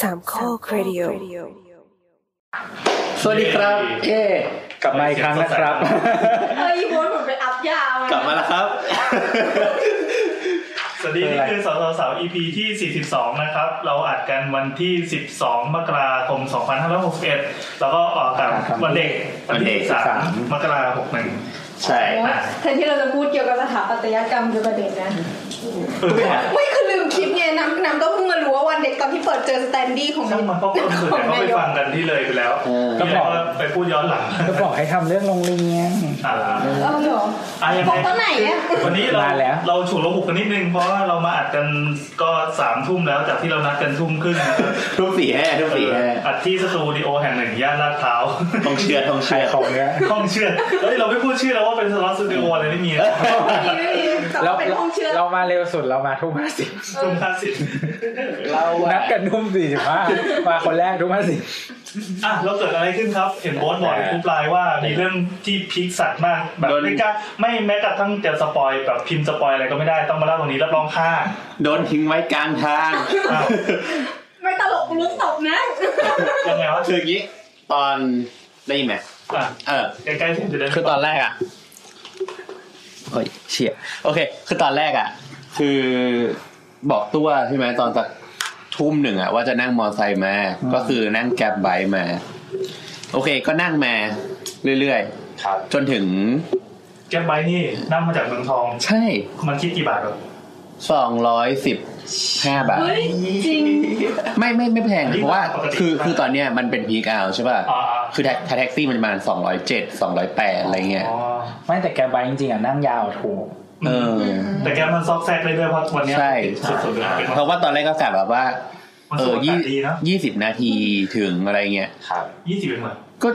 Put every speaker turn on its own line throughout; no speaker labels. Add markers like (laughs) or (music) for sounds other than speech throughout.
สามข้อครดิโอ
สวัสดีครับ เย่กลับมาอีกครั้งนะครับ
เฮ้ยโบนผมไปอัพยาว
กลับมาแล้วครับ
สวัสดีนี่คือสาวสาวสาว EP ที่ 42 นะครับ เราอัดกันวันที่ 12 มกราคม 2561 แล้วก็ออกอากาศ
ครับ
วันเด็ก
วันเด็ก
ที่
13
มกราคม
ใช่
โอ๊ยแทนที่เราจะพูดเกี่ยวกับสถาปัตยกรรมคือประเด็นนะ
61เออเนี่ย
ไม่คือลืมคลิปไงน้ำน้ำก็เพิ่งมารู้ว่าวันเด็กตอนที่เปิดเจอสแตนดี้ของ
ช่างมันก็คนอื่นเนี่ยเขาไปฟังกันที่เลยไปแล้ว
ก็
ก็
บอก
ไปพูดย้อนหลัง
ก็บอกให้ทำเรื่องโรงเรียน
อ่า
เออเหรอ
อ่ะยัง
บอ
ไง
กตอนไหนอะ
วันนี้เรา
มาแล้ว
เราฉุกระหุกกันนิดนึงเพราะว่าเรามาอัดกันก็สามทุ่มแล้วจากที่เรานัดกันทุ่มครึ่งนะครับ
ทุกสีแห่ทุกสีแห่
อัดที่สตูดิโอแห่งหนึ่งย่านลาดพร้าว
ต้องเชื่อต้อง
ขา
เชื่
ย
อ
ของเนี่ย
ห้องเชื่อดเฮ้ยเราไม่พูดชื่อแล้วว่าเป็นสล็อตสตูดิโออะไรไม่มีนะ
ไม่มีไม่มีแต่
เรา
ว่าเป็นห้องเชื่อด
เรามาเร็วสุดเรามาทุ่มห้าสิบ
ทุ่มห้าสิบ
เราอะ
นัดกันทุ่มสี่สิบห้ามาคนแรกทุ่มห้าสิบ
อ่ะเราเกิดอะไรขึ้นครับ เห็นโบอสบอกในกรุ๊ปไลน์ว่ามีเรื่องที่พีคสัตว์มาก แบบไม่กล้าไม่แม้กระทั่งจะสปอยแบบพิมพ์สปอยอะไรก็ไม่ได้ต้องมาเล่าตรงนี้รับรองค่า
โดนทิ้งไว้กลางทาง
อ้าว
ไม่ตลกลุกตบนะ
ยังไงวะ
คืออย่างนี้ตอนได้ยินไหม
อ่ะ
เออ
ใกล้ๆผมจะได้
คือตอนแรกอ่ะโอ้ยเชี่ยโอเค คือตอนแรกอ่ะ คือบอกตัวใช่ไหมตอนสักทุ่มหนึ่งอ่ะ ว่าจะนั่งมอไซค์มา
อืม
ก็คือนั่งแกร็บไบค์มา โอเค ก็นั่งมาเรื่อย
ครับ
ๆ จนถึง
แก้มไบค์นี่นั่งมาจากเมืองทอง
ใช่
มันคิดกี่บาทหรอ
สองร้อยสิบห้าบาท
เฮ้ย จริง
ไม่ไม่ไม่แพงเพราะว่าคือคือตอนเนี้ยมันเป็นพีคเอาใช่ป่ะ
อ่า
คือแท็กแท็กซี่มันประมาณสองร้อยเจ็ดสองร้อยแปดอะไรเงี้ย
อ๋อ
ไม่แต่แกไปจริงๆอ่ะนั่งยาวถูก
เออ
แต่แกมมันซอกแซกไปด้วยเพราะวันเนี้ย
ใช่
สุดๆเลยเป็น
เพราะว่าตอนแรกก็กะแบบว่า
วัน
เอ
สุด
อยี่
อากาศดีเนาะ
ยี่สิบนาทีถึงอะไรเงี้ย
ยี่สิบเองเหรอ
ก็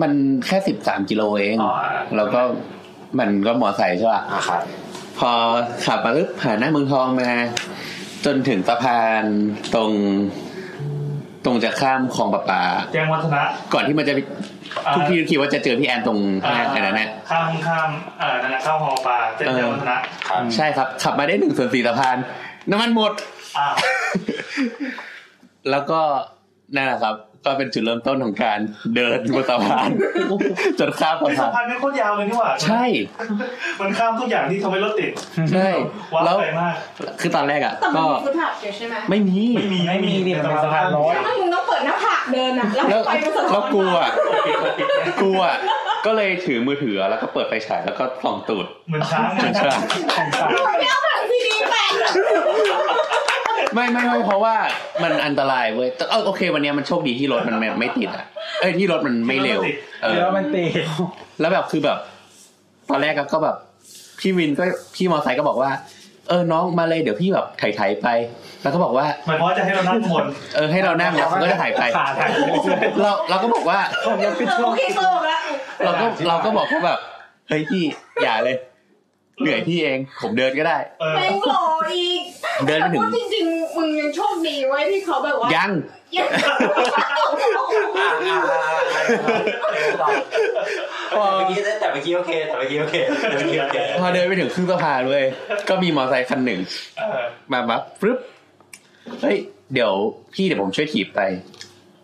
มันแค่สิบสามกิโลเอง
อ๋อ
แล้วก็มันก็มอไซค์ใช่ป่ะ
อ่ะครับ
พอขับมาปึ๊บผ่านหน้าเมืองทองมา จนถึงสะพานตรง ตรงจะข้ามคลองประปา
แจ้งวัฒนะ
ก่อนที่มันจะ
อ่า
ทุกทีคิดว่าจะเจอพี่แอนตรงห้างอันนั้นนะ
ข้ามข้ามเอ่อนั่นแหละข้ามฮอปลาเส้นเจ้าวัฒนะครับ
ใช่ครับ ขับมาได้หนึ่งส่วนสี่สะพานน้ำมันหมด
อ้าว
แล้วก็นั่นแหละครับ ก็เป็นจุดเริ่มต้นของการเดินบนสะพาน (laughs) จนข้าม
ไอ้
สะ
สะ
พาน
พานนี่โคตรยาวเลยนี่หว่า
ใช่
มันข้ามทุกอย่างที่ทำให้รถติด
ใช่
ว้า
แล้วว
ไปมาก
คือตอนแรกอ่ะ
แต่มัน
ก็
มีฟุตผับอยู่ใช่ไหม
ไม่มี
ไม่มี
ไม่มีนี่มันเป็นสะพานลอย
ถ้ามึงต้องเปิดหน้าผากเดินอะแล้ว
แล้ว
ไฟมันสะท้อน
แล้วกลัว
โอเคโอเค
กลัวก็เลยถือมือถือแล้วก็เปิดไฟฉายแล้วก็ส่องตูด
เหมือนช้าง
เหมือนฉลาม
มึงไม่เอาผักทีดีแปะ
ไม่ไม่ไม่เพราะว่ามันอันตรายเว้ยแต่เออโอเค วันเนี้ยมันโชคดีที่รถมันไม่ไม่ติดอ่ะเอ้ยที่รถมันไม่เร็วเออ
เดี๋ยวมันตี
แล้วแบบคือแบบ ตอนแรกก็แบบ พี่วินก็พี่มอไซค์ก็บอกว่า เออน้องมาเลยเดี๋ยวพี่แบบไถ่ายๆไป แล้วก็บอกว่า
หมายความว่าจะให้เรานั่งบน
เออให้เรานั่งแล้วเขาก็จะถ่ายไป
ขาถ่ายไปเรื่อย
เราเราก็บอกว่า
ยังปิดช่ว
โอง เคสรุปละ
เราก็เราก็บอกเขาแบบเฮ้ยพี่อย่าเลย เหนื่อยพี่เองผมเดินก็ได้
เออ
แม่งหล่ออีก
เดินไปถึง
แต่ว่าจริงๆมึงยังโชคดีไว้ยที่เขาแบบว่า
ยัง
ยัง
พอ
เมื่อกี้แต่เมื่อกี้โอเคแต่เมื่อกี้โอเคแต่เมื่อกี้โอเค
พอเดินไปถึงครึ่งสะพานเว้ยก็มีมอไซค์คันหนึ่ง
เออ
มาบับปึ๊บเฮ้ยเดี๋ยวพี่เดี๋ยวผมช่วยถีบไป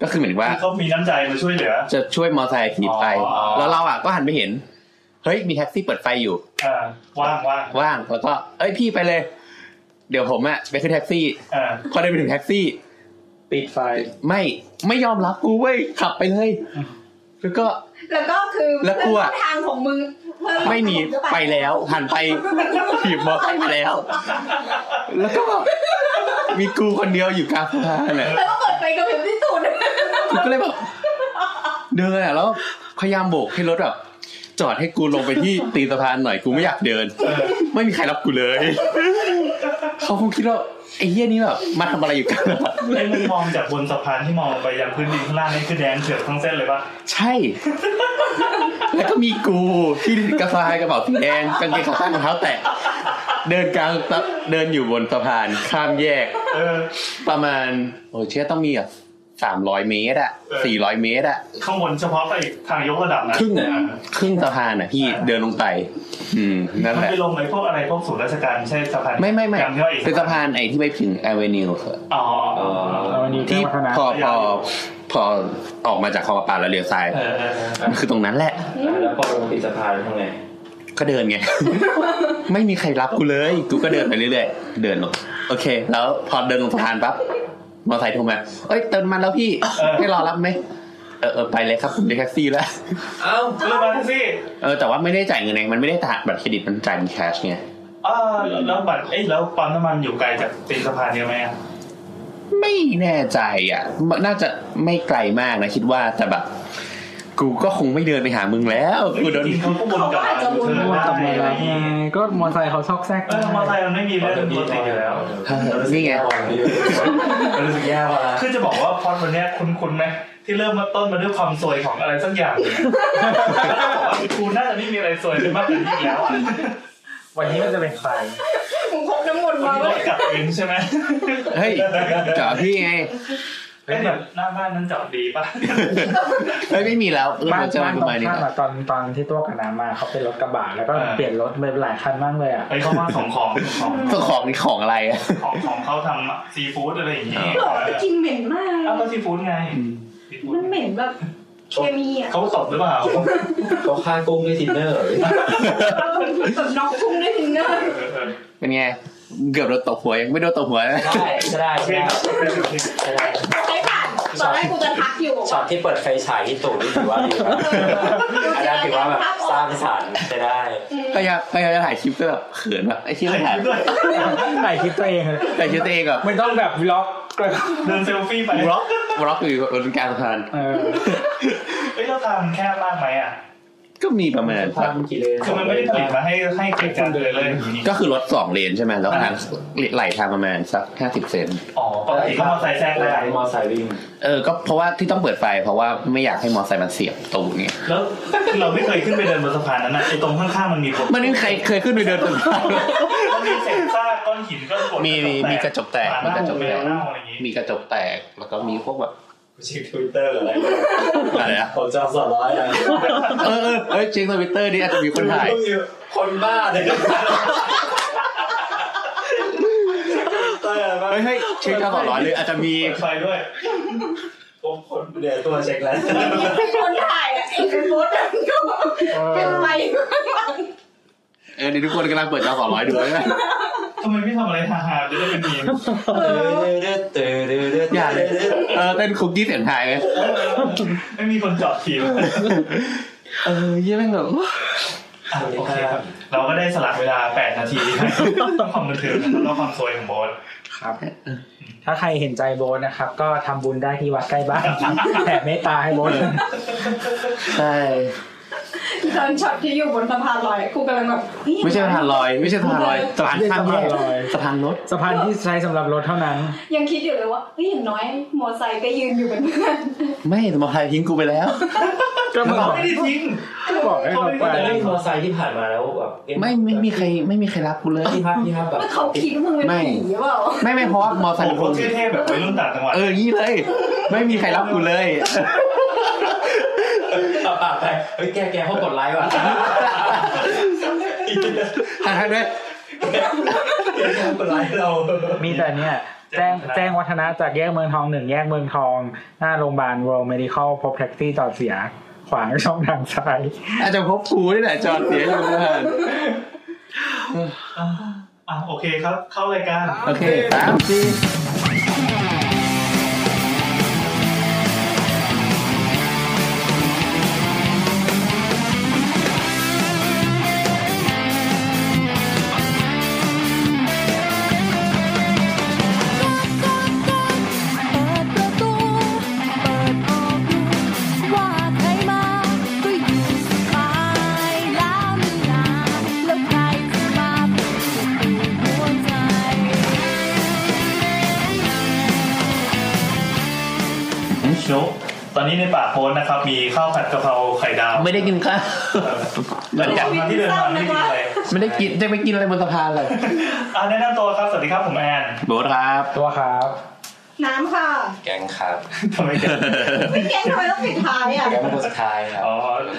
ก็คือเหมือนว่า
เขามีน้ำใจมาช่วยเหลือ
จะช่วยมอไซค์ขี่ไป
อ๋อ
แล้วเราอ่ะก็หันไปเห็น เฮ้ย มีแท็กซี่เปิดไฟอยู่
เออว่างว่าง
ว่าง แล้วก็ เอ้ย พี่ไปเลย เดี๋ยวผมอ่ะไปขึ้นแท็กซี่
เออ
พอเดินไปถึงแท็กซี่
ปิดไฟ
ไม่ ไม่ยอมรับกูเว้ย ขับไปเลย แล้วก็
แล้วก็คือ
แล้วกลัว
เพื่อนร่มทางของมึงเพื่อนร่วทาง
ไม่มี
ของมึง
ไปแล้ว หันไปถีบมอไซค์ไปแล้ว แล้วก็แบบมีกูคนเดียวอยู่กลางสะพานอ่ะ
แล้วก็เปิดไฟกระพริบที่สุด
กูก็เลยแบบเดินอ่ะแล้วพยายามโบกให้รถแบบจอดให้กูลงไป (laughs) ที่ตีนสะพานหน่อยกูไม่อยากเดิน ไม่มีใครรับกูเลย (laughs) เขาคงคิดว่าไอ้เหี้ยนี่แบบมาทำอะไรอยู่กัน
ในมุมมองจากบนสะพานที่มองไปยังพื้นดินข้างล่างนี่คือแดงเถือกทั้งเส้นเลยปะ
ใช่ แล้วก็มีกูที่กระพายกระเป๋าสีแดงกางเกงขาสั้นรองเท้าแตะเดินกลางสะเดินอยู่บนสะพานข้ามแยก
เออ
ประมาณโอ้ยเชื่อต้องมีอ่ะ สามร้อยเมตรอะสี่ร้อยเมตรอะ
ข้างบนเฉพาะไปทางยกระดับนะ
ครึ่ง
อ่า
ครึ่งสะพานอะพี่เดินลงไป อืมนั่น
มัน
แหละ
ไปลงในพวกอะไรพวกศูนย์ราชการใช่สะพาน
ไม่ไม่ไม่
อย่างที่ว่าอีก
เป็นสะพานไอ้ที่ไปถึงแอเวนิว
อ๋อ
เอาวันนี้
ที่
ที่วัฒนะ
พอพอพอออกมาจากคลองประปาแล้วเลี้ยวซ้าย
เออเออเออเออ
มันคือตรงนั้นแหละ
แล้วพอลงติดสะพานทำไง
ก็เดินไง ไม่มีใครรับกูเลย กูก็เดินไปเรื่อยๆ เดินลง โอเค แล้วพอเดินลงสะพานปั๊บ มอไซค์โทรมา เอ้ยเติมมันแล้วพี่ ให้รอรับไหม เออเออไปเลยครับผมเรียกแท็กซี่แล้ว
เอ้า
เรื่องมาแท็กซี่
เออแต่ว่าไม่ได้จ่ายเงินเองมันไม่ได้จ่ายบัตรเครดิต มันจ่ายเป็นแคชไง
อ่าแล้วบัตรเอ้ยแล้วปั๊มน้ำมันอยู่ไกลจากตีนสะพานเยอะไหมอ่ะ
ไม่แน่ใจอ่ะ น่าจะไม่ไกลมากนะคิดว่าแต่แบบ กูก็คงไม่เดินไปหามึงแล้ว กู
(laughs)
โดน
จริงๆเขาก็วนกลับมา
เขาอาจจะวน
เทิ
ไม่
ร์นได้อะไร
ว่ากลับมาแล้
อย่างง
วไง
ี้
ก็มอไซค์เขาซอกแซก
เออมอไซค์มันไม่มีเรื่องรถติดอยู่แล้ว
นี่ไง
รู้สึกแย่ว่ะ
คือจะบอกว่าพล็อดวันเนี้ยคุ้นๆไหมที่เริ่มมาต้นมาด้วยความซวยของอะไรสักอย่างเนี่ยกูน่าจะไม่มีอะไรซวยเลยมากกว่านี้อีกแล้วอ่ะ
วันนี้มันจะเป็นใคร
ผมพกน้ำมนต์
วั
มาน
นี้ร
ว่า
ถกลับเองใช่ไหม
เฮ้ยจ่าพี่ไง
เอ้ยเดี๋ยวหน้าบ้านนั้นจอดดีป่ะ
เฮ้ยไม่มีแล้วเออ
บ้าน
มันจะ
บ้าน
ประ
ตรง
มาณนี้
ข้าม
นะ
อะตอนตอนที่ตัวกับน้ำมาเขาเป็นรถกระบะแล้วก็เปลี่ยนรถไปหลายคันมากเลยอ่ะ
ไอ้ยเขามาส่งของของ
ส่วนของนี่ของอะไรอะ
ของของเขาทำซีฟู้ดอะไรอย่างงี้
หลอกไปกินเหม็นมาก
เอ้าก็ซีฟู้ดไงซีฟู้
มั
ด
นเหม็นแบบเคมีอ่ะ
เขาตบหรือเปล่า
เขาฆ่ากุ้งด้วยทินเนอร์เหรอ
แบบน็อกคุ้งด้วยทินเนอร์
เออเออ
เป็นไง เกือบโดนตบหัวยังไม่โดนตบหัวนะ
ได้ก็ได้
โอเค
ก็ได้
ครับโอเคโอเค
ก็ได้
ใช่ค่ะตอนแรกกูจะทักอยู่
ช็อตที่เปิดไฟฉายที่ตูดนี่ถือว่าดีครับอันนั้นถือว่าแบบสร้างสรรค์ใช้ได้
พยายามพยายามจะถ่ายคลิปก็แบบเขินแบบไอ้ที่
ถ่า
ไม่
ยค
ถ่าย
ลิปด้วย
ถ่ายคลิปตัวเองเลย
แต่ายคลิปตัวเองอะ
ไม่ต้องแบบวล็อกเลย
เดินเซลฟี่ไป
บล็อกบล็อกอยู่บนกลางสะพาน (laughs)
เออ
เอ้ยเราทำแคบมากไหมอ่ะ
ก็มีประมาณแบบ
กี่เลน
คือมันไม่ได้ผลิตมาให้ให้เกิดการเดินเลยอย่างนี้
ก็คือรถสองเลนใช่ไหมแล้วทางไหลทางประมาณสักห้าสิบเซน
อ๋อปกติก็มอไซค์แซงได้
มอไซค์วิ่ง
เออก็เพราะว่าที่ต้องเปิดไฟเพราะว่าไม่อยากให้มอไซค์มันเสียบตูดเนี่ย
แล้วคือเราไม่เคยขึ้นไปเดินบนสะพานนั้นนะไอ้ตรงข้างๆมันมีคน
มันไม่มีใครเคยขึ้นไปเดินตรงนั้น
มันมีเศษซากก้อนหินก้อนกรวด
(laughs) มีมีมีกระจกแตก
มีกระจก
มี
แต
กระจก
ก
แตก
หน้าอะไรอย่างงี้
มีกระจกแตกแล้วก็มีพวกแบบ
กูเช็คทวิตเตอร์อะไร
อะไรนะ
ผมจะสอนร้อยอ่ะ
เออเออเอ้ยเช็คทวิตเตอร์นี่อาจจะมีคนถ่าย
คนบ้าเลย
เฮ้ยเฮ้ยเช็คทางสองร้อยเลยอาจจะมี
เปิดไฟด้วย
ผมคนเดี๋ยวตัวเช็คแล้ว
เป็นคนถ่ายอ่ะไอ้โบ๊ทนั่นก็เป็นไปอยู่ข้างหลัง
เออนี่ทุกคนกำลังเปิดจอสองร้อยดูเลยนะ
ทำไมไม่ทำอะไรฮาๆจะได้เป็นมีม
อย่าเลยเออเต้นคุกกี้เสียงไทยไหม
ไม่มีคนจอดทีม
เออเยี่ยแม่งแบบ
อ่ะโอเคครับ เราก็ได้สลับเวลา 8 นาทีต้องความบันเทิงนะครับแล้วความซวยของโบอส
ครับ ถ้าใครเห็นใจโบนนะครับ ก็ทำบุญได้ที่วัดใกล้บ้านแผ่เมตตาให้โบน
ใช่
ตอนช็อตที่อยู่บนสะพานลอยครูกำลังแบบเฮ้ย
ไม่ใช่สะพานลอย ไม่ใช่สะพานลอยสะพานข้ามแยก
สะพา
สะพาน
นลอย
รถ
สะพานที่ใช้สำหรับรถเท่านั้น
ยังคิดอยู่เลยว่าเฮ้ยอย่างน้อยมอไซค์ก็ยืนอยู่เป็นเพื่อน
ไม่มอไซค์ทิ้งกูไปแล้ว
ก็มึงบอก
ไม่ได้ทิ้ง
บอกให้เขาไป
แต่เรื่องมอไซค์ที่ผ่านมาแล้วแบบ
ไม่ไม่มีใครไม่มีใครรับกูเลย
ที่พักที่พักแบบ
แล้วเขาคิดว่ามึงเป็นผีหรือเปล่า
ไม่ไม่เพราะว่ามอไซ
โอ้
ค์
โหเท่ๆแบบวัยรุ่นต่างจังหวัด
เอองี้เลย ไม่มีใครรับกูเลย
ปากปากไปเฮ้ยแกแกเขากดไล
(laughs)
ค์ว่ะ
ทางด้วย
กดไลค์เรา
มีแต่เนี่ยแจ้งแจ้งวัฒนะจากแยกเมืองทองหนึ่งแยกเมืองทอง หน้าโรงพยาบาล World Medical พบแท็กซี่จอดเสีย ขวางช่องทางซ้าย
อาจจะพบกูนี่แหละจอดเสียอยู่นะฮะ
อ่าอ่ะโอเคครับ เข้ารายการ
โอเคสามสี่
เปิดประตู เปิดออกดูว่าใครมา ก็อยู่สบายแล้วหรือล่ะแล้วใครจะมาเป็นศัตรูหัวใจ
โนกตอนนี้ในป่าโพนนะครับ มีข้าวผัดกะเพราไข่ดาว
ไม่ได้กินข้าว
หลังจากที่เดินทางไม่ได้กินอะไร
ไม่ได้กินจะไปกินอะไรบนสะพานเลย
อ่ะแนะนำตัวครับ สวัสดีครับผมแอน
โบ๊ทครับ
ตัวครับ
น้ำค่ะ
แกงครับ
ทำไมกัน
แกงทำไมต้องปิดท้ายอ่ะ
แกงคนสุดท้ายครับ
อ๋อ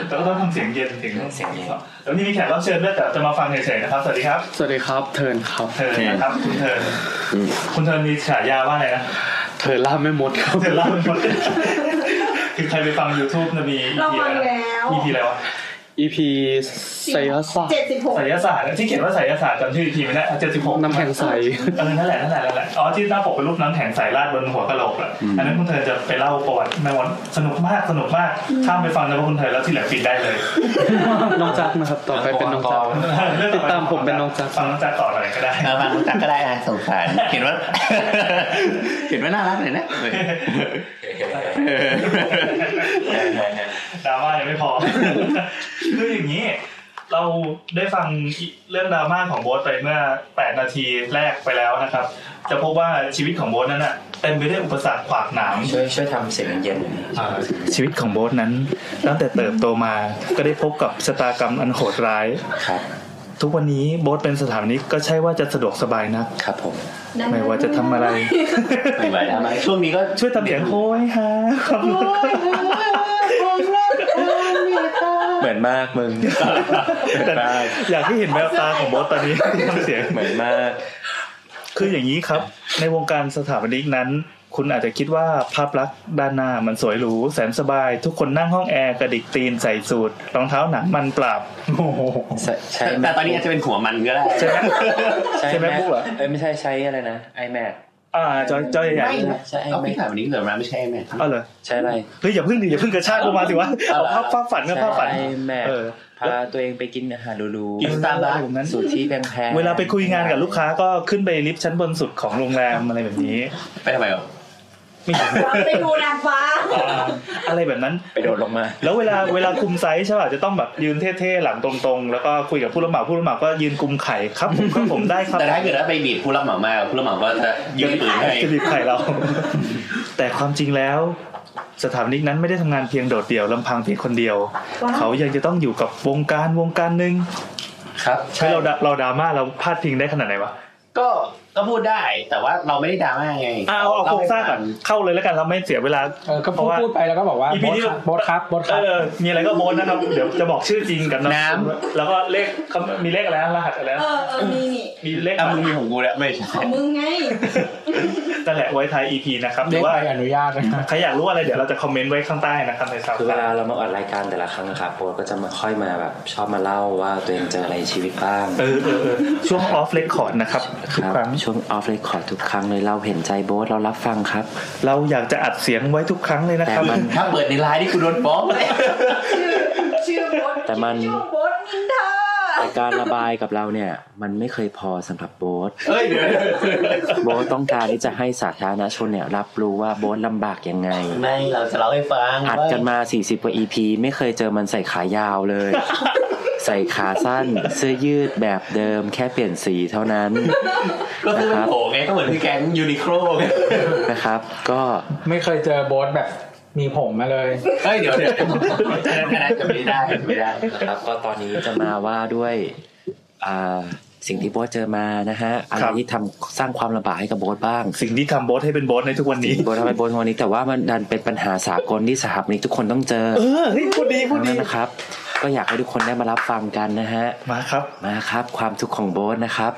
แต่ก็ต้องทำเสียงเย็นเสียง
เสียงเย็น
แล้วนี่มีแขกรับเชิญด้วยแต่จะมาฟังเฉยๆนะครับ สวัสดีครับ
สวัสดีครับ เทิร์นครับ
เธอนะครับคุณเธอ คุณเธอมีฉายาว่า
(laughs)
อะไรนะ
เทิร์นล่าไม่มดครับ
เดี๋ยวเล่าเป็นคนคือใครไปฟัง YouTube จะมี
เรา
EP
มา
อะไร
แล้ว
มีพีอะไรวะ
EP ไซยัส
เจ็ดสิบหก
ไสายศาสตร์อะที่เขียนว่าไสายศาสตร์จำชื่ออีกทีไม่ได้เจ็ดสิบหก
น้ำแข็งใส
เออนั่นแหละนั่นแหละนั่นแหละ อ๋อที่หน้าปกเป็นรูปน้ำแข็งใสราดบนหัวกะโหลกอ่ะ อันนั้นคุณเธอจะไปเล่าประวัติแม่วันสนุกมากสนุกมากข้ามไปฟังแล้วคุณเธอแล้วที่หลังปิดได้เลย
น้องจักนะครับ ต่อไปเป็นน้องจัก ติดตามผมเป็นน้องจักร
ฟังน้องจักรต่อหน่อยก็ได้
เอามารู้จักก็ได้นะสงสารเห็นว่า (laughs) เห็นว่าน่ารักหน่อยนะเออเออ
ดราม่ายังไม่พอ (laughs) คืออย่างนี้ เราได้ฟังเรื่องดราม่าของโบ๊ทไปเมื่อ 8 นาทีแรกไปแล้วนะครับ จะพบว่าชีวิตของโบ๊ทนั้นน่ะเต็มไปด้วยอุปสรรคขวากหนาม
ช่วยช่วยทำเสียงเย็นหน่อย
ชีวิตของโบ๊ทนั้น ตั้งแต่เติบโตมาก็ได้พบกับชะตากรรมอันโหดร้าย
ครับ
ทุกวันนี้โบ๊ทเป็นสถาปนิกก็ใช่ว่าจะสะดวกสบายนัก
ครับผม
ไม่ว่าจะทำอะไร (laughs)
ไม่ไหวแล้วช่วงนี้ก็
ช่วยทำเสียงโอ้ย (laughs) ฮะครับ
เหมือนมากมึ
(laughs)
ง
แต่อยากให้เห็นแววตาของโบ๊ทต (laughs) อนนี้ทำเสียง
เหมือนมาก
คืออย่างนี้ครับ ในวงการสถาปนิกนั้น คุณอาจจะคิดว่าภาพลักษณ์ด้านหน้ามันสวยหรูแสนสบาย ทุกคนนั่งห้องแอร์กระดิกตีนใส่สูทรองเท้าหนังมันปราบ
ใช้ใช้
แต่แต่ตอนนี้อาจจะเป็นหัวมันก็ได้
ใช่ไหม ใช่
ใช้
MacBook
MacBook
เหรอ
เอ้ยไม่ใช่ใช้อะไรนะ iMac
อ่าจอจอใหญ่
ไม่
ใช้
เอาพี่
iMac
ถ่ายวันนี้เหลือมาไม่ใช่ไหม
ๆเอาเหรอ
ใช้อะไร
เฮ้ยอย่าเพิ่งดิอย่าเพิ่งกระชากลงมาสิวะเอา
เอาเหรอ
ภาพภาพฝันนะ
ใช้
ภาพฝัน
iMac
เออ
พาตัวเองไปกินอาหารหรู
กินสตาร์บัค
ผมนั้น
ๆสูตรที่แพงๆ
เวลาไปคุยงานกับลูกค้าก็ขึ้นไปลิฟต์ชั้นบนสุดของโรงแรมอะไรแบบนี้
ไปทำไมอ่ะ
ไม่เห็น
ไปดูนางฟ้า
อะไรแบบนั้น
ไปโดดลงมา
แล้วเวลาเวลาคุมไซส์ใช่ป่ะจะต้องแบบยืนเท่ๆหลังตรงๆ แล้วก็คุยกับผู้รับเหมาผู้รับเหมาก็ยืนกุมไข่ครับ
(laughs)
ผมครับผมได้ครับ
แต่ถ้าเกิดว่าไปบีบผู้รับเหมามาผู้รับเหมาก็จะยืมปืนให้
จะบีบไข่เรา (laughs) แต่ความจริงแล้ว สถาปนิกนั้นไม่ได้ทำงานเพียงโดดเดี่ยวลำพังเพียงคนเดียว
ว้าว
เขายังจะต้องอยู่กับวงการวงการหนึ่ง
ครับ
ใช่เราดราเราดราม่าเราพาดพิงได้ขนาดไหนวะ
ก็ก็พูดได้แต่ว่าเราไม่ได้ดราม่าไง
อ่ะเอาเอาโครงสร้างก่อนเข้าเลยแล้วกันเราไม่เสียเวลา
เออก็
เพ
พู
ราะ
ด
ว่า
พูดไปแล้วก็บอกว่า
EP
โบท
นี้
ครับโบทครับโบทค
เอ
รับ
อมีอะไรก็โบนนะครับเดี๋ยวจะบอกชื่อจริงกับามสกุลแล้วก็เลขเขามีเลขอะไรนะรหัสอะไร
เอ
นะ
อเออมีนี่
มีเลข
อ่ะมึงมีของกูแล้วไม่ใช่
ของมึงไง
นั่นแหละไว้ท้าย EP นะครับห
เรี
รื
ยก
อว่า
ใบอนุญาตนะครับ
ใครอยากรู้อะไรเดี๋ยวเราจะคอมเมนต์ไว้ข้างใต้นะครับในซาวด์
คือเวลาเรามาออกรายการแต่ละครั้งนะครับโปรก็จะมาค่อยมาแบบชอบมาเล่าว่าตัวเองเจออะไรในชีวิตบ้าง
เออเออเออช่วงออฟเลคคอร์ดนะครับทุก
ครับ
ครั้ง
ช่วงออฟเรคคอร์ดทุกครั้งเลยเราเห็นใจโบ๊ทเรารับฟังครับ
เราอยากจะอัดเสียงไว้ทุกครั้งเลยนะ
แต่
ครับ
มัน
ถ้าเปิดในไลน์นี่กูโดนฟ้องเลย
ชื่อชื่อโบท
แต่มัน
ชื่อโบทนินทา
แต่การระบายกับเราเนี่ย มันไม่เคยพอสำหรับโบ๊ท
เฮ้ยเดี๋ยว
โบ๊ทต้องการที่จะให้สาธารณชนเนี่ยรับรู้ว่าโบ๊ทลำบากยังไง
ไม่เราจะเล่าให้ฟัง
อัดกันมา 40 กว่า EP ไม่เคยเจอมันใส่ขายาวเลย ใส่ขาสั้น เสื้อยืดแบบเดิม แค่เปลี่ยนสีเท่านั้น
ก็คือมันโผล่ไงก็เหมือนคือแก๊งยูนิโคลไง
นะครับ ก็
ไม่เคยเจอโบทแบบมีผมมาเลย
เฮ้ยเดี๋ยวเดี๋ยวขนาดจะไม่ได้ไม่ได้
นะครับก็ตอนนี้จะมาว่าด้วยอ่าสิ่งที่โบ๊ทเจอมานะฮะอะไร
ครับ
ที่ทำสร้างความลำบากให้กับโบ๊ทบ้าง
สิ่งที่ทำโบสให้เป็นโบสในทุกวันนี้
โบ๊ททำไปโบ๊ทวันนี้แต่ว่ามันดันเป็นปัญหาสากลที่สหบนิกทุกคนต้องเจอ
เออเฮ้ยพูดดีพูด
ดัง
ดี
นั้นนะครับ ก็อยากให้ทุกคนได้มารับฟังกันนะฮะ
มาครับ
มาครับความทุกข์ของโบ๊ทนะครับ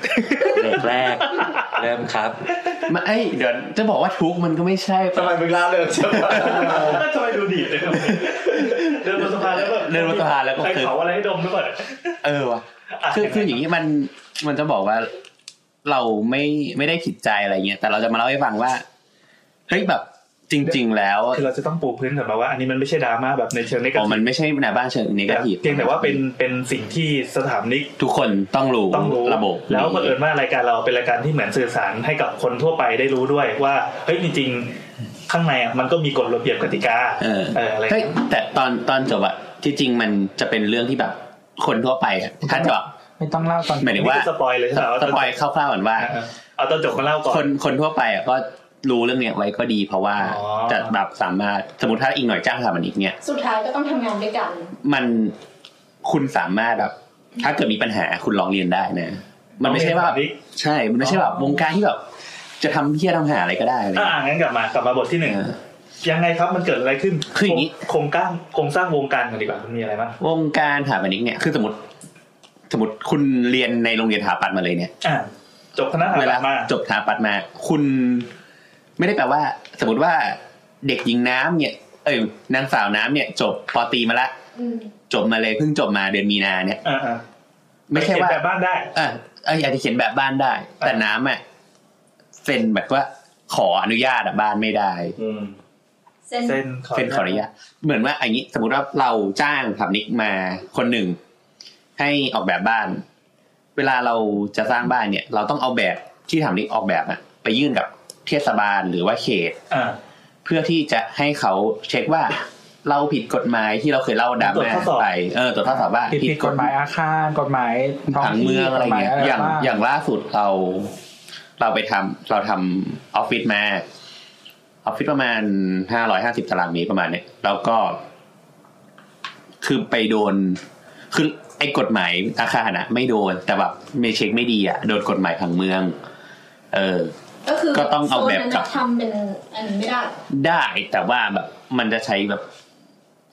เบรกแรก เริ่มครับ
ไม่เอ้ยเดี๋ยวจะบอกว่าทุกข์มันก็ไม่ใช่ปะ
ทำไมมึงล่าเริงจังวะ
ทำไมดูดีดเลยครับเดินบนสะพานแล้วแบบ
เดินบนสะพานแล้วก็
ใคร
คือ
เขาอะไรให้ดมหรือเปล่า
เออว่ะคือคืออย่างนี้มันมันจะบอกว่า เราไม่ไม่ได้ผิดใจอะไรเงี้ยแต่เราจะมาเล่าให้ฟังว่าเฮ้ยแบบจริง ๆ แล้ว
คือเราจะต้องปูพื้นก่อนมาว่า อันนี้มันไม่ใช่ดราม่าแบบในเชิงในกา
อ๋อ
ร
มันไม่ใช่หน้าบ้านเชิงนิเกทีฟ
เพียงแต่ว่าเป็นเป็นสิ่งที่สถาปนิก
ทุกคนต้องรู้
ต้องรู้
ระบบ
แล้วบังเอิญว่ารายการเราเป็นรายการที่เหมือนสื่อสารให้กับคนทั่วไปได้รู้ด้วยว่าเฮ้ยจริงๆข้างในอ่ะมันก็มีกฎระเบียบกติกา
เออ
เอออะไร
เฮ้ยแต่ตอนตอนจบอะที่จริงมันจะเป็นเรื่องที่แบบ คนทั่วไปอะถ้าจะแบบ
ไม่ต้องเล่าตอน
หมายถึงว่า
นี่คือสปอยเลยใช่ไหมว่า
สปอยคร่าวๆก่อนว่า
เออเอาตอนจบมาเล่าก่อน
คนคนทั่วไปอ่ะก็รู้เรื่องเนี้ยไว้ก็ดีเพราะว่า
อ๋อ
จะแบบสามารถสมมติถ้าอีกหน่อยจ้างสถาปนิกเนี่ย
สุดท้ายก็ต้องทำงานด้วยกัน
มันคุณสามารถแบบถ้าเกิดมีปัญหาคุณร้องเรียนได้นะ มันไม่ใช่ว่า
สถาปก
ใช่ มันไม่ใช่แบบวงการที่แบบ จะทำเที่ยทำหาอะไรก็ได้อะไร
อ่า
เงี้ย
งั้นกลับมากลับมาบทที่หนึ่ง
อ่า
ยังไงครับมันเกิดอะไรขึ้น
คืออย่างนี้
โครงโครงก้างโครงสร้างวงการกันดีกว่ามันมีอะไรบ้าง
วงการสถาปนิกเนี่ยคือสมมติ สมมติคุณเรียนในโรงเรียนสถาปัตย์มาเลยเนี่ย
อ่าจบคณะสถา
เวลา
ปัตย์มา
จบสถาปัตย์มา คุณ ไม่ได้แปลว่า สมมติว่าเด็กหญิงน้ำเนี่ย เอ้ยนางสาวน้ำเนี่ย จบปอตรีมาละ
อืม
จบมาเลยเพิ่งจบมาเดือนมีนาเนี่ย
อ่าอ่า
ไม่ใช่ว่า
เขียนแบบบ้านได้
เออเอยอาจจะเขียนแบบบ้านได้ แต่น้ำอ่ะเซ็นแบบว่าขออนุญาตอะบ้านไม่ได้
อืม
เส้น
เส้น
เซ็นขออนุญาตเหมือนว่าอย่างนี้ สมมติว่าเราจ้างสถาปนิกมาคนหนึ่ง ให้ออกแบบบ้าน เวลาเราจะสร้างบ้านเนี่ย เราต้องเอาแบบที่สถาปนิกออกแบบอะไปยื่นกับเทศบาลหรือว่าเขต
อ่า
เพื่อที่จะให้เขาเช็คว่า เราผิดกฎหมายที่เราเคยเล่าดราม่าไปเออตรวจทดสอบว่า
ผิดผิดกฎหมายอาคารกฎหมายท้อง
ผัง
ที่
เมืองอะไร
กฎหมา
เงี้ยอย่าง
บ้
อย่างล่าสุดเรา เราไปทำเราทำออฟฟิศมาออฟฟิศประมาณห้าร้อยห้าสิบตารางเมตรประมาณเนี้ยแล้วก็ คือไปโดน คือไอ้กฎหมายอาคารนะไม่โดน แต่แบบไม่เช็คไม่ดีอ่ะโดนกฎหมายผังเมือง เออ
ก็คือ
ก็ต้องเอาแบ
โซน
บ
นั้น
กลั
น่ะ
บ
ทำเป็นอันนี้ไม่ได้
ได้แต่ว่าแบบมันจะใช้แบบ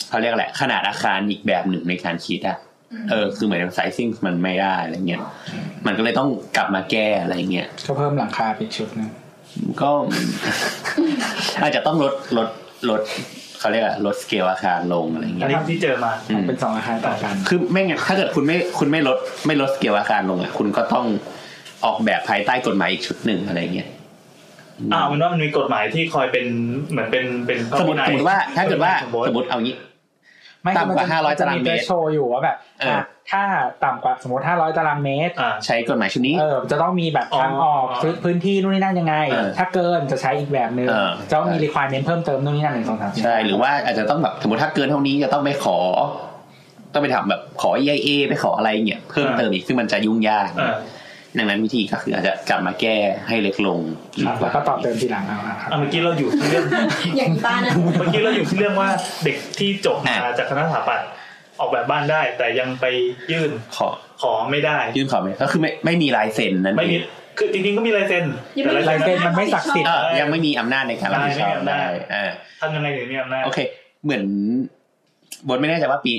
เขาเรียกอะไรขนาดอาคารอีกแบบหนึ่งในการคิดอะ
อืม
เออ คือเหมือนไซซิ่งมันไม่ได้อะไรเงี้ยมันก็เลยต้องกลับมาแก้อะไรเงี้ย
ก็เพิ่มหลังคาไปอีกชุดหนึง
ก็ (laughs) อาจจะต้องลดลดลดเขาเรียกอะไรลดสเกลอาคารลงอะไร
อั
เงี้ย
นนี้ที่เจอมา
อืม
เป็นสองอาคารต่อกัน
คือไม่งั้นถ้าเกิดคุณไม่คุณไม่ลดไม่ลดสเกลอาคารลงอะคุณก็ต้องออกแบบภายใต้กฎหมายอีกชุดหนึ่งอะไรเงี้ย
อ่ามันว่ามันมีกฎหมายที่คอยเป็นเหมือนเป็นเป็น
สมมติสมมติว่า ถ้าเกิดว่า
สมมติ
สมมติเอางี้
ไม่
ต่ำกว่า
คือ
500ตารางเมตร
จะโชว์อยู่ว่าแบบ
เอออ่
ะถ้าต่ำกว่าสมมติห้าร้อยตารางเมตร
อ่า
ใช้กฎหมายชุดนี้
เออจะต้องมีแบบทางออก
อ๋อ
ซื้อพื้นที่นู่นนี่นั่นยังไง
เออ
ถ้าเกินจะใช้อีกแบบนึง
เออ
จะต้องมี requirement เพิ่มเติมนู่นนี่นั่นหนึ่งสองสามสี่
ใช่หรือว่าอาจจะต้องแบบสมมติถ้าเกินเท่านี้จะต้องไปขอ ต้องไปทำแบบขอ EIA ไปขออะไรเงี้ยเพิ่มเติมอีกซึ่งมันจะยุ่งยาก
อ่า
ดังนั้นวิธีก็คืออาจจะกลับมาแก้ให้เล็กลงดี
ครับแล้ว
ก่าว
ก็ต่อเติมทีหลังเอาอะครับ
อ่ะเมื่อกี้เราอยู่ที่เรื่อง
(laughs)
อย่างบ้านนะ
เมื่อกี้เราอยู่ที่เรื่องว่าเด็กที่จบมาจากคณะสถาปัตย์ออกแบบบ้านได้ แต่ยังไปยื่น
ขอ
ขอไม่ได้
ยื่นขอไหมก็คือไม่ไม่มีลายเซ็นนั่น
ไม่
เอ
มี
ง
คือจริงๆก็มีลายเซ็นแต่ลาย
ลาย
เซ็น
เซ็นมันไม่ศักดิ์สิทธิ์
เออยังไม่มีอำนาจในการรับผิดชอบได้
ได้ไม่มีอำนาจ
อ่า
ทำยังไงถึงมีอำนาจ
โอเค เหมือนโบทไม่แน่ใจว่าปี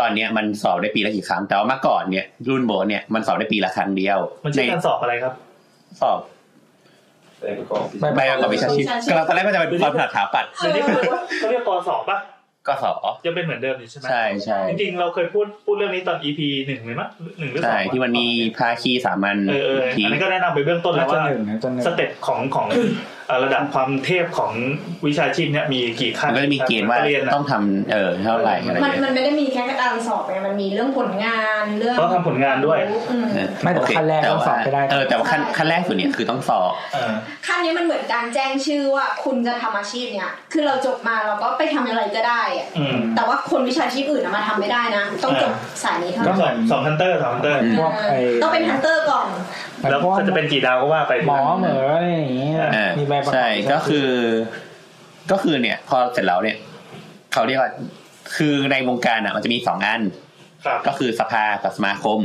ตอนเนี้ยมันสอบได้ปีละกี่ครั้งแต่ว่าเมื่อก่อนเนี่ยรุ่นโบทเนี่ยมันสอบได้ปีละครั้งเดียว
มัน
ใน
ชื่อการสอบอะไรครับ
สอบใบประกอบวิชาชีพก็เราตอนแรกก็จะเป็นความถนัดสถาปัตย์
เดี๋ยวนี้เขาเรียกว่าเขาเรียกกสอบป่ะ
ก็สอ
ยังเป็นเหมือนเดิมอยู่ใช่ไหม
ใช่ใช่
จริงๆเราเคยพูดพูดเรื่องนี้ตอน EP หนึ่งเลยมั้ยหนึ่งหรือสอ
ใช่
ง
ที่มันมีภาคีสามัญ
เออเออ
ที
อันนี้ก็แนะนำไปเบื้องต้นแล้
น่าวจะ
ว่า
หนึ่งนะจะหนึ่ง
สเต็ปของของ (coughs) เอ่อระดับความเทพของวิชาชีพเนี่ยมีกี่ขั้
มัน นก็จะมีเกณฑ์ว่า
เรียนอะ
ต้องทำเออเท่าไหร่อะไร
มัน
เงี้ย
มันไม่ได้มีแค่กระดานสอบไงมันมีเรื่องผลงานเรื่อง
ต้องทำผลงานด้วย
อืม
เออ
ไม่แต่ว่า
โเค
ขั้นแรกต้องสอบให้ได้
เออแต่ว่าขั้นขั้นแรกสุดเนี่ยคือต้องสอบ
เออ
ขั้นนี้มันเหมือนการแจ้งชื่อว่าคุณจะทำอาชีพเนี่ย คือเราจบมาเราก็ไปทำอะไรก็ได้อะ
อืม
แต่ว่าคนวิชาชีพอื่นน่ะมาทำไม่ได้นะ ต้องจบสายนี้เท่า
ก็
นั้น
สองสองฮันเตอร์สองฮันเตอร์
พวกไอ้
ต้องเป็นฮันเตอร์ก่อน
แล้วก็จะเป็นกี่ดาวก็ว่าไป
หมอเหมออะไรอย่างงี้
เออ
มีใบประกอบ
ใช่ก็คือ ก็คือเนี่ย พอเสร็จแล้วเนี่ยเขาเรียกว่าคือในวงการอ่ะมันจะมีสองอัน
ครับ
ก็คือสภากับสมาคม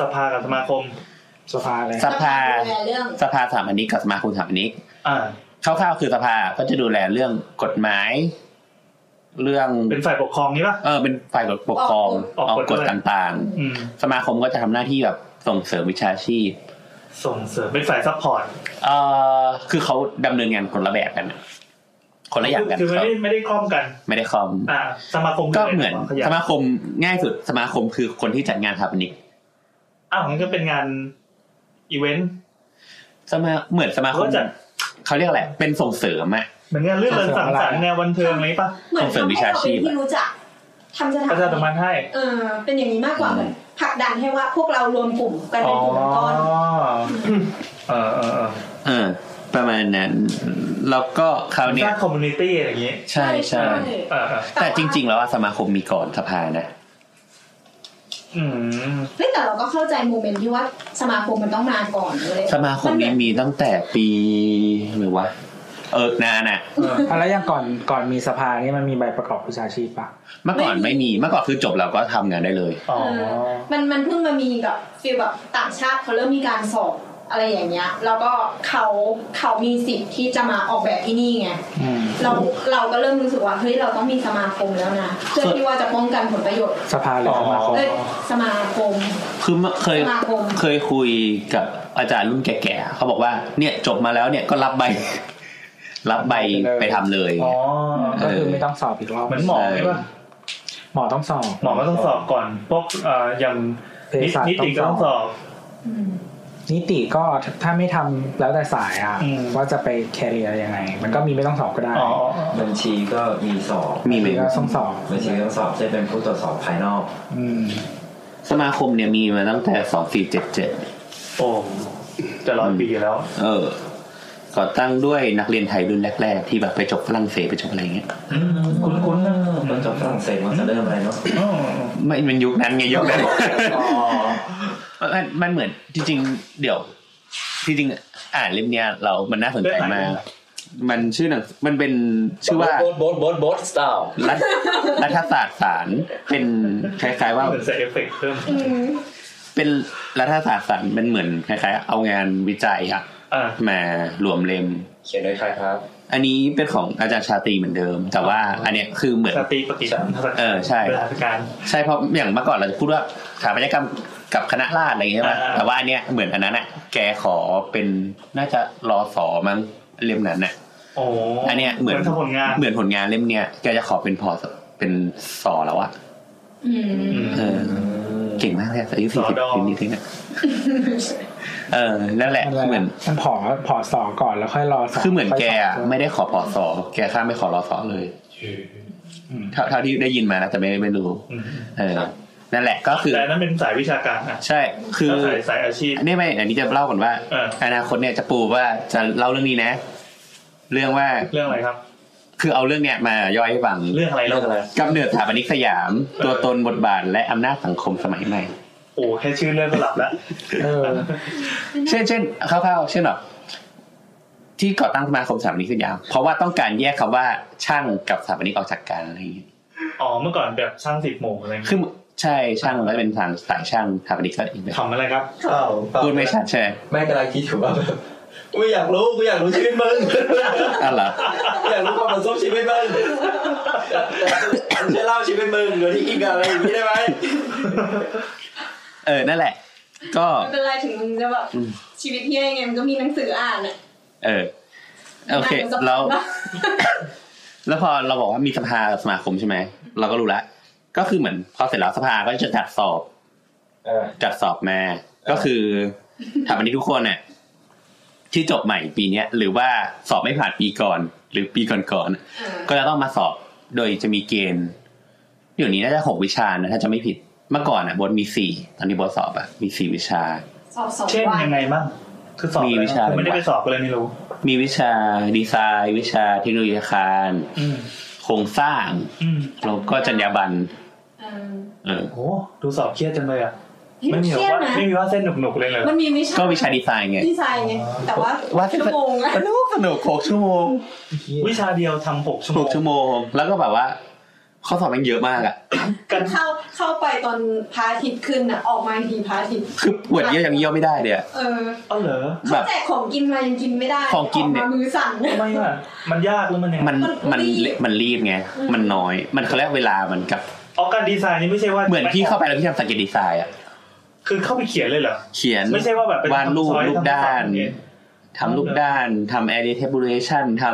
สภากับสมาคม
สภาเลย
สภา
ดูแลเรื่อง
สภาสถาปนิกกับสมาคมสถาปนิก
อ่า
คร่าวๆคือสภาก็จะดูแลเรื่องกฎหมาย เรื่อง
เป็นฝ่ายปกครองนี่ป่ะ
เออเป็นฝ่ายปกครอง
อ
อ
อ
อก ก
กฎ
กฎต่าง
อืม
ๆ สมาคมก็จะทำหน้าที่แบบส่งเสริมวิชาชีพ
ส่งเสริมเป็นฝ่ายซัพพอร์ต
เอ่อคือเขาดำเนินงานคนละแบบกันอะคนละอย่างกัน
คือไม่
เขา
ได้ไม่ได้คล่อมกัน
ไม่ได้คอม
อ่า สมาคม
ก็เหมือน
ขยะ
สมาคมง่ายสุดสมาคมคือคนที่จัดงานสถาปนิก
อ้าวงั้นก็เป็นงานอีเวนต์
สมาเหมือนสมาค
ก็
ม
จัด
เขาเรียกอะไรเป็นส่งเสริมอะ
เหมือนงานเรื่องเริงสังสรรค์แนวบันเทิงอะไรป่ะ
เหมือน
ส่งเสริมวิชาชีพอะ
ทำให้เรเป็นที่รู้จักทำสถา
ประชาสัม
บั
พั
น
นธ์ให้
เออเป็นอย่างนี้มากกว่าเหมือนผลักดันให้ว่าพวกเรารวมกลุ่มกัน
อ๋
เป็
อน
กลุ่มก้อน
เออเออเออ
เออ ประมาณนั้นแล้วก็คราวเนี้
ส
ย
ร้างคอมมูนิตี้อะไรอย่างงี้
ใช่ใช่
เออเออ
แต่จริง ๆ แล้วอะสมาคมมีก่อนสภานะ
อืม
ๆเฮ้ยแต่เราก็เข้าใจโมเมนต์ที่ว่าสมาคมมันต้องมาก่อนเลย
สมาคมนี้มีตั้งแต่ปีหรือวะ เออนานอะ
อ่ะแล้วอย่างก่อนก่อนมีสภานี่มันมีใบประกอบวิชาชีพปะ
เมื่อก่อนไม่มีเมื่อก่อนคือจบเราก็ทำงานได้เลย
อ๋อ
เออมันมันเพิ่งมามีแบบฟีลแบบต่างชาติเขาเริ่มมีการสอบ อะไรอย่างเงี้ย แล้วก็เขาเขามีสิทธิ์ที่จะมาออกแบบที่นี่ไงเราเราก็เริ่มรู้สึกว่าเฮ้ยเราต้องมีสมาคมแล้วนะเพื่อที่ว่าจะป้องกันผลประโยชน์
สภาหรือสมาคม
เอ้ยสมาคม
คือเคย
สมาคม
เคยคุยกับอาจารย์รุ่นแก่ๆเขาบอกว่าเนี่ยจบมาแล้วเนี่ยก็รับ (laughs) ใบ รับใบไปทำเลย
อ๋อ
เออ
ก็คือไม่ต้องสอบอีกรอบ
เหมือนหมอใช่ปะ
หมอต้องสอบ
หมอก็ต้องสอบก่อนพวกเอ่ออย่าง
เภสัช
นิติก็ต้องสอบ
อืม
นิติก็ถ้าไม่ทำแล้วแต่สายอ่ะ
อืม
ว่าจะไปแคเรียยังไง มันก็มีไม่ต้องสอบก็ได้
อ๋อ
บัญชีก็มีสอบ
มีไหม
ก็ต้องสอบ
บัญชีก็ต้องสอบจะเป็นผู้ตรวจสอบภายนอก
อืม
สมาคมเนี่ยมีมาตั้งแต่สองสี่เจ็ดเจ็ด
โอ้จะร้อยปีแล้ว
เออ ก่อตั้งด้วยนักเรียนไทยรุ่นแรก ๆ ที่แบบไปจบฝรั่งเศสไปจบอะไรอย่างเงี้ย
คุ้นๆนะ
ตอนจบฝรั่งเศสมันจะเริ่มอะไรเนาะ
อ๋อ
ไม่มันยุคนั้นไงยุคนั้น (laughs) มันมันเหมือนจริง ๆ เดี๋ยวจริงๆอ่านเล่มเนี้ยเรา มันน่าสนใจมาก มันชื่อหนังมันเป็นชื่อว่า
โบทโบทโบทโบทสไตล์
รัฐรัฐศาสตร์ศาลเป็นคล้าย ๆ ว่า
เหมือนใส่เอฟเฟกต์เพิ่ม
อืม
เป็นรัฐศาสตร์ศาลมันเหมือนคล้ายๆ เอางานวิจัยอะ
อ่ะ
มารวมเล่ม
เขียนโดยใครครับ
อันนี้เป็นของอาจารย์ชาตรีเหมือนเดิม แต่ว่าอันเนี้ยคือเหมือน
สตรีปฏิสัมพันธ์
เออใช่
เวลาการ
ใช่เพราะอย่างเมื่อก่อนเราจะพูดว่าสถาปัตยกรรมกับคณะราษฎรอะไรอย่างเงี้ยใช่ไหม
อ่า
แต่ว่าอันเนี้ยเหมือนอันนั้นอ่ะแกขอเป็นน่าจะรอสอมั้งเล่มนั้นน่ะ
โอ้
อันเนี้ยเหมือน
ทำผลงาน
เหมือนผลงานเล่มเนี้ยแกจะขอเป็นพอสเป็นสอแล้วอะ
อืม
เออเก่งมากเลยอะอายุสี่สิบนิดนึงอะเออนั่นแหละ
อะไระ
เหมือน
มันผอผอสอก่อนแล้วค่อยรอส
คือเหมือนแกอะ
ค่ยส
ไม่ได้ขอพอสอแกข้ามไปขอรอสอเลยเท่าเท่าที่ได้ยินมานะแต่ไม่ไม่รู้
อืม
เออ นั่นแหละก็คือ
แต่อันนั้นเป็นสายวิชาการนะ
ใช่คือ
แล้วสายสายอาชีพ
อันนี้ไม่อันนี้จะเล่าก่อนว่า
เออ
อนาคตเนี่ยจะปูว่าจะเล่าเรื่องนี้นะ เรื่องว่า
เรื่องอะไรครับ
คือเอาเรื่องเนี้ยมาย่อยให้ฟัง
เรื่องอะไร
เรื่องอะไร
กำเนิดสถาปนิกสยาม ตัวตนบทบาทและอำนาจสังคมสมัยใหม่
โอ้แค่ชื่อเรื่องก็หลับแล้ว
เออ
เช่นเช่นคร่าวๆเช่นแบบที่ก่อตั้งสมาคมสถาปนิกสยาม เพราะว่าต้องการแยกคำว่าช่างกับสถาปนิกออกจากกันอะไรอย่างเงี้ย
อ๋อเมื่อก่อนแบบช่างสิบโมงอะไรเงี้ย
คือใช่ช่างมันก็จะเป็นทางสายช่างสถาปนิกก็อีกแบบ
ทำอะไรครับ
อ้าวเปล่า
พูดไม่ชัดใช่ไหม
ไม่กำลังคิดอยู่ว่าแบบกูอยากรู้กูอยากรู้ชีวิตมึง
อ่ะเหรอ
อยากรู้ความประสบชีวิตมึงช่วยเล่าชีวิตมึงโดยที่อิงกับอะไรอย่างนี้ได้ไหม
เออนั่นแหละ ก็
ไม่เป็นไรถึงมึงจะแบบชีวิตเฮียยังไงมันก็มีหนังสืออ่านอ่ะ
เออโอเค
อ่าน
แล้ว
มัน
แล้วพอเราบอกว่ามีสภากับสมาคมใช่ไหมเราก็รู้ละก็คือเหมือนพอเสร็จแล้วสภาก็จะจัดสอบ
เออ
จัดสอบมาก็คือถามอันนี้ทุกคนเนี่ยที่จบใหม่ปีเนี้ยหรือว่าสอบไม่ผ่านปีก่อน หรือปีก่อน
เออ
ๆก็จะต้องมาสอบโดยจะมีเกณฑ์อยู่นี้น่าจะหกวิชานะถ้าจะไม่ผิดเมื่อก่อนอ่ะบทมีสี่ตอนนี้บทสอบอ่ะมีสี่วิชา
สอบสอง
เช่น
วัน
ยังไงบ้างคือสอบอะไร
มีวิชา
บ้างผมไม่ได้ไปสอบก็เลยไม่รู้
มีวิชาดีไซน์ วิชาเทคโนโลยีอาคาร
อืม
โครงสร้าง
อืม
แล้วก็จรรยาบรรณ
เออ
เออ
โอ้ดูสอบเครียดจังเลยอ่ะ
เฮ้ย
ไม่
มัน
มี
เค
แบบ
รียด
ว่า
นะ
ไม่มีว่าเส้นหนุกๆเลยเลย
มันมีวิชา
ก็วิชาดีไซน์ไง
ดีไซน์ไงแต่ว่า
ว่าดเส้น
ชั่วโมงละ
สนุกสนุกหกชั่วโมง
วิชาเดียวทำหกชั่ว
ห
โม
ก
ง
ชั่วโมง แล้วก็แบบว่า ข้อสอบมันเยอะมากอ่ะ
กัน
เข้าเข้าไปตอนพระอาทิตย์ขึ้นอ่ะออกมาอีกทีพระอาทิตย์
คือปวดเยี่ยวยังเยี่ยวไม่ได้เลยอะ
เออ
เอ้าเหรอ
แบ
เขา
บ
แจกของกินมายังกินไม่ได้
ของกินเนี่ย
มามือสั่น
ทำไมอ่ะมันยากหรือมันยังไง
มันมันมันรีบไง มันน้อย มันเขาเรียกเวลามันกับ
ออการดีไซน์นี่ไม่ใช่ว่า
เหมือนพี่เข้าไปแล้วพี่ทำสังเกตดีไซน์อ่ะ
คือเข้าไปเขียนเลยเหรอ
เขียน
ไม่ใช่ว่าแบบเป็น
วาดรูป
ซอย
รูปด้าน
ทำซอย
ทำรูปด้านทำ area tabulation ท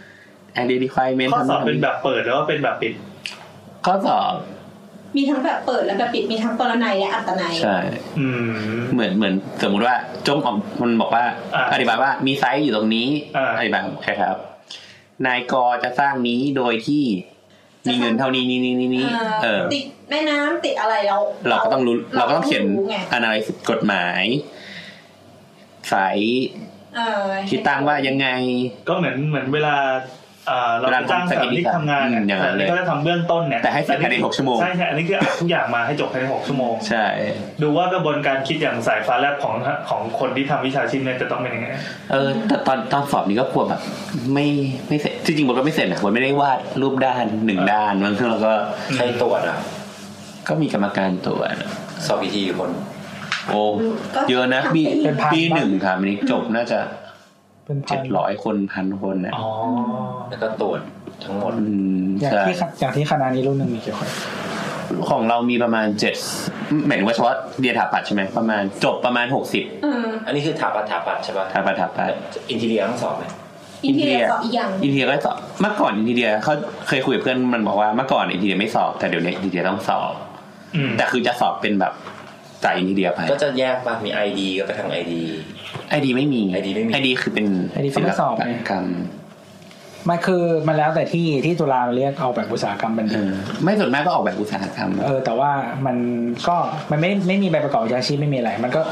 ำ area requirement
ข้อ
ทำ
ส
นู่
อน บ
ทำ
เป็น
นี่
แบบเปิดแล้วก็เป็นแบบปิด
ข้อสอบ
มีทั้งแบบเปิดและแบบปิดมีทั้งปรนัยและอัตนัย
ใช่
อืม
เหมือนเหมือนสมมติว่าจงออกมันบอกว่า
อ่า
อธิบายว่ามีไซส์อยู่ตรงนี้
อ่า
ธิบายใครครับ นายกจะสร้างนี้โดยที่มีเงินเท่านี้นี่นี่นี่นี่เอ
เอ
อ
อติดแม่น้ำติดอะไรเรา
เราก็ต้องรู้เราก็ต้องเขียน
รู้ไง
อนาลิซ์กฎหมายไซส์
เออ
ที่ตั้งว่ายังไง
ก็เหมือนเหมือนเวลาอ่าเรา
เวลา
จ้างสถานที่ทำงานเนี่ย
อืมอย่างนั้
สถาน น
เลย
ที่ก็จะทำเบื้องต้นเนี่ย
แต่ให้เสร็จภายในหกชั่วโมง
ใช่ใช่อันนี้คืออ่านทุกอย่างมาให้จบภายในหกชั่วโมง
ใช่
ดูว่ากระบวนการคิดอย่างสายฟ้าแลบของของคนที่ทำวิชาชีพเนี่ยจะต้องเป็นยังไง
เออแต่ตอนตอนสอบนี้ก็กลัวแบบ ไม่ไม่เสร็จที่จริงบทก็ไม่เสร็จนะบทไม่ได้วาดรูปด้านหนึ่ง
อ่า
ด้านบางทีเราก็
ใครตรวจอ่ะ
ก็มีกรรมการตรวจ
สอบอีกทีกี่คน
โอ้
ก็
เยอะนะปี
เป็นพัน
ปีหนึ่งครับอันนี้จบน่าจะ
เป็นพั
เจ็
น
ดร้อยคนพันคนนะ
อ๋อ
แล้วก็ตรวจทั้งหมด
อืม
อย่าง
ใช่
ที่คอย่างที่คณะนี้รุ่นหนึ่งมีกี่คน
ของเรามีประมาณเจ็ดหมายถึงว่าเฉพาะเดียถาปัดใช่ไหมประมาณจบประมาณหกสิบ
เออ
อันนี้คือถาปัดถาปัดใช่ป่ะ
ถาปัดถาปัด
อินทีเรียทั้งสองไหม
อินเทียสอบอีกอย่าง
อินเดียก็สอบเมื่อก่อนอินเดียเขาเคยคุยกับเพื่อนมันบอกว่าเมื่อก่อนอินเดียไม่สอบแต่เดี๋ยวนี้อินเดียต้องสอบ
อืม
แต่คือจะสอบเป็นแบบจากอินเดียไป
ก็จะแยกป่ะมีไอดีก็ไปทางไอดี
ไอดีไม่มี
ID ไม่มี
ไอดีคือเป็น
ID ก็ไม่สอบไง
ศิลปกรรม
มันคือมันแล้วแต่ที่ที่จุฬาเราเรียกเอาแบบอุตสาหกรรมบัณ
เอ
ฑิต
อไม่ส่วนมากก็ออกแบบอุตสาหกรรม
เออ แต่ว่ามันก็มันไม่ไม่มีใบประกอบวิชาชีพไม่มีอะไร มันก็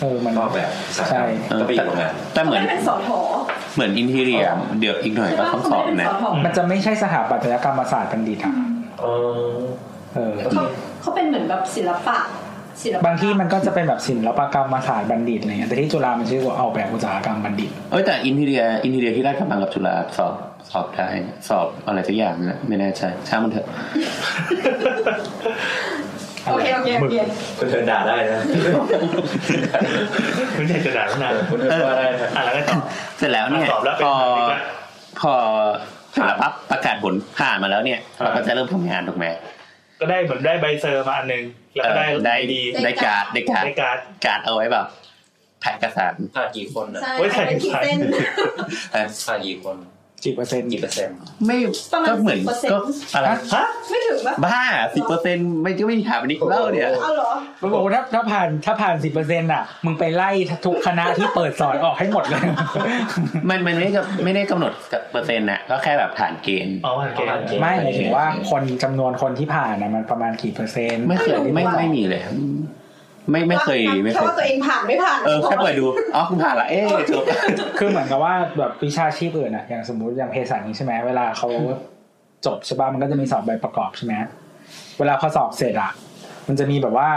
เออมัน
นอกแบบสา
ใช่
ขาก็ไปอยู่โรงงาน
แต่เหมือน
ไม่เป็นสอทอ
เหมือนอินเดียเดี๋ยวอีกหน่อยก็ต้องสอบนะ
เขาไม่
มันจะไม่ใช่สถาปัตยกรรมศาสตร์บัณฑิตอะ
อ๋อ
เออ
เป็นสอทอเขาเขาเป็นเหมือนแบบศิลปะศิลปะ
บางที่มันก็จะเป็นแบบศิลปกรรมศาสตร์บัณฑิตอะไรเงี้ยแต่ที่จุฬามันชื่อว่าออกแบบอุตสาหกรรมบัณฑิต
เอ้ยแต่อินเดียอินเดียที่ราชกระบังกับจุฬาสอบสอบได้สอบอะไรสักอย่างนะไม่แน่ใจช่างมันเถอะ
โอเคโอเคโอเค
คุณเธอด่าได้นะ
คุณอยากจะด่าตั้งนาน
คุณเธอว่าได้นะ
อ่ะแล้วไงต่อ
เสร็จแล้วเนี่ย
สอบแล้วเป็
พ
น
อ
แบบนี้ก็
พอเสร็จแล้วปั๊บประกาศผลผ่านมาแล้วเนี่ยเราก็จะเริ่มทำงานถูกไหม
ก็ได้เหมือนได้ใบเซอร์มาอันหนึ่งแล้ว
เอ
ก็
อ
ได้
ได้
ดี
ได้การ์ดได้การ์ด
ได้การ์ด
การ์ดเอาไว้แบบถ่ายเอกสาร
ผ่านกี่คนนะ
ใช่
โอ้ยถ่าย
เป็นขีดเส้น
เออ
ผ่านกี่คน
กี่เปอร์เซ็นต์
กี่เปอร์เซ็นต์
ไม่
ประมาณ
ก็เหมือน
10%
ก็อะไร
ฮะ
ไม่ถึงปะ
บ้าสิเปอร์เซ็นต์ไม่ก็ไม่มีถามอันนี้เล่าเนี่ย
เอาเหรอ
มันบอกว่าถ้าถ้าผ่านถ้าผ่านสิบเปอร์เซ็นต์อ่ะ มึงไปไล่ทุกคณะที่เปิดสอนออกให้หมดเลย
มันมันไม่ได้กับไม่ได้กำหนดกับเปอร์เซ็นต์นะก็แค่แบบฐานเกณฑ์
อ๋อโอเค
ผ่านเกณฑ์
ไม่หมายถึงว่าคนจำนวนคนที่ผ่านนะมันประมาณกี่เปอร์เซ็นต์
ไม่เคยไม่ไม่มีเลย ไม่ไม่เคยไม่
แค่
เคย
ว่าตัวเองผ่านไม่ผ่าน
เออแค่เปิดดูอ๋อคุณผ่านละเอ๊ะจบ (laughs)
คือเหมือนกับว่าแบบวิชาชีพอื่นอ่ะอย่างสมมติอย่างเภสัชนี้ใช่ไหมเวลาเขาจบใช่ป่ะมันก็จะมีสอบใบประกอบใช่ไหมเวลาพอสอบเสร็จอ่ะ มันจะมีแบบว่า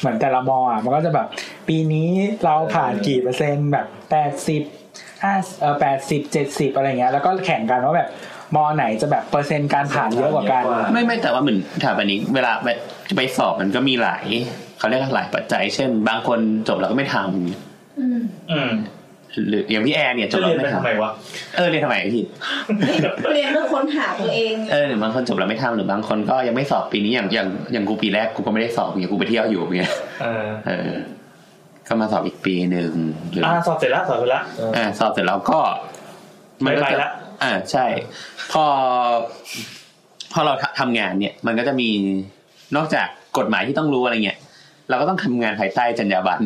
เหมือนแต่ละมออ่ะมันก็จะแบบ ปีนี้เราผ่านกี่เปอร์เซ็นต์แบบแปดสิบห้าเออแปดสิบเจ็ดสิบอะไรเงี้ยแล้วก็แข่งกันว่าแบบมอไหนจะแบบเปอร์เซ็นต์การผ่านเยอะกว่ากัน
ไม่ไม่แต่ว่าเหมือนถามอันนี้ เวลาไปจะไปสอบมันก็มีหลายเขาเรียกว่าหลายปัจจัย เช่น บางคนจบแล้วก็ไม่ทำ
อืม
อืม
หรืออย่างพี่แอร์เนี่ยจ
จะ
บแล้
เรี
วย
นไป
ไม่ทำ
ทำไมวะ
เออเรียนทำไมอะพี่
(laughs) เรียนเพื่อค้นหาตัวเอง
เออหรือบางคนจบแล้วไม่ทำหรือบางคนก็ยังไม่สอบปีนี้อย่างอย่างอย่างกูปีแรกกูก็ไม่ได้สอบเนี่ยกูไปเที่ยวอยู่เนี่ย
เออ
เออ ก็มาสอบอีกปีหนึ่งหรือ
อ่าสอบเสร็จแล้วสอบเสร็จแล้ว
อ่าสอบเสร็จแล้วก็ก็
ไป
จะ
ละ
อ่าใช่ พอ พอเราทำงานเนี่ย มันก็จะมีนอกจากกฎหมายที่ต้องรู้อะไรเงี้ยเราก็ต้องทำงานภายใต้จรรยาบรรณ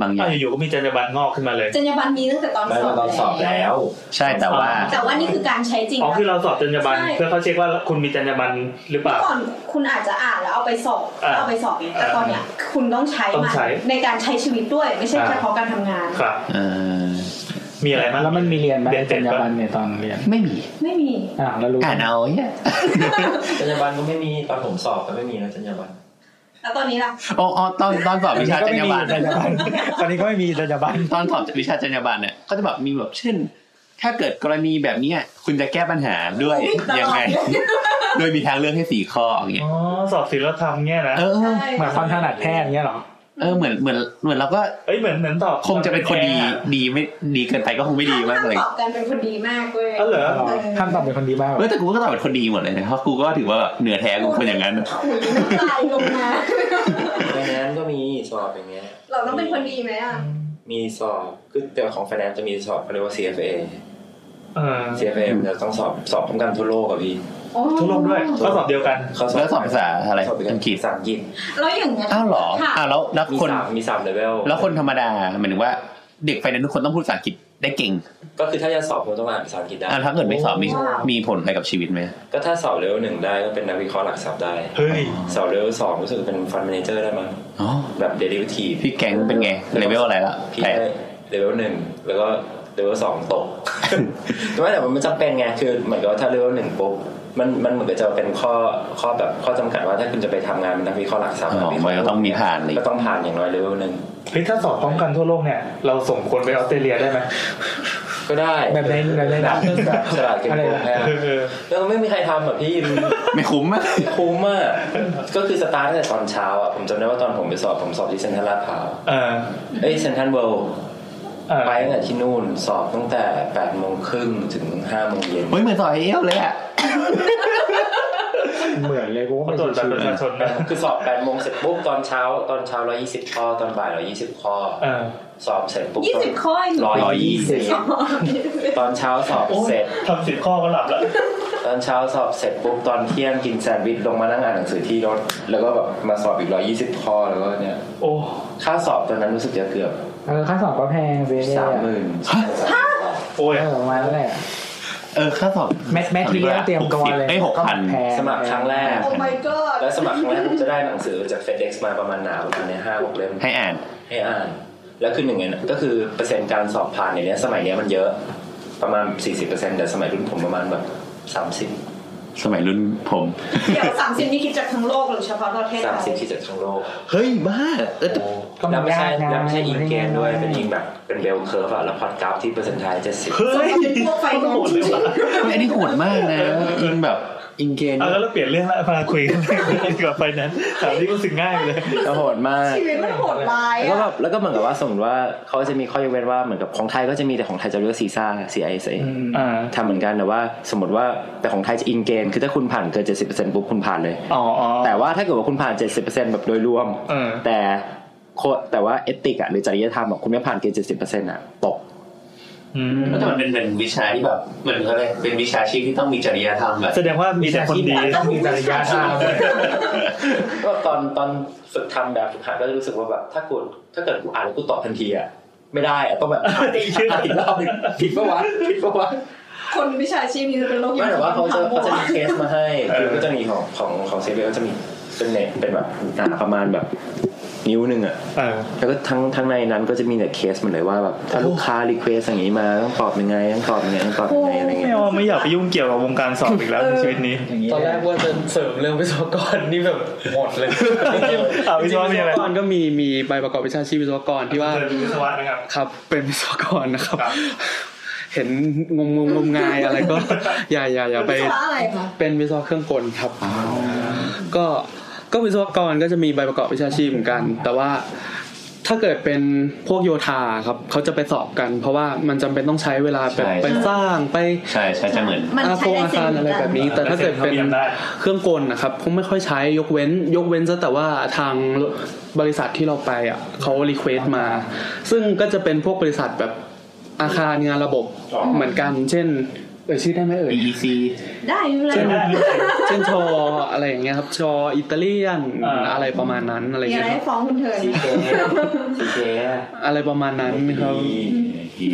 บางอ
อ้า
ย่าวง
อยู่ๆก็มีจรรยาบรรณงอกขึ้นมาเลย
จรรยาบรรณมีตั้งแต่ตอน
ไม่
สอ
ว่า
บ
ตอนสอบ
แล้ว
แล้ว
ใช่แต่ว่า
แต่ว่านี่คือการใช้จริง
อ๋อ
นะ
คือเราสอบจรรยาบรรณ
ใช่
เพื่อเขาเช็คว่าคุณมีจรรยาบรรณหรือเป
เมื่อ
ล่า
ก่อนคุณอาจจะอ่านแล้วเอาไปสอบ
อ่า
แล้วเอาไปสอบไงแต่ตอนเนี้ยคุณต้องใช้
ต้อ
มั
ง
น
ใช้
ในการใช้ชีวิตด้วย ไม่ใช่
อ่า
เฉพาะการทำงาน
ครับ
เออ
มีอะไรบ้าง
แล้วมันมีเรียนไหม
ด็ด
จร
ๆ
รยาบรรณ
ปะ
เนี่ยตอนเรียน
ไม่มี
ไม่มี
อ่าแล้วรู้
อ่านเอาเนี่ย (laughs)
จรรยาบรรณก็ไม่มีตอนผมสอบก็ไม่มีนะจรรยาบรรณ
แล้วตอนนี้ล่ะ
อ๋ออ๋อตอนตอนสอบ
ตอน
วิ
นี้
ชา
ก็
จรร
ไม่
ยา
มี
บรรณ
จรรยาบรรณ (laughs) ตอนนี้ก็ไม่มีจรรยาบ (laughs) รรณ
ตอนสอบวิชาจรรยาบรรณเนี่ยก็จะแบบมีแบบเช่น ถ้าเกิดกรณีแบบเนี้ยคุณจะแก้ปัญหาด้วยยังไง โดยมีทางเลือกให้สี่ข้ออย่างเงี้ย
อ๋อสอบศิลธรรมเนี่ยนะ
เออ
ใช่
หมายความถนัดแพทย์เงี้ยเหรอ
เออเหมือนเหมือนเหมือนเราก็
เอ้ยเหมือนเหมือนสอบ
คงจะเป็นคนดีดีไม่ดีเกินไปก็คงไม่ดีมากเลย
ตอบกันเป็นคนดีมากเว้ย
เออเหรอ
ท่านตอบเป็นคนดีมาก
เออแต่กูก็ตอบเป็นคนดีหมดเลยนะเพราะกูก็ถือว่าแบบเหนือแท้กูคนอย่างนั้น
ถุยน้ำลายลงมา
ไฟแนนซ์ก็มีสอบอย่างเงี้ย
เราต้องเป็นคนดีไหมอ่ะ
มีสอบคือแต่ของไฟแนนซ์จะมีสอบเขาเรียกว่า CFA
เออ
CFA มันจะต้องสอบสอบพร้อมกันทั่วโลกอะพี่
ทุกโลกด้วยก็สอบเดียวกัน
เขา
แล้วสอบภาษาอะไร
สอบ
อังกฤษ
ภาษาอังกฤษ
แล้วอย่างเงี้ย
อ้าวเหรอ
ค่ะ
อ้าวแล้วแล้ว
มี
คน
สามมีสามเลเวล
แล้วคนธรรมดาหมายถึงว่าเด็กไฟนั้นทุกคนต้องพูดภาษาอังกฤษได้เก่ง
ก็คือถ้าจะสอบคุณต้องอ่านภาษาอังกฤษได้
อ่ะถ้าเกิดไม่สอบมีมีผลอะไรกับชีวิตไหม
ก็ถ้าสอบเลเวลหนึ่งได้ก็เป็นนักวิเคราะห์หลักทรัพย์ได้
เฮ้ย
สอบเลเวลสองรู้สึกเป็นฟันเมนเจอร์ได้มั้ง
อ๋อ
แบบเดลิเวอรี่
พี่แก๊งเป็นไงเลเวลอะไรละ
พี่
แปด
ได้เลเวลหนึ่งแล้วก็เลเวลสองตก (laughs) แต่ว่าแต่มันจำเป็นไงคือเหมือนกับว่าถ้าเลเวลหนึ่งปุ๊บมันมันเหมือนกับจะเป็นข้อข้อแบบข้อจำกัดว่าถ้าคุณจะไปทำงานเป็นนักวิเคราะห์หลักทรัพย์
อ๋อ
นักวิเคราะ
มันก็
ห์
ต้องมีผ่านเลย
ก็ต้องผ่านอย่างน้อยเลเวลหนึ่ง
เฮ้ยถ้าสอบพร้อมกันทั่วโลกเนี่ย เราส่งคนไปออสเตรเลียได้ไหม
ก็ได้
แบบในแบบในหนังแบบ
ฉลาดเก็บ
อะไร
โกง
นะ
แพ้แล้วไม่มีใครทำแบบพี่ (laughs) มัน
ไม่คุ้มอะ
คุ้มอ่ะก็คือสตาร์ทตั้งแต่ตอนเช้าอ่ะ ผมจำได้ว่าตอนผมไปสอบ ผมสอบที่เซ็นทรัลลาดพร้าว
เออ
เอ้ยเซ็นทรัลเวิลด์
เออ
ไปตั้งแต่ที่นู่นสอบตั้งแต่8ปดโมงครึ่งถึง5้าโมงเย็น
เฮ้ยเหมือนต่อยเอวเลยอะ
เหมือนเลยกูว่า
เขา
มัน
ตรวจบัตรประชาชนนะ
คือสอบ8ปดโมงเสร็จปุ๊บตอนเช้า ตอนเช้า 120 ข้อ ตอนบ่าย 120 ข้อ
เออ
สอบเสร็จปุ๊บ
ยี่สิบข้อเองเหรอ
ร้อยยี่สิบ
(laughs)
ตอนเช้าสอบ
โอ้ย
เสร็จ
ทำสิบข้อก็หลับแล้ว
ตอนเช้าสอบเสร็จปุ๊บตอนเที่ยงกินแซนด์วิชลงมานั่งอ่านหนังสือที่รถ แล้วก็แบบมาสอบอีก 120 ข้อแล้วก็เนี่ย
โอ้
ค่าสอบตอนนั้นรู้สึกจะเกือบ
เออค่าสอบก็แพงสิเนี่ย
สามหมื่น
โอ้ย
เออประมาณนั้นแหละ
เออค่าสอบ
แมทแมทเรียนเตรียมตัวเลย
ไอ้หกพัน
แพง
สมัครครั้งแรก
โอ้ my god
แล้วสมัครครั้งแรกผมจะได้หนังสือจาก FedEx มาประมาณหนาประมาณในห้าหกเล่ม
ให้อ่าน
ให้อ่าน แล้วคือหนึ่งในนั้นก็คือเปอร์เซ็นต์การสอบผ่านในเนี้ยสมัยเนี้ยมันเยอะประมาณ 40%แต่สมัยรุ่นผมประมาณแบบ 30
สมัยรุ่นผม
เดี๋ยวสามสิบนี่คิดจากทั้งโลกหรือเฉพาะประเทศไทย
30ที่จากทั้งโลก
เฮ้ยบ้าเออแต่
ก็มั
แล้ว
น
ไม่
ยากนะ
ใช่แล้วไม่ใช่อิงเกมด้วยเป็นอิงแบบเป็นเบลเคิร์ฟอะแล้วพอดกราฟที่เปอร์เซ็นต์ไทย70
เฮ้ย
เป็นพวกไฟแนนซ์จริง
เฮ้ยอันนี้โหดมากนะอิงแบบอิงเกน
เอาแล้วเราเปลี่ยนเรื่องละมาคุยกันเรื่องเกี่ยวกับไฟนั้น (laughs) ถามที่รู้สึกง่ายเลย
ก็โหดมาก
ชีวิตมันโหดร้าย
แล้วก็
อะ
แบบแล้วก็เหมือนกับว่าสมมติว่าเขาจะมีข้อยกเว้นว่าเหมือนกับของไทยก็จะมีแต่ของไทยจะเลือกซีซ่า CISA
อืม
อ่า
ทำเหมือนกันแต่ว่าสมมติว่าแต่ของไทยจะอินเกณฑ์คือถ้าคุณผ่านเกิน 70%ปุ๊บคุณผ่านเลย
อ๋ออ๋อ
แต่ว่าถ้าเกิดว่าคุณผ่าน 70%แบบโดยรวม
เออ
แต่โคแต่ว่าเอติกอะหรือจริยธรรมอะคุณไม่ผ่านเกณฑ์ 70%อะตก
อืม
แต่มันเป็นเป็นวิชาที่แบบเหมือนอะไรเป็นวิชาชีพที่ต้องมีจริยธรรมแบบ
แสดงว่ามีแต่คนดี
ต้องมีจริยธรรม
ก็ตอนตอนฝึกทำแบบฝึกหัดก็จะรู้สึกว่าแบบถ้ากูถ้าเกิดกูอ่านแล้วกูตอบทันทีอะไม่ได้อะต้องแบบ อ่านอีกรอบหนึงผิดปะวะผิดปะวะ
คนวิชาชีพนี่จะเป็นโรค
ไม่แต่ว่าเขาจะเขาจะมีเคสมาให้
เออ
คือก็จะมีของของของเซเว่นก็จะมีเป็นเน็ตเป็นแบบหนาประมาณแบบ นิ้วหนึ่งอะ
เออ
แล้วก็ทั้งทั้งในนั้นก็จะมีแต่เคสหมันเลยว่าแบบถ้าลูกค้ารีเควสอย่างนี้มาต้องตอบยังไงต้องตอบยังไงต้องตอบยังไงอะไรเงี้
ไม่
ย
เอาไม่อยากไปยุ่งเกี่ยวกับวงการสอบอีกแล้วในชีวิตนี้
อย่างนี้
ตอนแรกว่าจะเสริมเรื่องวิศวกรนี่แบบหมดเลยจริงๆ
อ่ะวิศวะมีอะไร
กรก็มีมีใบประกอบวิชาชีพวิศวกรที่ว่า
เจอวิศวะนะครับ
ครับเป็นวิศวกรนะครับ
ครับ
เห็นงมงมงมงายอะไรก็ อย่าอย่าอย่าไป
วิศวะอะไรคะ
เป็นวิศวะเครื่องกลครับ ก็ก็วิศวกรก็จะมีใบประกอบวิชาชีพเหมือนกัน แต่ว่าถ้าเกิดเป็นพวกโยธาครับเขาจะไปสอบกัน เพราะว่ามันจำเป็นต้องใช้เวลาแบบ
ใช่
ไปสร้างไป
ใช่ใช่จะเหมือน
มัน
อา
ใช้
โค
ได้
อา
เสร็จเห
คาร
มือน
อะไร
กัน
แบบนี้ แต่ถ้าเกิดเป็น
ทะยนได้
เครื่องกลนะครับคงไม่ค่อยใช้ยกเว้น ยกเว้นซะแต่ว่าทางบริษัทที่เราไปอ่ะเขารีเควสมา ซึ่งก็จะเป็นพวกบริษัทแบบอาคารงานระบบเหมือนกัน เช่น เอ่ยชื่อได้ไหมเอ่ย
EEC
ได้ไม่เป็นไร
เช่นเช่นชออะไรอย่างเงี้ยครับชออิตาเลียน
อ่า
อะไรประมาณนั้นอะไร
มีอะไรให้
เงี้ยครับ
ฟ้องคุณเถิน
ซีเคซีเค
อะไรประมาณนั้นครับ
อี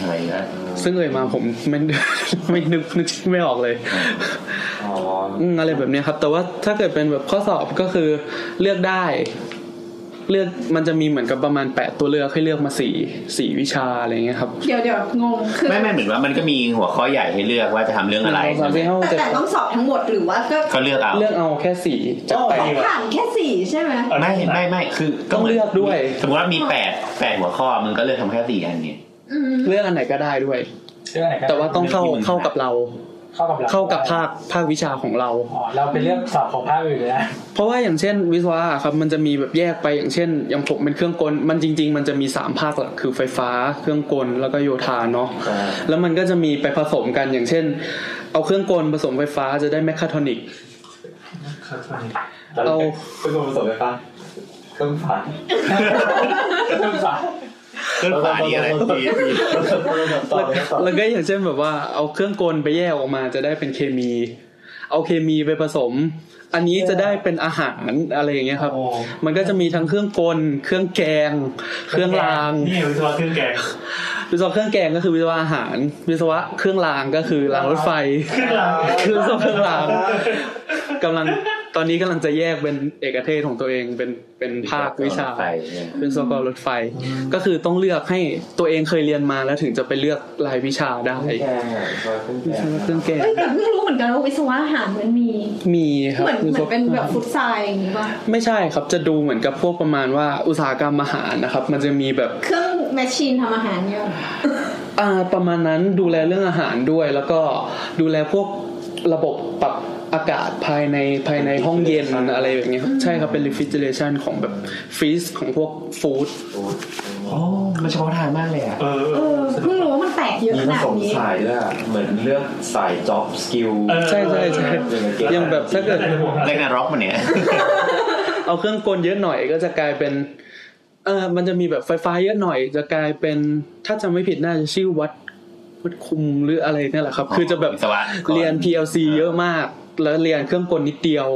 อะไรนะ
ซึ่งเอ่ยมาผมไม่ (laughs) ไม่นึกนึกชื่อไม่ออกเลย
อ๋อ
อืมอะไรแบบเนี้ยครับ แต่ว่าถ้าเกิดเป็นแบบข้อสอบก็คือเลือกได้ เลือกมันจะมีเหมือนกับประมาณแปดตัวเลือกให้เลือกมาสี่สี่วิชาอะไรเงี้ยครับ
เดี๋ยวเดี๋ยวงงคือ
ไม่ไม่เหมือนว่ามันก็มีหัวข้อใหญ่ให้เลือกว่าจะทำเรื่องอะไร
สามสี่ห้าหก
แต่
เจ็ด
แต่ต้องสอบทั้งหมดหรือว่าก็
ก็เลือกเอา
เลือกเอาแค่สี่จากแปด
ผ่านแค่สี่ใช่ไหม
ไม่ไม่ไม่คือ
ต้องเลือกด้วย
สมมติว่ามีแปดแปดหัวข้อมึงก็เลือกทำแค่สี่อันนี้
อืม
เลือกอันไหนก็ได้ด้วย
เรื่องไหนกัน
แต่ว่าต้องเข้า
เลือกที่มึง
เข้ากับเรา
เข้ากับเรา
เข้ากับภาคภาควิชาของเรา
อ๋อเราเป็นเรื่องสอบของภาคอื่นเลยนะ
เพราะว่าอย่างเช่นวิศวะครับมันจะมีแบบแยกไปอย่างเช่นอย่างผมเป็นเครื่องกล มันจริง ๆ มันจะมีสามภาคหลักคือไฟฟ้า เครื่องกลแล้วก็โยธาเนาะ แล้วมันก็จะมีไปผสมกันอย่างเช่น เอาเครื่องกลผสมไฟฟ้าจะได้แมคคาทรอนิกเอา
เครื่องกลผสมไฟฟ้าเครื่องผ่าน
เรื่องสอบ
เครื่องฝานี่อะไรที่
ต่อ
แล้ว
เลยต่อเลย
แล้วก็อย่างเช่นแบบว่าเอาเครื่องกลไปแยกออกมาจะได้เป็นเคมี เอาเคมีไปผสม อันนี้จะได้เป็นอาหารอะไรอย่างเงี้ยครับ
โอ้
มันก็จะมีทั้งเครื่องกล เครื่องแกง เครื่องราง
นี่วิศวะเครื่องแกง
วิศวะเครื่องแกงก็คือวิศวะอาหาร วิศวะเครื่องรางก็คือรางรถไฟ
เครื่องราง
คือวิศวะเครื่องรางกำลัง ตอนนี้กำลังจะแยกเป็นเอกเทศของตัวเองเป็นเป็นภาควิชา
ไปเนี่ย
เป็นสกอรรถไฟ ก็คือต้องเลือกให้ตัวเองเคยเรียนมาแล้วถึงจะไปเลือกรายวิชาได้
แก้ซอยขึ้น
วิ
แก้
ชาเครื่องแกง
เอ้ยแต่เพิ่งรู้เหมือนกันว่าวิศวะอาหารมันมี
มีครับ
เหมือนเหมือนเป็นแบบฟุตไซด์อย่างงี้ป่ะ
ไม่ใช่ครับจะดูเหมือนกับพวกประมาณว่าอุตสาหกรรมอาหารนะครับ มันจะมีแบบ
เครื่องแมชชีนทำอาหารเนี่ยเหรอ
อ่าประมาณนั้นดูแลเรื่องอาหารด้วย แล้วก็ดูแลพวกระบบปรับอากาศภายในภายในห้องเย็นอะไรแบบเนี้ยครับใช่ครับเป็น refrigeration ของแบบฟรีซของพวกฟู้ด
โอ้มันเฉพาะทางมากเลยอ่ะ
เออ
เออเพิ่งรู้ว่ามันแตกเยอะ
มี
ข
ผ
นาด
สม
นี้
สายด้วยอะเหมือนเลือกสาย job skill
เออ
ใช่ใช่ใช่
อย่างเงี้ย
ยังแบบถ้าเกิด
แรกนาร็อกมันเนี่ย
เอาเครื่องกลเยอะหน่อยก็จะกลายเป็นเออมันจะมีแบบไฟฟ้าเยอะหน่อย จะกลายเป็นถ้าจำไม่ผิดน่าจะชื่อวัดวัดคุมหรืออะไรเนี่ยแหละครับ คือจะแบบ
วิศวะก่อน
เรียน PLC เยอะมาก แล้วเรียนเครื่องกลนิดเดียว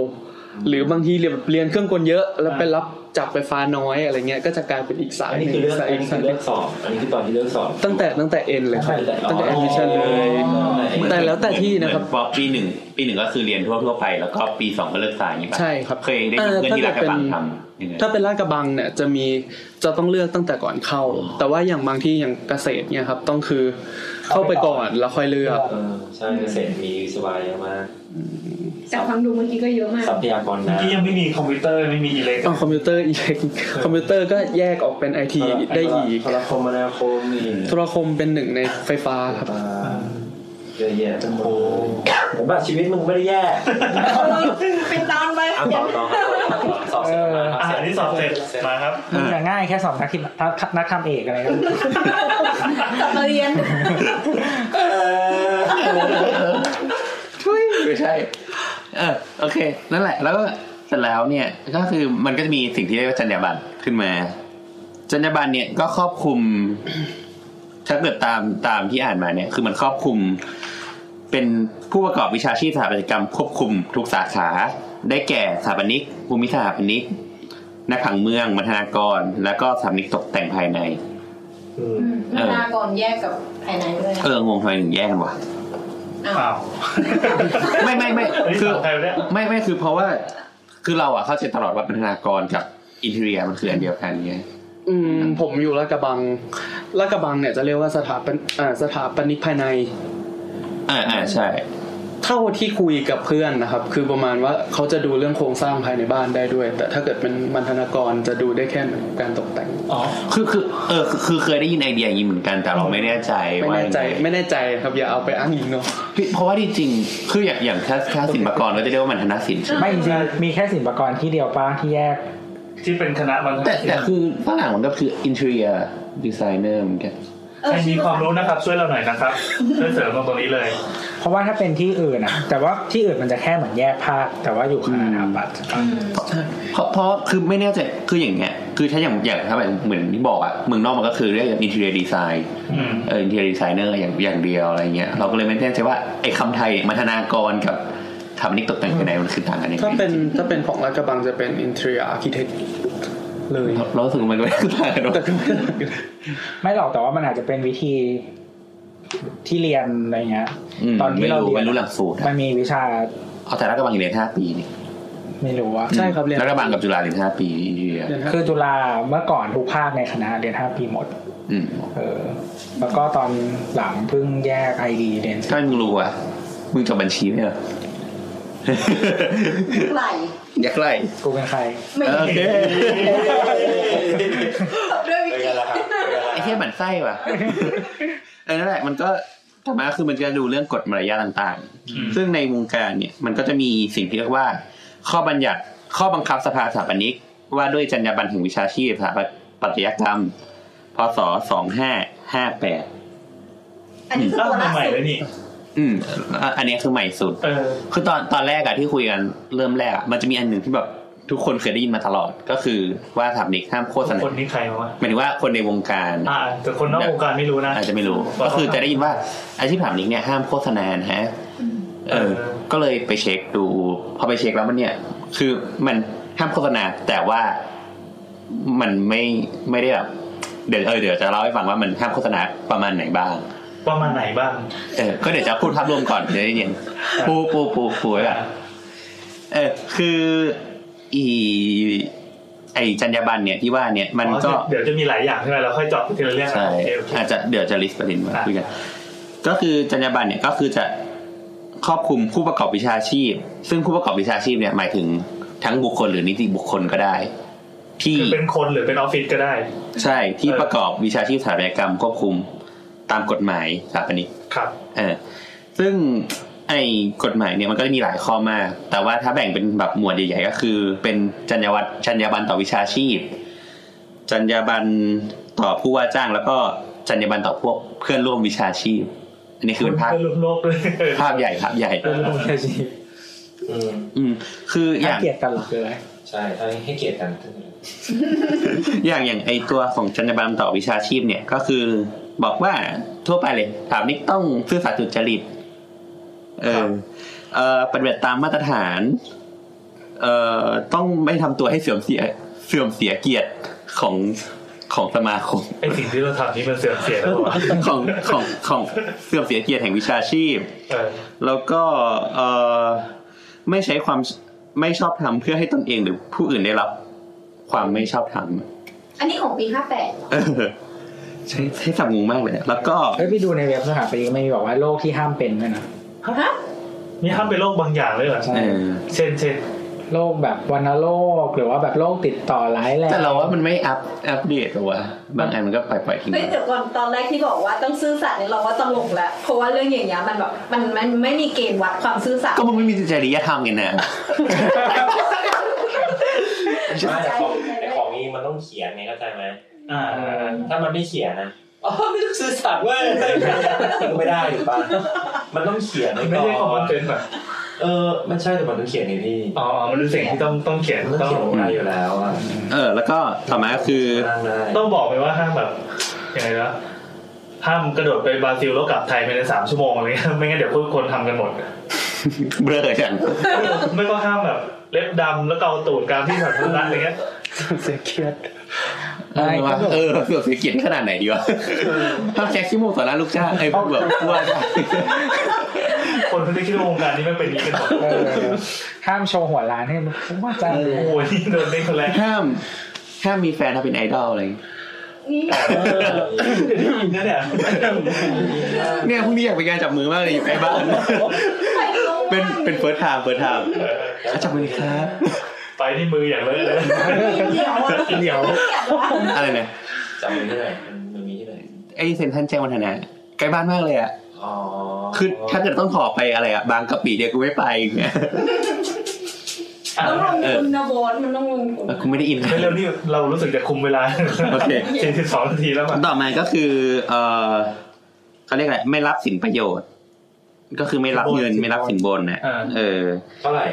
หรือบางทีเรียนเรียนเครื่องกลเยอะ แล้วไปรับจับไฟฟ้าน้อยอะไรเงี้ย ก็จะกลายเป็นอีกสาย
อัน
ห
นี้
นึ่
คือ
ง
เลือก
สาย
อัน
อี
นี้
ก
คือ
สายห
เลื
นึ่
อง กสอบ อันนี้คือตอนที่เลือกสอบ
ตั้งแต่ตั้งแต่เอ็นเลยครับ ตั้งแต่แอดมิชั่นเลย แต่แล้วแต่ที่นะครับ
เหมือพอปีหนึ่งปีหนึ่งก็คือเรียนทั่วทั่วๆไป แล้วก็ปีสองก็เลิกสายอย่างนี้ปะ
ใช่ครับ
เคยได้ยินเพื่อนที่รักกับบังทำยังไง
ถ้าเป็นลาดกระบังเนี่ยจะมีจะต้องเลือกตั้งแต่ก่อนเข้า แต่ว่าอย่างบางที่อย่างเกษตรเนี่ยครับต้องคือเข้าไปก่อนแล้วค่อยเลือก
เออใช่เกษตรมีวิศวะเยอะมาก
แต่ฟังดูเมื่อกี้ก็เยอะมาก
ทรัพยากร
เมื่อ
น้ำ
กี้ยังไม่มีคอมพิวเตอร์ไม่มีอิเล็ก
อ๋อคอมพิวเตอร์อีก (laughs) คอมพิวเตอร์ก็แยกออกเป็นไอทีได้อีก
โทรคมนาคมนี่
โทรคมเป็นหนึ่งในไฟฟ้าครับ
อ่าเยอะแยะโอ้ผมว่าชีวิตมึงไม่ได้แย่
เป็นตามไป
อ่ะต่อต่อสอบเสร็จแล้วนะ
อ่าอันนี้สอบเสร็จมาครับ
มันจะง่ายแค่สอบนักทำนักทำเอกอะไรกัน
(laughs)
กลับมาเรียน
ไม่ใช่ เออโอเค นั่นแหละ แล้วก็เสร็จแล้วเนี่ย ก็คือมันก็จะมีสิ่งที่เรียกว่าจรรยาบรรณขึ้นมา จรรยาบรรณเนี่ยก็ครอบคลุม ถ้าเกิดตามตามที่อ่านมาเนี่ย คือมันครอบคลุม เป็นผู้ประกอบวิชาชีพสถาปัตยกรรมควบคุมทุกสาขา ได้แก่สถาปนิก ภูมิสถาปนิก นักผังเมืองมัฒนากร แล้วก็สถาปนิกตกแต่งภายใน
หน้าก่อนแยกกับภายในด้วย
เอองงทำไมถึงแยกกันวะ
อ้าว
ไม่ไม่ไม่
อันนี้
คือ
สอบใครวะเนี่ย
ไม่ไม่คือเพราะว่า คือเราอะเข้าใจตลอดว่าพัฒนากรกับอินเทเรียมันคืออันเดียวกันไง
อืมผมอยู่ลาดกระบังลาดกระบังเนี่ยจะเรียกว่าสถาปนอ่าสถาปนิกภายใน
อ่าอ่าใช่
เท่าที่คุยกับเพื่อนนะครับ คือประมาณว่าเขาจะดูเรื่องโครงสร้างภายในบ้านได้ด้วย แต่ถ้าเกิดเป็นบรรณากรจะดูได้แค่การตกแต่ง
คือคือเออคือคือเคยได้ยินไอเดียอย่างนี้เหมือนกันแต่เราไม่แน่ใจ
ไม่
ว่า
แน่ใจ
ยังง
ไม่แน่ใจครับอย่าเอาไปอ้างอิงเนาะ
พี่เพราะว่าที่จริงคืออย่างอย่างถ้าถ้าศิลปากรก็จะเรียกว่ามันธนศิลป์ใช่ไหม
ไม่จริงๆมีแค่ศิลปากรที่เดียวป้าที่แยก
ที่เป็นคณะบาง
แต่แต่คือฝรั่งมันก็คืออินเทเรียดีไซเนอร์เหมือนกัน
ใครมีความรู้นะครับ ช่วยเราหน่อยนะครับช่วยเสริมมาตรงนี้เลย
เพราะว่าถ้าเป็นที่อื่นอ่ะ แต่ว่าที่อื่นมันจะแค่เหมือนแยกภาคแต่ว่าอยู่คณะอาบัต
เพราะเพราะคือไม่แน่ใจคืออย่างเงี้ยคือถ้าอย่างอย่างถ้าแบบเหมือนที่บอกอะเมืองนอกมันก็คือเรียกอินเทเรียดีไซน์
อืม
เอออินเทอร์ดีไซเนอร์อย่างอย่างเดียวอะไรเงี้ยเราก็เลยไม่แน่ใจว่าไอ้คำไทยมัทนากรกับทำนิกตกแต่งภายในมันคือต่างกันยังไง
ถ้าเป็นถ้าเป็นของลาดกระบังจะเป็น interior architect เลย
เราเรารู้สึกว่ามันก็ไม่ (laughs) ได้ต่างกันหรอก
แต่ก็
ไม่หรอกแต่ว่ามันอาจจะเป็นวิธีที่เรียนอะไรเงี้ย
ม
ตอนที่
ไม่
เรา
รู้
เรีย
ไม่
น
รู้หลักสูตร
มั
อะ
นมีวิชา
เอาแต่ละกระบังอยู่เรียนห้าปีนี่
ไม่รู้ว่า
ใช่ครับเรียน
แล้วกระบังกับจุฬาเรียนห้าปีอินเดีย
เรียนฮะ
คือจุฬาเมื่อก่อนทุกภาคในคณะเรียนห้าปีหมด
อืม
เออ แล้วก็ตอนหลังเพิ่งแยกไอดีเรียน
ถ้ามึงรู้อะมึงจบบัญชีไหมเหรอ
ไหล
(laughs) อยากไล่
กูเป็นใคร
ไม่
โอเค
จบด้วยวิ
เป็น
ก
ไง
ฤต
ล่ะครับเป็นไงล่ะ
ไอ้เทียบันไส้ (laughs) ว่ะเออนั่นแหละมันก็ธรรมะคือมันจะดูเรื่องกฎมารยาทต่าง ๆ
อืม
ซึ่งในวงการเนี่ยมันก็จะมีสิ่งที่เรียกว่า ข้อบัญญัติข้อบังคับสภาสถาปนิก ว่าด้วยจรรยาบรรณแห่งวิชาชีพสถาปัตยกรรม พศ 2558
อันนี้คือ
ก็
ตัวล่า
มาใหม่
สุด
เลยนี่
อืมอ่ะอันนี้คือใหม่สุด
เออ
คือตอนตอนแรกอะที่คุยกันเริ่มแรกอะมันจะมีอันหนึ่งที่แบบทุกคนเคยได้ยินมาตลอดก็คือว่าสถาปนิกห้ามโฆษณา
คนนี้ใครมาวะ
หมายถึงว่าคนในวงการ
อ่า แต่คนนอกวงการไม่รู้นะ
อาจจะไม่รู้ ก็คือจะได้ยินว่าอาชีพสถาปนิกเนี่ยห้ามโฆษณานะฮะ เออ ก็เลยไปเช็คดู พอไปเช็คแล้วมันเนี่ย คือมันห้ามโฆษณา แต่ว่ามันไม่ไม่ได้แบบเดี๋ยวเออเดี๋ยวจะเล่าให้ฟังว่ามันห้ามโฆษณาประมาณไหนบ้าง
ประมาณไหนบ้าง
เออ ก็เดี๋ยวจะพูดภาพรวมก่อนเดี๋ยวได้ยินปูปูปูปูไว้แบบ เออคืออีไอจรรยาบรรณเนี่ยที่ว่าเนี่ยมันก็
เดี๋ยวจะมีหลายอย่างใช่ไหมเราค่อยเจาะไปทีละเรื่องนะ
ใช่
โอเคโอเค
อาจจะเดี๋ยวจะลิสต์ประเด็นมา
อ่ะ
คุยกัน ก็คือจรรยาบรรณเนี่ยก็คือจะครอบคลุมผู้ประกอบวิชาชีพ ซึ่งผู้ประกอบวิชาชีพเนี่ยหมายถึงทั้งบุคคลหรือนิติบุคคลก็ได้ ที่
คือเป็นคนหรือเป็นออฟฟิศก็ได้
ใช่ที่
เออ
ประกอบวิชาชีพสถาปัตยกรรมควบคุมตามกฎหมายสถาปนิก
ครับ
เออซึ่งไอ้กฎหมายเนี่ยมันก็จะมีหลายข้อมาก แต่ว่าถ้าแบ่งเป็นแบบหมวดใหญ่ๆก็คือ เป็นจรรยาวัตรจรรยาบรรณต่อวิชาชีพ จรรยาบรรณต่อผู้ว่าจ้างแล้วก็จรรยาบรรณต่อพวกเพื่อนร่วมวิชาชีพ อันนี้คือเป็นภาพ
เพื่อนร่วมโลกด้วย
ภาพใหญ่ภาพใหญ่
เป็นวิชาชีพ
อืม
อืมคืออย่า
น่าง เกลียดกันเหรอเลย
ใช่ถ้าให้เกียรติกัน
อย่างอย่างไอตัวของจรรยาบรรณต่อวิชาชีพเนี่ยก็คือบอกว่าทั่วไปเลยถามนิกต้องซื่อสัตย์สุจริตเออเออปฏิบัติตามมาตรฐานเอ่อต้องไม่ทำตัวให้เสื่อมเสียเสื่อมเสียเกียรติของของสมาคม (laughs)
ไอสิ่งที่เราทำนี่มันเสื่อมเสียแล้วเหรอ
ของของของเสื่อมเสียเกียรติแห่งวิชาชีพ
เออ
แล้วก็เอ่อไม่ใช้ความไม่ชอบทำเพื่อให้ตนเองหรือผู้อื่นได้รับ ความไม่ชอบทำ
อันนี้ของปีห้าแปด
เออใช้ใช้สับงูมากเลยอะแล้วก็
เฮ้ยไปดูในเว็บสถาปนิกไม่มีบอกว่าโรคที่ห้ามเป็นด้วยนะ
ฮะ
มีห้ามเป็นโรคบางอย่างเลยเหรอ
ใช่
เออ
เช่นเช่น
โรคแบบวัณโรคหรือว่าแบบโรคติดต่อร้ายแรง
แต่เราว่ามันไม่อัพอัปเดตหรอวะบางอันมันก็ปล่อยปล่อยๆทิ้ง
เฮ้ยเดี๋ยวก่อนตอนแรกที่บอกว่าต้องซื่อสัตย์เนี่ยเราก็ตลกละเพราะว่าเรื่องอย่างเงี้ยมันแบบมันมันมันไม่มีเกณฑ์วัดความซื่อสัตย์
ก็มันไม่มีจริยธรรมไงนะ
ไม่แต่ของแต่ของนี้มันต้องเขียนไงเข้าใจไหม
อ่า
ถ้ามันไม่เขียนนะอ๋อไม่ต้องสื่อสารเว้ยไม่ได้หรือปะมันต้องเขียนว้
ไม่
ก่
ใช่คอมมอนเซนส์ป่ะ
เออไม่ใช่แต่มันต้องเขียนไงพี่
อ๋อมันเป็นสิ่งที่ต้องต้องเขียน
มันต้
ต้
อ
องง
เขียนลงได้อยู่แล้วอ่ะ
เออ แล้วก็ต่อมาก็คือ (laughs)
นั่งได้
ต้องบอกไปว่าห้ามแบบยังไงนะห้ามกระโดดไปบราซิลแล้วกลับไทยภายในสามชั่วโมงอะไรเงี้ย (laughs) ไม่งั้นเดี๋ยวพวกคนทำกันหมด (laughs)
เบลอจัง
ไม่ก็ห้ามแบบเล็บดำแล้วเกาตูดกลารที่สาธารณะอะไรเงี้ย
เสียเกียรติ
เออว่าเออเสือกเสียเกียรติขนาดไหนดีวะถ้าแจ็คขี้มูกต่อหน้าลูกจ้างไอ้ (laughs) พวกแบบพวก
คนเขาจะคิดว่าวงการนี้ไม่เป็นอย่างนี้กันหมด
(laughs)
เออห้ามโชว์หัวร้านให้ผมว่าจ้างเล
โอ้
ย
โหนี่โดนเล่นคนแรก
ห้ามห้ามมีแฟนถ้าเป็นไอดอลอะไรอย่างเงี้ย
นี่
เดี๋ยวได้ยิ (laughs) นนะ (laughs) เนี่ย
เนี่ยพรุ่งนี้อยากไปงานจับมือมากเลยอยู่ใกล้บ้าน (laughs)
ใครรู้ว่า
เป็นเป็นเฟิร์สไทม์เฟิร์สไทม์จับมือครับ
ไปที่มืออย่างเลย (laughs) เลย
เดี๋ยวอะ
เหนียว
เดี๋ยวอะ
อะไรเนี่ย
จำที่ไหนมันมันมีที่ไหน
ไอ้เซนทรันแจ้งวัฒนะใกล้บ้านมากเลยอ่ะ
อ๋อ
คือถ้าเกิดต้องขอไปอะไรอ่ะ บางกะปิเดียวกูไม่ไปอย่างเงี้ย
ต้องลงทุนนะโบสมันต้องลงทุน
กูไม่ได้อิน
เร็วนี่เรารู้สึกจะคุมเวลา
โอเค
สี่สิบสองนาทีแล้วมั้ง
ต่อมาก็คือ เออเขาเรียกอะไร ไม่รับสินประโยชน์ ก็คือไม่รับเงินไม่รับสินบนนะเออ
เท่าไหร่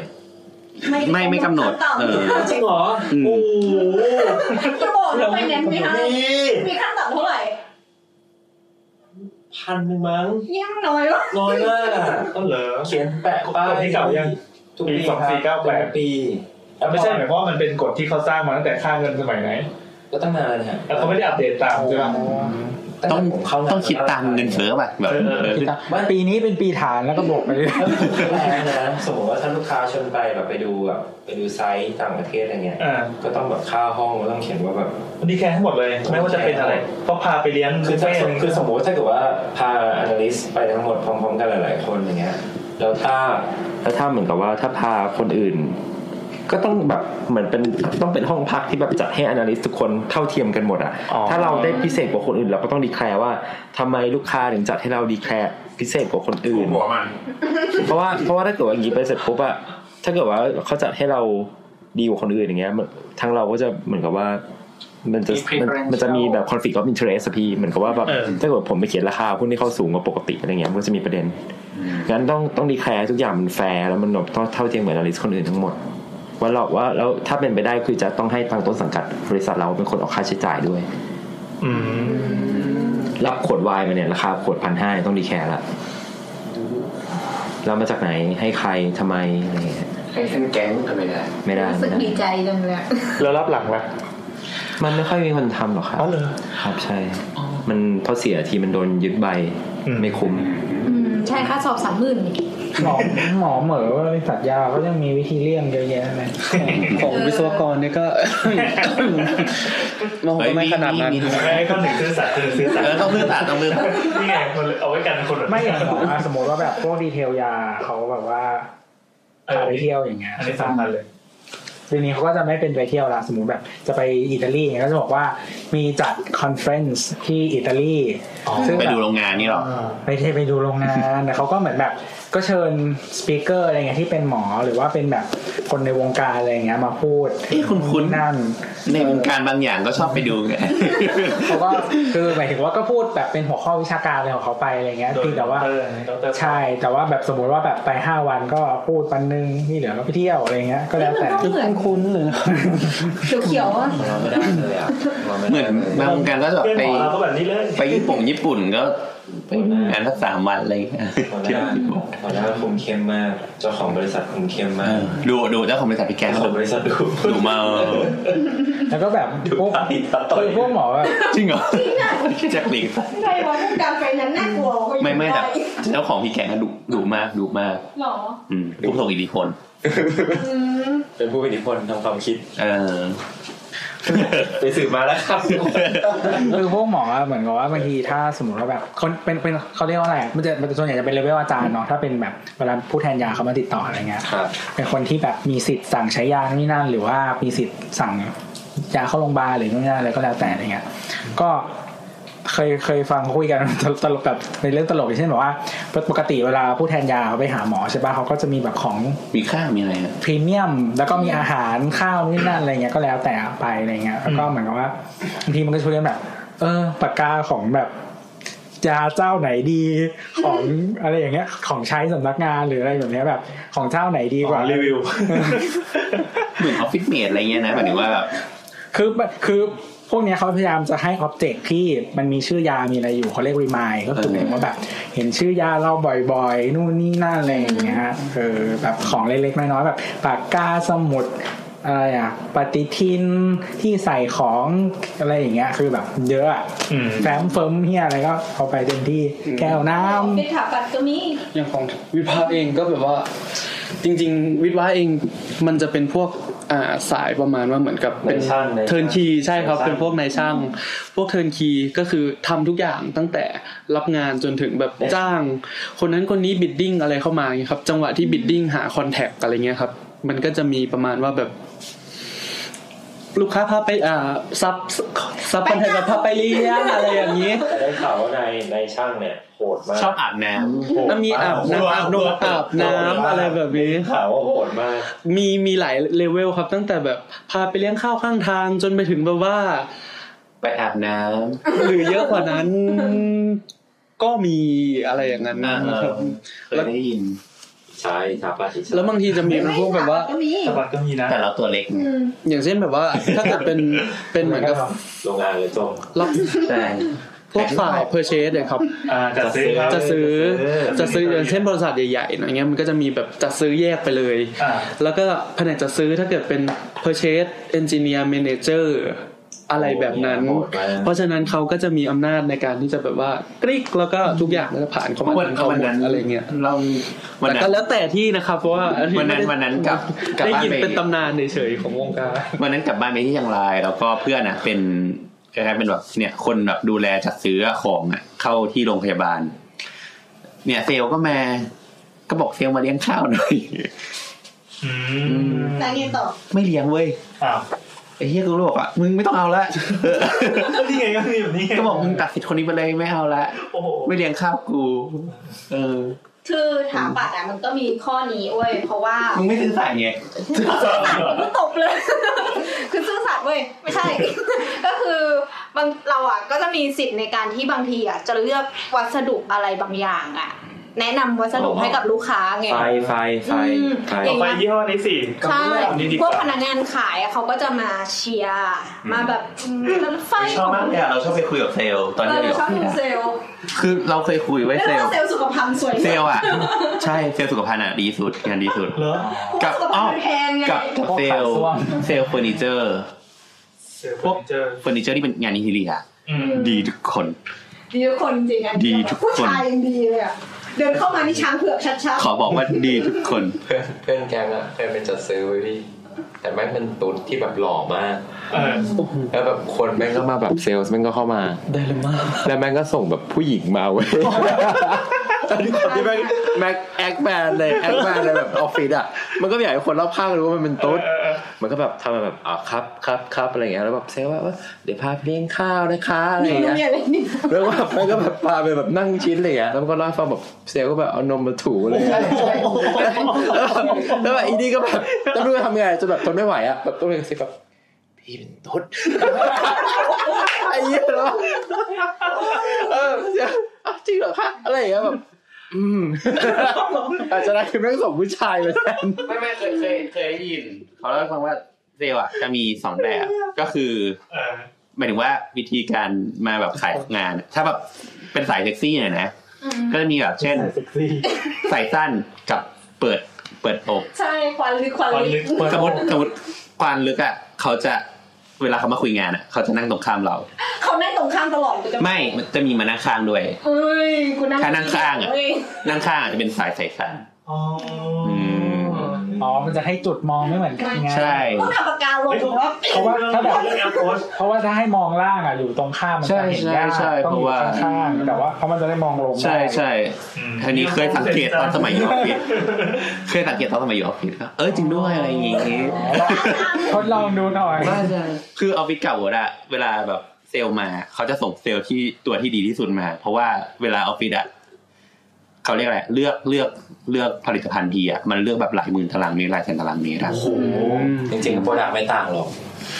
ไม่ไม่กำหนด
ขั้นต่ำ
เออ
จริงเหรอโอ้โห
จะบอกแล้วไปแนนซ์ไม่ให้
นี่
มีขั้นต่ำเท่าไหร่
พันหนึ่งมั้ง
ยิ่งน้อยวะ
น้อยมากอะ
ก็เหรอ
เขียนแปะป้าย
กฎที่เก่ายัง
ทุก
ปี
ปี
สองสี่เก้าแปด
ปีแล้ว
ไม่
ไม่
ใช่
ใช่
หมายความว่ามันเป็นกฎที่เขาสร้างมาตั้งแต่ค่าเงินสมัยไหน
ก็ตั้งนานแล้วนะฮะ
แต่เขาไม่ได้อัปเดตตามใช่ปะ
ต้อง
ผมเข้า
ต้องคิดตามเงินเฟ้อป่ะแบบ
เออเออ
เออ
ปีนี้เป็นปีฐานแล้วก็บวกไปเรื่อย
แพงนะสมมติว่าถ้าลูกค้าชวนไปแบบไปดูแบบไปดูไซต์ต่างประเทศอะไรเงี้ย
อ่า
ก็ต้องแบบค่าห้องก็ต้องเขียนว่าแบบ
วันนี้แคร์ให้หมดเลย ไม่ว่าจะเป็นอะไรเพราะพาไปเลี้ยง
คือ
บุ
ถ้า
ฟเฟ่ต์
คือสมมติว่าถ้าเกิดว่าพา analyst ไปทั้งหมดพร้อมๆกันหลาย ๆ คนอย่างเงี้ยแล้วถ้าแล้วถ้าเหมือนกับว่าถ้าพาคนอื่น ก็ต้องแบบเหมือนเป็นต้องเป็นห้องพักที่แบบจัดให้ analyst ทุกคนเท่าเทียมกันหมดอ่ะ
อ๋อ
ถ้าเราได้พิเศษกว่าคนอื่นเราก็ต้องดีแคลร์ว่าทำไมลูกค้าถึงจัดให้เราดีแคลร์พิเศษกว่าคนอื่น
หัวมัน
เพราะว่าเพราะว่าถ้าเกิดว่าอย่างนี้ไปเสร็จปุ๊บอะถ้าเกิดว่าเขาจัดให้เราดีกว่าคนอื่นอย่างเงี้ยมันทางเราก็จะเหมือนกับว่า มันจะ
มี preferential
มันมันจะมีแบบ conflict of interest อะพี่เหมือนกับว่าแบบ
เออ
ถ้าเกิดผมไปเขียนราคาหุ้นที่เขาสูงกว่าปกติอะไรเงี้ยมันก็จะมีประเด็นงั้นต้องต้องดีแคร์ทุกอย่างมันแฟร์แล้วมันแบบต้องเท่าเทียมเหมือนอลิสคนอื่นทั้งหมด ว่าเราว่าแล้วถ้าเป็นไปได้คือจะต้องให้ทางต้นสังกัดบริษัทเราเป็นคนออกค่าใช้จ่ายด้วย
อืม
รับขวดไวน์มาเนี่ยราคาขวดพันห้าต้องดีแคร์ละแล้วมาจากไหนให้ใครทำไมอะไรเงี้ย
ไอ้เส้นแก๊งทำไมได้
ไม่ได้
รู้สึก
ไม่ได้
ดีใจจังเลย
แล้วรับหลังล่ะ
มันไม่ค่อยมีคนทำหรอกครับ
อ๋อเหรอ
ครับใช่ มันเพราะเสียทีมันโดนยึดใบ
อืม
ไม่คุ้ม
อืมใช่ค่าสอบสามหมื่น
หมอหมอเหมอว่าบริษัทยาก็ยังมีวิธีเลี่ยงเยอะแยะเลย
ของวิศวกรเนี่ยก็ (laughs) มันคงไม่ขนาดนั้น
ไม่ก็หนึ่งซื้อสัตว์คือซื้อสัตว์
เออต้องซื้อสัตว์ต้องซื้อสัตว์
นี่ไงคนเอาไว้กันคนแบบ
ไม่อย่างหมออะสมมติว่าแบบพวกดีเทลยาเขาแบบว่า
เออ
พาไป
นี่
เที่ยวอย่างเงี้ย
อันนี้สำคัญเลย
เดี๋ยวนี้เขาก็จะไม่เป็นไปเที่ยวละสมมติแบบจะไปอิตาลีอย่างเงี้ยก็จะบอกว่ามีจัดคอนเฟรนซ์ที่อิตาลีซึ่ง
ไป
แบบ
ดูโรงงานนี่หรอ
ไปเทไปดูโรงงาน แต่เขาก็เหมือนแบบ ก็เชิญสปีกเกอร์อะไรเงี้ยที่เป็นหมอหรือว่าเป็นแบบคนในวงการอะไรเงี้ยมาพูด
เอ๊ะคุ้นๆ
นั่น
ในวงการบางอย่างก็ชอบไปดู (laughs) ไง
เขาก็คือหมายถึงว่าก็พูดแบบเป็นหัวข้อวิชาการอะไรของเขาไปอะไรเงี้ย
โดย
ที่แต่ว่า
ดอกเตอร์นะดอกเตอร์
ใช่แต่ว่าแบบสมมติว่าแบบไปห้าวันก็พูดวันหนึงที่เหลือก็ไปเที่ยวอะไรเงี้ยก็แล้วแต่
เอ๊ะมันก็เหมือน
คุ้นๆเลย
เขียวเขียวๆอะ
เราไม่ได้เลยอ่ะราไได้ลย
เหมือนบางวงการก็จะ
เป็น
ไป
หมอเราก็แบบนี้เลย
ไปญี่ปุ่นญี่ปุ่นก็ไปงานสักสามวันอะไรอย่างเงี้ย
หัวห
เที่ยว
น้า
ญี่ปุ่น
หัวหน้าคุมเข้มมาก เจ้าของบริษัทคุมเข้ม
เอ
มาก
อดูดูเจ้าของบริษัทพี่แกง
เจ้า
ก็
ของ
ดู
บริษัทดู
ดูเมา
แล้วก็แบบพวก
ตาตาต่อย
คือพวกหมอแบบ
จริงเหรอแจ็คหลีก
ใครบอกวงการไฟนั้นน่ากลัวกว่าอยู่
ไม่ไม่แต่
ด้
เจ้าของพี่แกงก็ดุดุมากดุมาก
หรอ
อืมผู้ทรงอิทธิพล
อืม
เป็นผู้มีอิทธิพลทางความคิด
เออ
ไปสืบมาแล้วครับ
คือพวกหมออะเหมือนกับว่าบางทีถ้าสมมติว่าแบบคนเป็นเป็นเขาเรียกว่าอะไรอะมันจะมันจะส่วนใหญ่จะเป็นเลเวลอาจารย์เนาะถ้าเป็นแบบเวลาผู้แทนยาเขามาติดต่ออะไรเงี้ย
ครับ
เป็นคนที่แบบมีสิทธิ์สั่งใช้ยานู่นนี่นั่น หรือว่ามีสิทธิ์สั่งยาเข้าโรงพยาบาลหรือนู่นนี่นั่นอะไรก็แล้วแต่อะไรเงี้ยก็เคยเคยฟังเขาคุยกัน (laughs) ตลตลกแบบในเรื่องตลกอย่างเช่นแบบว่าปกติเวลาผู้แทนยาเขาไปหาหมอใช่ปะเขาก็จะมีแบบของ
มีค่ามีอะไรอะ
พรีเมียมแล้วก็มีอาหารข้าวนี่นั่นอะไรเงี้ยก็แล้วแต่ไปอะไรเงี้ยแล้วก็เหมือนกับว่าบางทีมันก็ช่วยกันแบบ เออปากกาของแบบยาเจ้าไหนดีของอะไรอย่างเงี้ย ของใช้สำนักงานหรืออะไรแบบเนี้ยแบบ ของเจ้าไหนดีกว่า
รี (laughs) วิว
เหมือนออฟฟิศเมดอะไรเงี้ยนะหมายถึงว่าแบบ
คือมันคือพวกเนี้ยเขาพยายามจะให้อ็อบเจกต์ที่มันมีชื่อยามีอะไรอยู่เขาเรียกรีมายก็คือ
เออ
เหมือนว่าแบบ เห็นชื่อยาเราบ่อยๆ นู่นนี่นั่นอะไรอย่างเงี้ยเออแบบของเล็กๆน้อยๆแบบปากกาสมุดอะไรอะปฏิทินที่ใส่ของอะไรอย่างเงี้ย คือแบบเยอะอะ
อืม
แฟ้มเฟิร์มเฮียอะไรก็เอาไปเต็มที่
อืม
แก้วน้
ออฟฟิศถาปัดก็มี
อย่างของวิภาเองก็แบบว่า จริง ๆ วิทวาเองมันจะเป็นพวกอ่าสายประมาณว่าเหมือนกับเป็น
นายช่างนายช่าง
เทิร์นคีใช่ครับ เป็นพวกนายช่าง พวกเทิร์นคีก็คือทำทุกอย่างตั้งแต่รับงานจนถึงแบบจ้าง คนนั้นคนนี้บิดดิ้งอะไรเข้ามาอย่างเงี้ยครับ จังหวะที่บิดดิ้งหาคอนแทคอะไรเงี้ยครับ มันก็จะมีประมาณว่าแบบ ลูกค้าพาไปอ่าซับซับคอนแทคกับพาไปเลี้ยงอะไรอย่างนี้
แต่ได้ข่าวว่านายนายช่างเนี่ยโหดมาก
ชอบอาบน้ำ
โหด
มันมีอาบน้ำอาบนมอาบน้ำอะไรแบบนี้
ข่าวว่าโหดมาก
มีมีหลายเลเวลครับตั้งแต่แบบพาไปเลี้ยงข้าวข้างทางจนไปถึงแบบว่า
ไปอาบน้
หรือเยอะกว่านั้น ก็มีอะไรอย่างนั้น
อ่า
นะครับ
ำเคยได้ยิน
ใช่ครับป้าทิชา
แล้วบางทีจะมีเป็นพวกแบบว่า
ไม่ถมก็มี
สบัดก็มีนะ
แต่เราตัวเล็ก
อืม
อย่างเช่นแบบว่า ถ้าเกิดเป็นเป็นเหมือนกับ
โรงงานเลยจง
รับ
ใช่
พวกฝ่ายเพอร์เชสเลยครับ
อ่าจัดซื้อครับ
จะซื้อจะซื้ออย่างเช่นบริษัทใหญ่ๆอย่างเงี้ยมันก็จะมีแบบจัดซื้อแยกไปเลย
อ่า
แล้วก็แผนกจัดซื้อถ้าเกิดเป็น purchase engineer manager อะไรแบบนั้น
โอ้โหเนี่ยโหดมาก
เพราะฉะนั้นเขาก็จะมีอำนาจในการที่จะแบบว่ากริกแล้วก็ทุกอย่างก็จะผ่านเข้ามา
วัน
ทางเขา
วัน
หมด
นั้น
อะไรเงี้ย
เราวัน
แต่
นั้
ก็
น
แล้วแต่ที่นะครับ เพราะว่าอั
วันนั้น
ไม่ได้
วันนั้นกลับกลับ
ได้
บ้าน
ยิน
ไป
เป็นตำนานเฉยๆของวงการ
วันนั้นกลับบ้านไปที่เชียงราย แล้วก็เพื่อนอ่ะ เป็นคล้ายๆเป็นแบบเนี่ย คนแบบดูแลจัดซื้อของอ่ะเข้าที่โรงพยาบาล เนี่ยเซลก็มา ก็บอกเซลมาเลี้ยงข้าวหน่อย (laughs)
อืม
แล้วไงต่อ
ไม่เลี้ยงเว้ย
อ้าว
ไอ้เฮียกูบอกอ่ะมึงไม่ต้องเอาละ (laughs)
ก็นี่ไงก็มีแบบนี้ไง
ก็บอกมึงตัดสิทธิ์คนนี้ไปเลยไม่เอาละ
โอ้โห
ไม่เลี้ยงข้าวกู เออ
คือถามปัดอ่ะมันก็มีข้อนี้เว้ยเพราะว่า
มึงไม่ซื้อสายไง
ก็ตบเลย (laughs) คือซื่อสัตย์เว้ย ไม่ (laughs) ใช่ ก็คือบางเราอ่ะก็จะมีสิทธิ์ในการที่บางทีอ่ะจะเลือกวัสดุอะไรบางอย่างอ่ะ แนะนำวัสดุ
อ๋อ
ให้กับลูกค้าไง
ไฟไฟไฟ
อืม
ไฟ
ต่อไปยี่ห้อนี้สิ
ใช่
อันนี้ดี
พ
ก
วก
ว่า
พนักงานขายอะเขาก็จะมาเชียร์มาแบบอืมรถไฟ
ชอบมากเลยอะเราชอบไปคุยกับเซลล์ตอน
เออ
ที่เราอยู่
ชอบดูเซลล์
คือเราเคยคุยไว้
เรียกว่า
เซลล์
เซลล์สุขภัณฑ์สวย
เซลล์อะใช่เซลล์สุขภัณฑ์อะดีสุดงานดีสุด
เหรอ
กั
กั
บบสุข
อ้า
ภั
ว
ณฑ์แพงไง
กับกับเซลล์
ขายส้วม
เซลล์เฟอร์นิเจอร์
พวกเจอ
เฟอร์นิเจอร์ที่เป็นงานอินทีเรีย
อืม
ดีทุกคน
ดีทุกคนจริงๆอะ
ดีทุกคน
ผู้ชายยังดีเลยอ่ะ เดินเข้ามานี่ช้างเผือกชัด
ขอบอกว่า (laughs) ดีทุกคน
เพื่อนเพื่อนแกงอะเคยไปจัดซื้อไว้พี่ แต่แม่งเป็นตุ๊ดที่แบบหล่อมาก
เออ
แล้วแบบคนแม่งก็มาแบบเซลล์แม่งก็เข้ามา
ได้เลยมาก
แล้วแม่งก็ส่งแบบผู้หญิงมาเว้ย
ที่แม็กแม็กแอคแบนเลยแอคแบนเลยแบบออฟฟิศอ่ะ มันก็อยากให้คนรอบข้างรู้ว่ามันเป็น
เอ
ตุ๊
อ
ด
เออเออ
มันก็แบบทำมาแบบอ๋อครับครับครับอะไรอย่างเงี้ยแล้วแบบเซลว่าเอ้ยเดี๋ยวพาไปเลี้ยงข้าวนะคะอะไรอย่างเงี้ย
ๆเนี่ยเลยนี่
แล้วว่ามันก็แบบพาไปแบบนั่งชิ้นอะไรอย่างเงี้ยแล้วมันก็เล่าให้ฟังแบบเซลก็แบบเอานมมาถูอะไรอย่างเงี้ยแล้วแบบแล้วแบบอีนี่ก็แบบต้องรู้จะทำไงจนแบบทนไม่ไหวอ่ะแบบต้องเรียนสิแบบพี่เป็น (laughs) ตุ๊ดไอ้เหี้ยแล้วเออเสียอ้าวจริงเหรอคะอะไรอย่างเงี้ยแบบอืม (laughs) อาจจะได้คือแม่งส่งผู้ชายมาแทน
ไม่ไม่เคยเคยเคยได้ยิน เขาเล่าให้ฟังว่าเซลล์อ่ะจะมีสองแบบ (laughs) ก็คือ
เออ
หมายถึงว่าวิธีการมาแบบขายงาน ถ้าแบบเป็นสายเซ็กซี่หน่อยนะ ก็จะมีแบบเช่น
เซ็กซี่
ใส่สั้นกับเปิดเปิดอก
ใช่ควันลึกควัน
ตอน
ลึ
ลึ
ก
ก
สมมติสมมติควานลึกอ่ะเขาจะเวลาเขามาคุยงานอ่ะ เขาจะนั่งตรงข้ามเรา
เขานั่งตรงข้ามตลอดกูจะ
ไม่มันจะมีมานั่งข้างด้วย
เอ้ยกูนั่ง
ถ้านั่งข้างอะ
เย
นั่งข้างอาจจะเป็นสายใส่สั้น
อ๋ออ
ม
อ๋อมันจะให้จุดมองไม่เหมือนกันไง
ใช่
ต้องทำปากกาลงหรือว่า
เพราะว่าถ้าแบบ
เรื่องแอปโพส
เพราะว่าถ้าให้มองล่างอ่ะอยู่ตรงข้ามมันจะเห็นยาก
ใช่ใช่ใช่
ต้องอยู่
เพราะว่า
ข้างๆแต่ว่าเพราะมันจะได้มองลง
ใช่
ได้
ใช่ทีนี้เคยสังเกตตอนสมัยอยู่ออฟฟิศเคยสังเกตตอนสมัยอยู่ออฟฟิศก็เออจริงด้วยอะไรอย่างงี้
ทดลองดูหน่อย
คือออฟฟิศเก่าอะเวลาแบบเซลล์มา เขาจะส่งเซลล์ที่ตัวที่ดีที่สุดมา เพราะว่าเวลาออฟฟิศอะเขาเรียกอะไรเลือกเลือกเลือกผลิตภัณฑ์ทีอะมันเลือกแบบหลายหมื่นตารางเมตรหลายแสนตารางเมตรอะ
โอ้โหจริงๆโปรดักไม่ต่างหรอก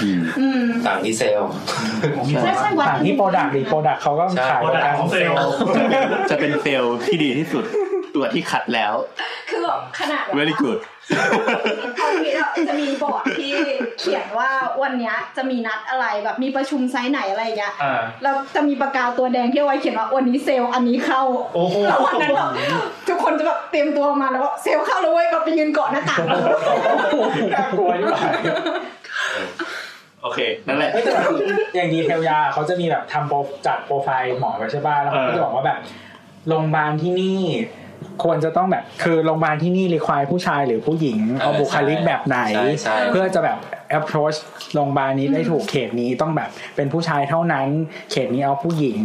อืม
อืม
ต่างที่เซลล์
ใช่ใช่วัด
ต่างที่โปรดักต์ดีโปรดักต์เขาก็
ใช่
ขาย
โปร
ป
ดัก
ระกั
ต์
น
ของเซลล์
จะเป็นเซลล์ที่ดีที่สุดตัวที่คัดแล้ว
คือแบบขนาดแบบ
very good
อ
(laughs)
อฟฟิศอะจะมีบอร์ดที่เขียนว่าวันเนี้ยจะมีนัดอะไรแบบมีประชุมไซส์ไหนอะไรอย่างเงี้ย
อ่า
เราจะมีปากกาตัวแดงที่เอาไว้เขียนว่าวันนี้เซลล์อันนี้เข้า
โอ้โห
แล้ววันนั้นแบบทุกคนจะแบบเตรียมตัวมาแล้วว่าเซลล์เข้าแล้วเว้ยแบบไปยืนเกาะหน้าต่าง
น่ากลัวอยู่ (laughs)
โอเค นั่นแหละ
ไม่แต่แบบอย่างดีเทลยาเขาจะมีแบบทำโปรจัดโปรไฟล์หมอไว้ใช่ป่ะแล้วเขาก็จะบอกว่าแบบโรงพยาบาลที่นี่ ควรจะต้องแบบคือโรงพยาบาลที่นี่รีควายผู้ชายหรือผู้หญิงเอาบุคลิกแบบไหน
ใช่ใช่
เพื่อจะแบบ approach โรงพยาบาลนี้ได้ถูกเขตนี้ต้องแบบเป็นผู้ชายเท่านั้น เขตนี้เอาผู้หญิง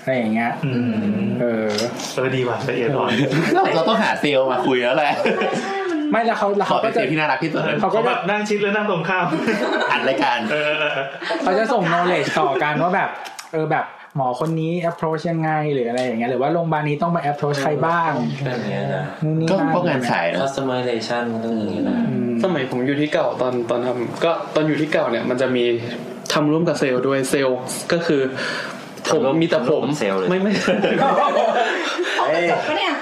อะไรอย่างเงี้ย
อืม
เออ
เออดีว่ะละเอียดอ่อน
เราต้องหาเซลล์มาคุยแล้วแหละ
ไม่แล้วเขาแล้ว
ขอ
เขา
เป็
ก็
นเซล
จะ
ล์ที่น่ารักที่สุด
เขาก็จะ
แบบนั่งชิดแล้วนั่งตรงข้าม
อัดรายการ
เออเออเออ
เขาจะส่ง knowledge ต่อกันว่าแบบเออแบบหมอคนนี้ approach ยังไงหรืออะไรอย่างเงี้ยหรือว่าโรงพยาบาลนี้ต้องไป approach ใครบ้าง
แบบเนี้ยนะ
นู่นนี่
ก็
นั่น
ก็งานสายนะ
customer relation มันต้องอย่างนี้นะ
อืม
สมัยผมอยู่ที่เก่าตอนตอนทำก็ตอนอยู่ที่เก่าเนี่ยมันจะมีทำร่วมกับเซลล์ด้วยเซลล์ก็คือผมมีแต่ผม
เซลเลย
ไม่ไม่
(laughs)
จบปะเนี่ย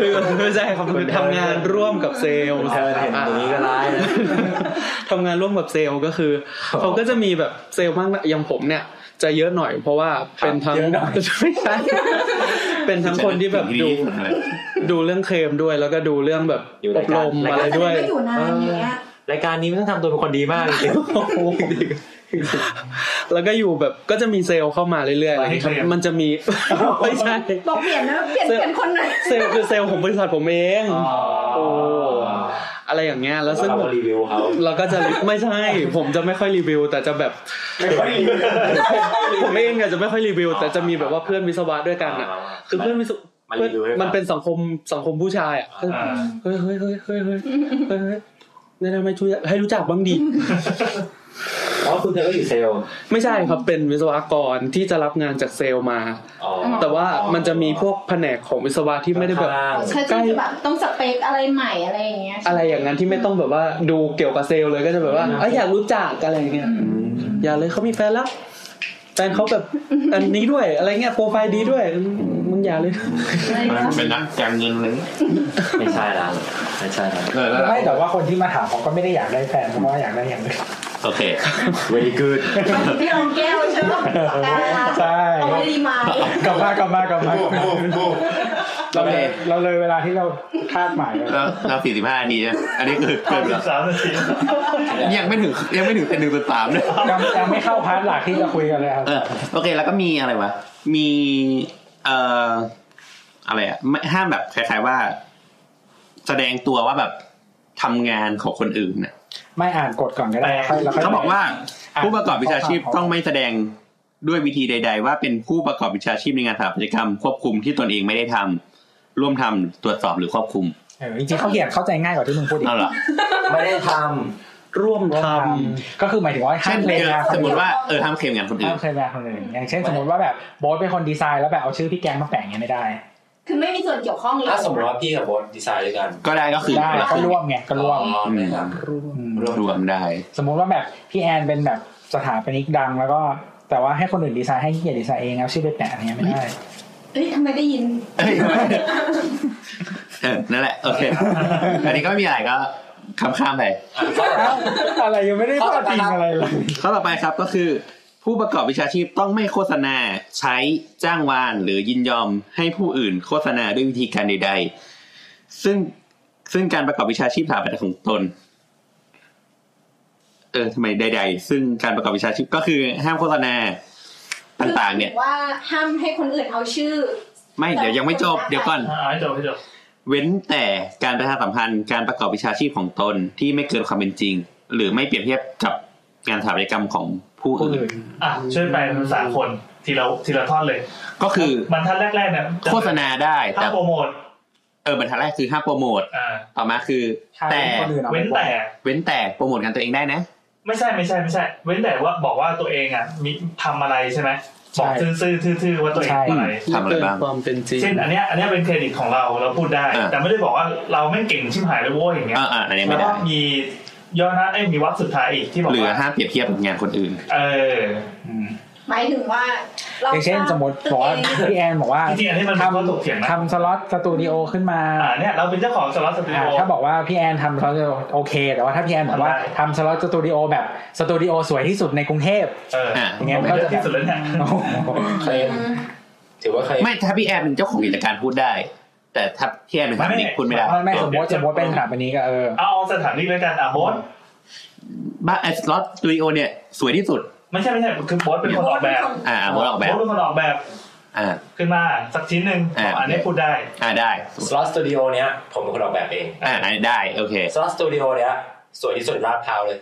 คือไม่ใช่ครับคือทำงานร่วมกับเซลล์
เธอเห็นอย่างนี้ก็ร้ายนะ
(laughs) ทำงานร่วมกับเซลล์ก็คือเขาก็จะมีแบบเซลล์มากนะอย่างผมเนี่ย จะเยอะหน่อย เพราะว่าเป็นทั้งไม่ใช่เป็นทั้งคนที่แบบ
สิ่ง
ดู
ดีที่สุดเลย
ดูเรื่องเคลมด้วย แล้วก็ดูเรื่องแบบ
อยู่
อ
ราย
บ
การ
รมอะไรด้วย
ก็อยู่นานอย่างเงี้ย
รายการนี้มันต้องทำตัวเป็นคนดีมากจริง
แล้วก็อยู่แบบก็จะมีเซลล์เข้ามาเรื่อยๆอะไรอย่างเงี้ยครับมันจะมี (laughs) ไม่ใช่
บอกเปลี่ยนนะเปลี่ยนเปลี่ยนคนหน่อย
เซลล์คือเซลล์ของบริษัทผมเองโอ้อะไรอย่างเงี้ยแล้วซึ่ง
เราก็รีวิวเขา
เราก็จะไม่ใช่ ผมจะไม่ค่อยรีวิว แต่จะแบบผมเองเนี่ยจะไม่ค่อยรีวิว แต่จะมีแบบว่าเพื่อนวิศวะด้วยกันอ่ะ คือเพื่อนวิศวะ
มารีวิวให้ฟัง
มันเป็นสังคมสังคมผู้ชายอ่ะ
อ่า
เฮ้ยเฮ้ยเฮ้ยเฮ้ยเฮ้ยเฮ้ยเฮ้ยแนะนำให้ช่วยให้รู้จักบ้างดี
อ๋อคุณเธอก็อยู่เซลล์
ไม่ใช่ครับเป็นวิศวกรที่จะรับงานจากเซลล์มา
อ๋อ
แต่ว่ามันจะมีพวกแผนกของวิศวะที่ไม่ได้แบบ
ข้าง
ใช่จริงๆแบบต้องสเปคอะไรใหม่อะไรอย่างเงี้ย
อะไรอย่างนั้นที่ไม่ต้องแบบว่าดูเกี่ยวกับเซลล์เลยก็จะแบบว่าเอยอยากรู้จักอะไรอย่างเงี้ยอย่าเลยเขามีแฟนแล้วแฟนเขาแบบอันนี้ด้วยอะไรเงี้ยโปรไฟล์ดีด้วยอืมมึงอย่าเลย
อะไรอย่างเงี้ย
มันเป็นนักการเงินเลย
ไม่ใช่ละไม่ใช่ละ
เออแล้ว
ไม่แต่ว่าคนที่มาถามเขาก็ไม่ได้อยากได้แฟนเขาก็อยากได้อย่างอื่น
โอเค
เวลีกูด
ที่เอาแก้วใช่ไหมปากกา
ใช่
เอาไว้ดีไหม
กลับมากลับมากลับมาเราเลยเราเลยเวลาที่เราคาดหมายไว้
แล้วเราสี่สิบห้านาทีนะอันนี้คือเกิ
เข้าน สิ
แล้ว
บสามนาที
ยังไม่ถึงยังไม่ถึงเป็นหนึ่งเป็นสามเลย
ยังยังไม่เข้าพาร์ทหลักที่จะคุยกันเลยครับ
เออโอเคแล้วก็มีอะไรวะ มีเอ่อ อะไรอะไม่ห้ามแบบคล้าย ๆว่า แสดงตัวว่าแบบทำงานของคนอื่นน่ะ
ไม่อ่านกฎก่อนก็ได้ค่ยรค่ย
เขาบอกว่า
อ่ะ
ผู้ประกอบวิชาชีพต้องไม่แสดงด้วยวิธีใด ๆ ว่าเป็นผู้ประกอบวิชาชีพในงานสถาปัตยกรรม ควบคุมที่ตนเองไม่ได้ทำร่วมทำตรวจสอบหรือควบคุม
เออจริงๆเขาเขียนเข้าใจง่ายกว่าที่มึงพูดอีก
เอาเหรอ
ไม่ได้ท
ร่วมทำก็คือหมายถึงว่าห้า
เช่น
มเลย
เออ
นะ
สมมติว่าเออห้ามเคลมงานคนอื่
ห้าน มเคยแบบคนอื่นอย่างเช่นสมมติว่าแบบโบ๊ทเป็นคนดีไซน์แล้วแบบเอาชื่อพี่แกงมาแปะอย่างเงี้ยไม่ได้
คือไม่มีส่วนเกี่ยวข้องเล
ำ
ย
ถ้าสมมติว่าพี่กับโบสดีไซน์ด้วยกัน
ก็ได้ก็คือ
ได้ก็ร่วมไงก็ร่วม
อ๋อไม่ท
อืม
รวมรวมได้
สมมุติว่าแบบพี่แอนเป็นแบบสถาปนิกดังแล้วก็แต่ว่าให้คนอื่นดีไซน์ให้ขี้เกียจดีไซน์เองเอาชื่อไปแปะอย่างเงี้ยไม่ได้
เอ้ยทำไมได้ยิน
เอ้ยเออนั่นแหละ โอเค (laughs) อันนี้ก็ไม่มีอะไรก็ข้ามข้ามไป
ำ
อะไรยังไม่ได้พาดพิงอะไรเลย
ข้อต่อไปครับก็คือ ผู้ประกอบวิชาชีพต้องไม่โฆษณา ใช้จ้างวานหรือยินยอมให้ผู้อื่นโฆษณาด้วยวิธีการใด ๆ ซึ่งซึ่งการประกอบวิชาชีพสถาปัตย์ของตน เออทำไมใด ๆ ซึ่งการประกอบวิชาชีพก็คือห้ามโฆษณาต่าง ๆ เนี่ย
คือว่าห้ามให้คนอื่นเอาชื่อ
ไม่เดี๋ยวยังไม่จบเดี๋ยวก่อน
อ่าให้จบให้จบ
เว้นแต่การประชาสัมพันธ์การประกอบวิชาชีพของตนที่ไม่เกินความเป็นจริง หรือไม่เปรียบเทียบกับงานสถาปัตยกรรมของผู้อื่น
อ่ะช่วยแปลเป็นภาษาคนทีละทีละท่อนเลย
ก็คือ
มันท่านแรกๆเนี่ย
โฆษณาได้
ถ้า
แต่
โปรโมท
เออบรรทัดแรกคือห้ามโปรโมท
อ่า
ต่อมาคือ
ใช่
แต่
คนอื่น
เว้นแต่
เว้นแต่โปรโมทกันตัวเองได้นะ
ไม่ใช่ไม่ใช่ไม่ใช่ เว้นแต่ว่าบอกว่าตัวเองอ่ะมีทำอะไรใช่ไหมบอก
ใช่
ซื่อๆทื่อๆว่าตัวเองทำอะไร
ทำอะไรบ้าง
เกินความเป็นจริง
เช่นอันเนี้ยอันเนี้ยเป็นเครดิตของเราเราพูดได้
อ่า
แต่ไม่ได้บอกว่าเราไม่เก่งชิมหายเลยโว้ยอย่างเงี้ย
อ่าอ่าอันนี้
แล้
ไม่
วก็
ได้
มีย่อหน้าไอ้ยมีวักสุดท้ายอีกที่บอก
หรือ
ว่า
ห้ามเปรียบเทียบกับงานคนอื่น
เออ
อืม
หมายถึงว่า เรา
อย่างเช่นสมมติบอกว่าพี่แอนบอกว่า
จริงๆอันนี้มันเป็นข้อถกเถียงนะ
ทำสล็อตสตูดิโอขึ้นมา
อ่าเนี่ยเราเป็นเจ้าของสล็อตสตูดิ
อ่า
โอ
ถ้าบอกว่าพี่แอนทำสล็อตสตูดิโอโอเค แต่ว่าถ้าพี่แอนบอกว่า
ทำได้
ทำสล็อตสตูดิโอแบบสตูดิโอสวยที่สุดในกรุงเทพ
เออ
อ่า
อย่างเงี้ยมันก็จะที่สุดแล้วเนี่ย
โอ้โห
เคลมถือว่าเคลม
ไม่ถ้าพี่แอนเป็นเจ้าของกิจการพูดได้ แต่ถ้าพี่แอนเป็นสถาปนิกพูดไม่ได้
ไม่ไม่สมมติสมมติเป็นสถาปนิกอะเออ
เอาเอาสถานที่แล้วกันอ่ะโบอส
บ้านแอสลอตสตูดิโอเนี่ยสวยที่สุด
ไม่ใช่ไม่ใช่คือโบอสเป็นคนออกแบบ
อ่าโมดออกแบบ
โสเป็นคนออกแบบ
อ่า
ขึ้นมาสักชิ้นหนึ่ง
อ่า
อันนี้พูดได้
อ่าได้
สล็อตสตูดิโอเนี้ยผมเป็นคนออกแบบเอง
อ่าอันนี้ได้โอเค
สล็อตสตูดิโอเนี้ยสวยที่สุดในลาดพร้าวเลย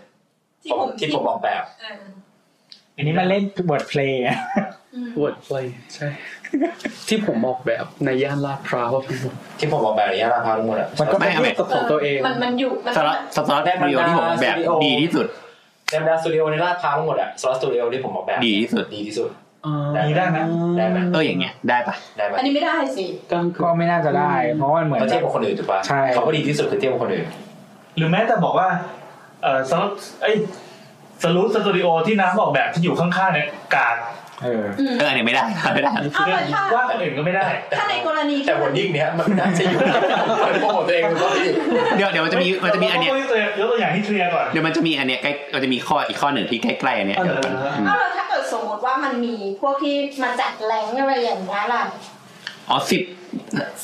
ผมที่ผมออกแบบ
เออ
อันนี้มันเล่นเวิร์ดเพลย์
วอร์ดเพลย์ใช่ ที่ผมออกแบบในย่านลาดพร้าวว่าพี่
ที่ผมออกแบบในย่านลาดพร้าวทั้งหมดอะ
มันก็
ไม่
เป็น
เอา
เรื่
ไม่
องกับของตัวเอง
มันมันอยู่มัน
สล็อตสล็อตสตูดิโอที่ผมออกแบบดีที่สุด
ในบรรดาสตูดิโอในลาดพร้าวทั้งหมดอะสล็อตสตูดิโอที่ผมออกแบบ
ดีที่สุด
ดีที่สุด
อ่า
มีได้ไหม
ได้ไหม
เอออย่างเงี้ยได้ปะ
ได้ไหม
อันนี้ไม่ได้สิ
กลาง
ก็
ก็
ไม่น่าจะได้ เพราะว่ามันเหมือน
เขาเทียบกับคนอื่นถูกปะ
ใช่
เขาว่าดีที่สุดคือเทียบกับคนอื่น
หรือแม้แต่บอกว่าเออสล็อตไอ้ยสลูตสตูดิโอที่น้ำออกแบบที่อยู่ข้างๆเนี่ยกาก
เออ
เอออันนี้ไม่ได้ไม่ได้
เอาเลยค่ะ
ว่าคนอื่นก็ไม่ได้
ถ้าในกรณี
แต่
ที่
วอร์ดิ้งเนี้ยมันน่าจะอยู่โปรโมทตัวเองหรือเปล่าพี่
เดี๋ยวเดี๋ยวมันจะมีมันจะมีอันเนี้ย
ยกตัวอย่างที่เคลียร์ก่อน
เดี๋ยวมันจะมีอันเนี้ยใกล้มันจะมีข้ออีกข้อหนึ่งที่ใกล้ๆอันเนี้ย
เออ
เดี๋ยวก่อนอืม
เอาเลยถ้าเกิดสมมติว่ามันมีพวกที่มาจัดแรงอะไรอย่างนี้ยล่ะ
อ๋อสิบ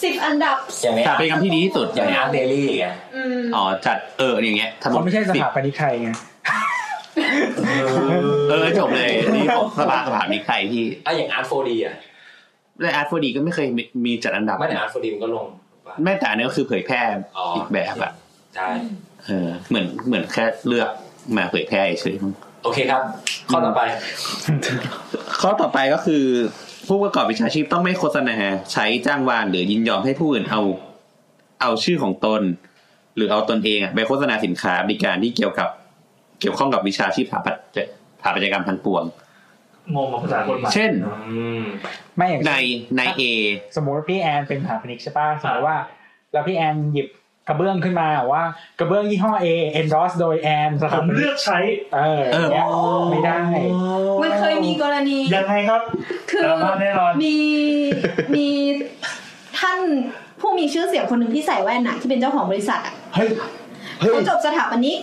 สิบอันดับ
อย่างเงี้ย
สถาปนิกรรมที่ดีที่สุดอย่
อา
ย่าง ง
เงี้
เงี้
ย
ย
เดลี่ไง
อืม
อ๋อจัดเอออย่างเงี้ย
เขาไม่ใช่สถา
บ
ปนิกไทยไง
เออจบเลยนี่ผมสภาสถาปนิกไทยที่
อ่ะอย่างอาร์ตโฟดีอะ
ในอาร์ตโฟดีก็ไม่เคยมีมีจัดอันดับ
ไม่แต่อาร์ตโฟดีมันก็ลงถูกปะ
ไม่แต่อันนี้ก็คือเผยแพร่
อ๋อ
อีกแบบอะ
ใช่
เออเหมือนเหมือนแค่เลือกมาเผยแพร่เฉยๆ
โอเคครับ ข้อต่อไป
ข้อต่อไปก็คือ ผู้ประกอบวิชาชีพต้องไม่โฆษณาใช้จ้างวานหรือยินยอมให้ผู้อื่นเอา เอาชื่อของตน หรือเอาตนเองอะไปโฆษณาสินค้าบริการที่เกี่ยวกับ เกี่ยวข้องกับวิชาชีพสถาปัตย์สถาปัตยกรรมทางปวง
งงกับภาษากฎหมาย
เช่น
อืม
ไม่อย่าง
ในในเอ
สมมติว่าพี่แอนเป็นสถาปนิกใช่ป่ะสมมติว่า แล้วพี่แอนหยิบกระเบื้องขึ้นมาว่ากระเบื้องยี่ห้อ A endorse โดยแอนส
ผ
ถาม ปนิ
เลื
ก
อกใช้
เอออย่างเงี้ยไม่ได้
มันเคยมีกรณี
ยังไงครับ
คือ
ดราม่าแน่นอน
มีมีท่านผู้มีชื่อเสียงคนหนึ่งที่ใส่แว่นน่ะที่เป็นเจ้าของบริษัทอ่ะ
เฮ้ยเฮ้ย
เขาจบสถาปนิก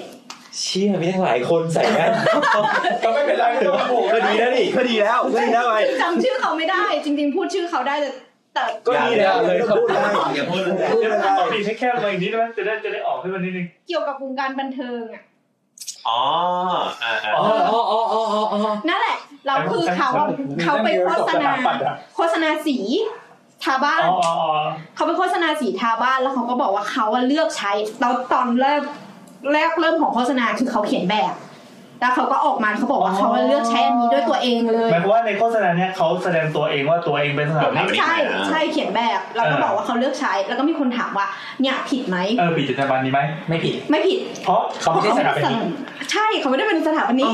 เชี่ยมีทั้งหลายคนใส่แว่น (laughs) ก็ไม่เป็นไรไม่ต้องโง่ก็ดีแล้วนี่ก็ดีแล้วก็ดีแล้วไอ้
จำชื่อเขาไม่ได้ จริงๆ พูดชื่อเขาได้แต่แต่
ก็ดีแล้วเลยครับพูดได้
อย่าพูด
เดี๋ยวตอบดีให้แคบมาอีกนิดได้ไหมจะได้จะได้ออกขึ้นมานิดนึง
เกี่ยวกับวงการบันเทิงอ่ะ
อ๋ออ่าอ่า
อ๋ออ๋ออ๋ออ๋ออ๋อ
นั่นแหละ เราคือเขาอะเขาไปโฆษณาโฆษณาสี ทาบ้าน
อ๋ออ๋ออ๋อ
เขาไปโฆษณาสีทาบ้านแล้วเขาก็บอกว่าเขาอะเลือกใช้แล้วตอนแรกแรกเริ่มของโฆษณาคือเขาเขียนแบบ แล้วเขาก็ออกมาเขาบอกว่าเขาอะเลือกใช้อันนี้ด้วยตัวเองเลย
หมายความว่าในโฆษณาเนี้ยเขาแสดงตัวเองว่าตัวเองเป็นสถาปนิก
ใช่ใช่เขียนแบบแล้วก็
เออ
บอกว่าเขาเลือกใช้ แล้วก็มีคนถามว่าเนี่ยผิดไหม
เออผิดจรรยาบรรณนี้ไหม
ไม่ผิด
ไม่ผิด
เพราะ
เขาไม่ใช่สถาปนิก
ใช่เขาไม่ได้เป็นสถาปนิก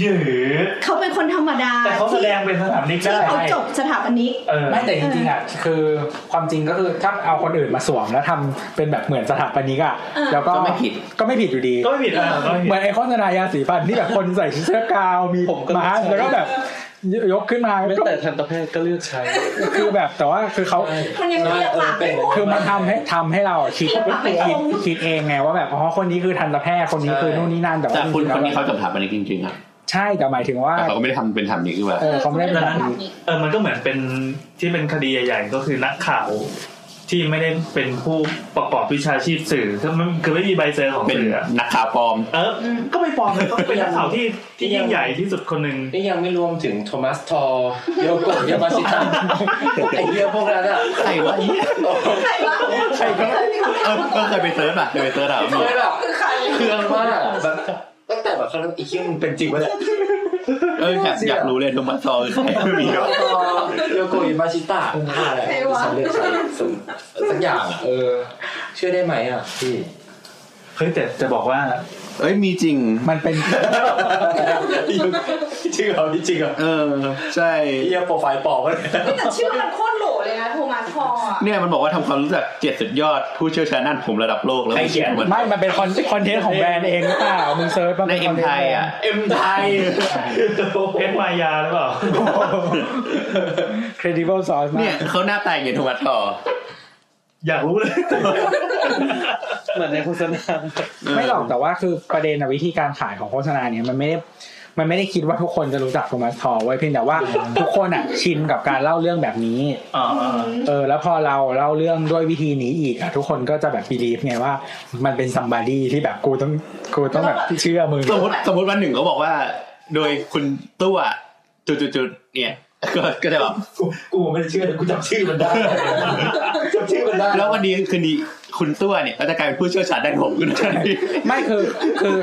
หยือ
เขาเป็นคนธรรมดา
แต่เขาแสดงเป็นสถาปนิก
ที่
ได้
เขาจบสถาปนิก
เออ
ไม่แต่จริงๆอ่ะคือความจริงก็คือถ้าเอาคนอื่นมาสวมแล้วทำเป็นแบบเหมือนสถาปนิกอ่ะ
เออ
แล้วก็
ก็ไม่ผิด
ก็ไม่ผิดอยู่ดี
ก็ไม่ผิดอ่ะก็ไม่ผิด
เหมือนไอโฆษณายาสีฟันที่แบบคนใส่เสื้อกาวมี
ผมก็
มาสก์
ใช่
แล้วก็แบบยกขึ้นมา
แม้
ก็
แต่ทันตแพทย์ก็เลือกใช้
คือแบบแต่ว่าคือเขา
มันยังเรียกหลักไม่หมด
คือมันทำให้ทำให้เราคิด
ศิลปะไม่ค
คิด
ม
คิดเองไงว่าแบบอ๋อคนนี้คือทันตแพทย์คนนี้คือนู่นนี่นั่นแต่
แต่
ว่า
คุณ
จ
คน
ริงๆแล้ว
นี้เขาจบถาปนิกจริงๆอ่ะ
ใช่แต่หมายถึงว่า
แต่เขาก็ไม่ได้ทำเป็นถาปนิกขึ้นมา
เออเขาไม่ได้แบบ
เขา
นี้
ม่ได้
เออ มันก็เหมือนเป็นที่เป็นคดีใหญ่ๆ ก็คือนักข่าวที่ไม่ได้เป็นผู้ประกอบวิชาชีพสื่อคือมันคือไม่มีใบเซอร์ของ
เป็น
สื่ออะ
นักข่าวปลอม
เออ ก็ไม่ปลอมเลยต้องเป็นนักข่าวที่ที่ยิ่งใหญ่ที่สุดคนหนึ่ง
นี่ยังไม่รวมถึงโทมัสทอร์โยโกะยามาชิ
(laughs)
ตะไอเหี้ยพวกนั้นอะ
ใครวะเนี่ย
ใครวะใครวะ
เออก็เคยไปเซิร์ชอ่ะเคยไปเซิร์ชอ่ะ
เคยแบบ
คือใคร
เครื่องมากแบบตั้งแต่แบบเขาเริ่มไอ้เหี้ยมึงเป็นจริงวะเนี่ย
เอออยากอยากรู้เลยโทมัสซอคือใครไม่มีหรอก
โยโกะยามาชิตะอะไรสำเร็จใช้สักสักอย่างอะเออ เชื่อได้ไหมอ่ะพี่
เฮ้ยแต่จะบอกว่า
เอ้ยมีจริง
มันเป็น
จริงเหรอจริงเหรอ
เออ ใช่
ไอ้เหี้ยโปรไฟล์ปลอมวะเนี่ย
แต่ชื่อมันโคตรโหลเลยนะโทมัสพออะ
เนี่ยมันบอกว่าทำความรู้จักเจ็ดสุดยอด ผู้เชี่ยวชาญด้านผมระดับโลกแล้ว
ใครเขียน
มัน
ไม่มันเป็นคอนคอนเทนต์ของแบรนด์เองหรือเปล่ามึงเซิร์ชา
ใน
ป็
เอ็ม
คท
ไท
น
ย
ต์
อ่ะ
เอ็มไทย
เพชรมายาหรือเปล่า
แบรนด์ credible source มา
เนี่ย
ก
เขาหน้าตาอย่างเงี้ยโทมัสซอ
อยากรู้เลย
เหมือนในโฆษณา
ไม่หรอกแต่ว่าคือประเด็นอะวิธีการขายของโฆษณาเนี่ยมันไม่ได้มันไม่ได้คิดว่าทุกคนจะรู้จักโทมัสทอไว้ยเพียงแต่ (laughs) ว่าทุกคนอ่ะชินกับการเล่าเรื่องแบบนี้
อ่าอ่า
เออแล้วพอเราเล่าเรื่องด้วยวิธีนี้อีกอะทุกคนก็จะแบบบีลีฟไงว่า มันเป็นซัมบารีที่แบบกูต้องกูต้องแบบเชื่อมึง
สมมติสมมติวันหนึ่งเขาบอกว่า โดยคุณตัวจุดจุดจุดๆๆเนี่ย ก็ก็จะแบบ
กูกูไม่ได้เชื่อแต่กูจำชื่อมันได้จำชื่อมันได้
แล้ววันนี้คืนนี้คุณตัวเนี่ยก็จะกลายเป็นผู้เชี่ยวชาญด้านผมขึ้นมาทันที
ไม่คือคือ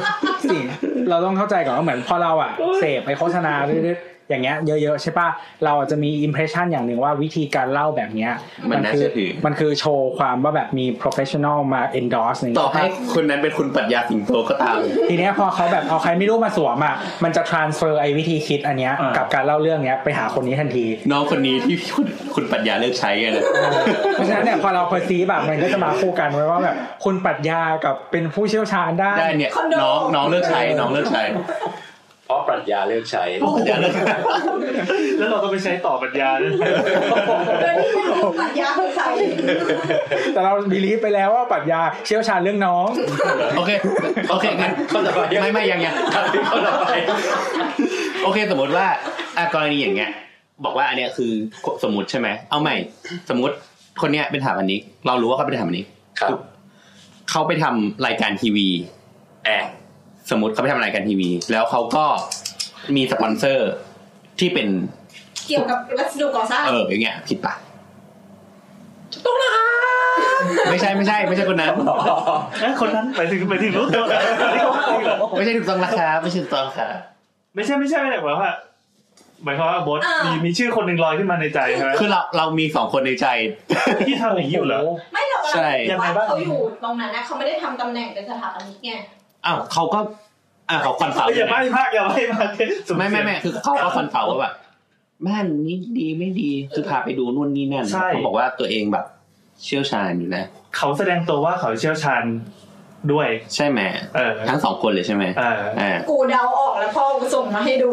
สิ่งเราต้องเข้าใจก่อนว่าเหมือนพอเราอะเสพไปโฆษณาเรื่อยๆอย่างเงี้ยเยอะๆใช่ป่ะเราอาจจะมีอิมเพรสชันอย่างหนึ่งว่าวิธีการเล่าแบบเนี้ย
มันน่า
คื
เชื่อถือ
มันคือโชว์ความว่าแบบมี professional มา endorse อย่าง
ต่
เงี้
อย ให้คนนั้นเป็นคุณปรัชญาสิงโตก็ตาม
ทีเนี้ยพอเขาแบบเอาใครไม่รู้มาสวมอะมันจะ transfer ไอ้วิธีคิดอันเนี้ยกับการเล่าเรื่องเนี้ยไปหาคนนี้ทันที
น้องคนนี้ที่คุณคุณปรัชญาเลือกใช้กันนะ
เพราะฉะนั้นเนี่ยพอเราเพอร์ซีแบบมันก็จะมาคู่กันไว้ว่าแบบคุณปรัชญากับเป็นผู้เชี่ยวชาญด้าน
ได้เนี่ยน้องน้องเลือกใช้น้องเลือกใช้
เพราะปรัชญาเลือกใช้
ปรัชญาเลือกใช้
แล้วเราก็ไปใช้ต่อปัญญาด้วย
โดยที่ไม่รู้ปรัชญาคือใคร
แต่เราบีลีฟไปแล้วว่าปรัชญาเชี่ยวชาญเรื่องน้อง
โอเค โอเคงั้น
เข้าต่อไป
ไม่ไม่ยังยัง
เขาต่อไป
โอเค สมมติว่าอ่ะกรณีอย่างเงี้ย บอกว่าอันเนี้ยคือสมมติใช่ไหม เอาใหม่ สมมติคนเนี้ยเป็นถามอันนี้ เรารู้ว่าเขาเป็นถามอันนี้
ครับ
เขาไปทำรายการทีวี
แอบ
สมมติเขาไปทำรายการทีวี แล้วเขาก็มีสปอนเซอร์ที่เป็น
เกี่ยวกับวัสดุก่อสร้าง
เอออย่างเงี้ยผิดปะ
ต้องนะคะ
ไม่ใช่ไม่ใช่ไม่ใช่คนนั้น
เอ้ยคนนั้นไปถึงไปถึงรู้ตัวแล้ว
ไม่ใช่ถูกต้องนะครับไม่ใช่ถูกต้องครับ
ไม่ใช่ไม่ใช่ไม่ใช่หมายความว่าหมายความว่าโบสมีมีชื่อคนหนึ่งลอยขึ้นมาในใจใช่ไหม
คือเราเรามีสองคนในใจ
ที่ทำอย่างนี้อยู่เหรอ
ไม่หรอก
ใช่
ยังไงบ้าง
เขาอยู่ตรงนั้นนะเขาไม่ได้ทำตำแหน่งเป็นสถาปนิกไง
อ้าวเขาก็อ่าเขาคอนเฟิร์ม
อย่าไม่มากอย่าไม่มาก
ไม่ไม่ไม่คือเขาก็คอนเฟิร์มว่าแบบบ้านนี้ดีไม่ดีคือพาไปดูนู่นนี่นั่น
ใช่
เขาบอกว่าตัวเองแบบ เชี่ยวชาญอยู่นะ
เขาแสดงตัวว่าเขาเชี่ยวชาญด้วย
ใช่ไหม
เออ
ทั้งสองคนเลยใช่ไหม
เออ
อ่า
กูเดาออกแล้วพ่อกูส่งมาให้ดู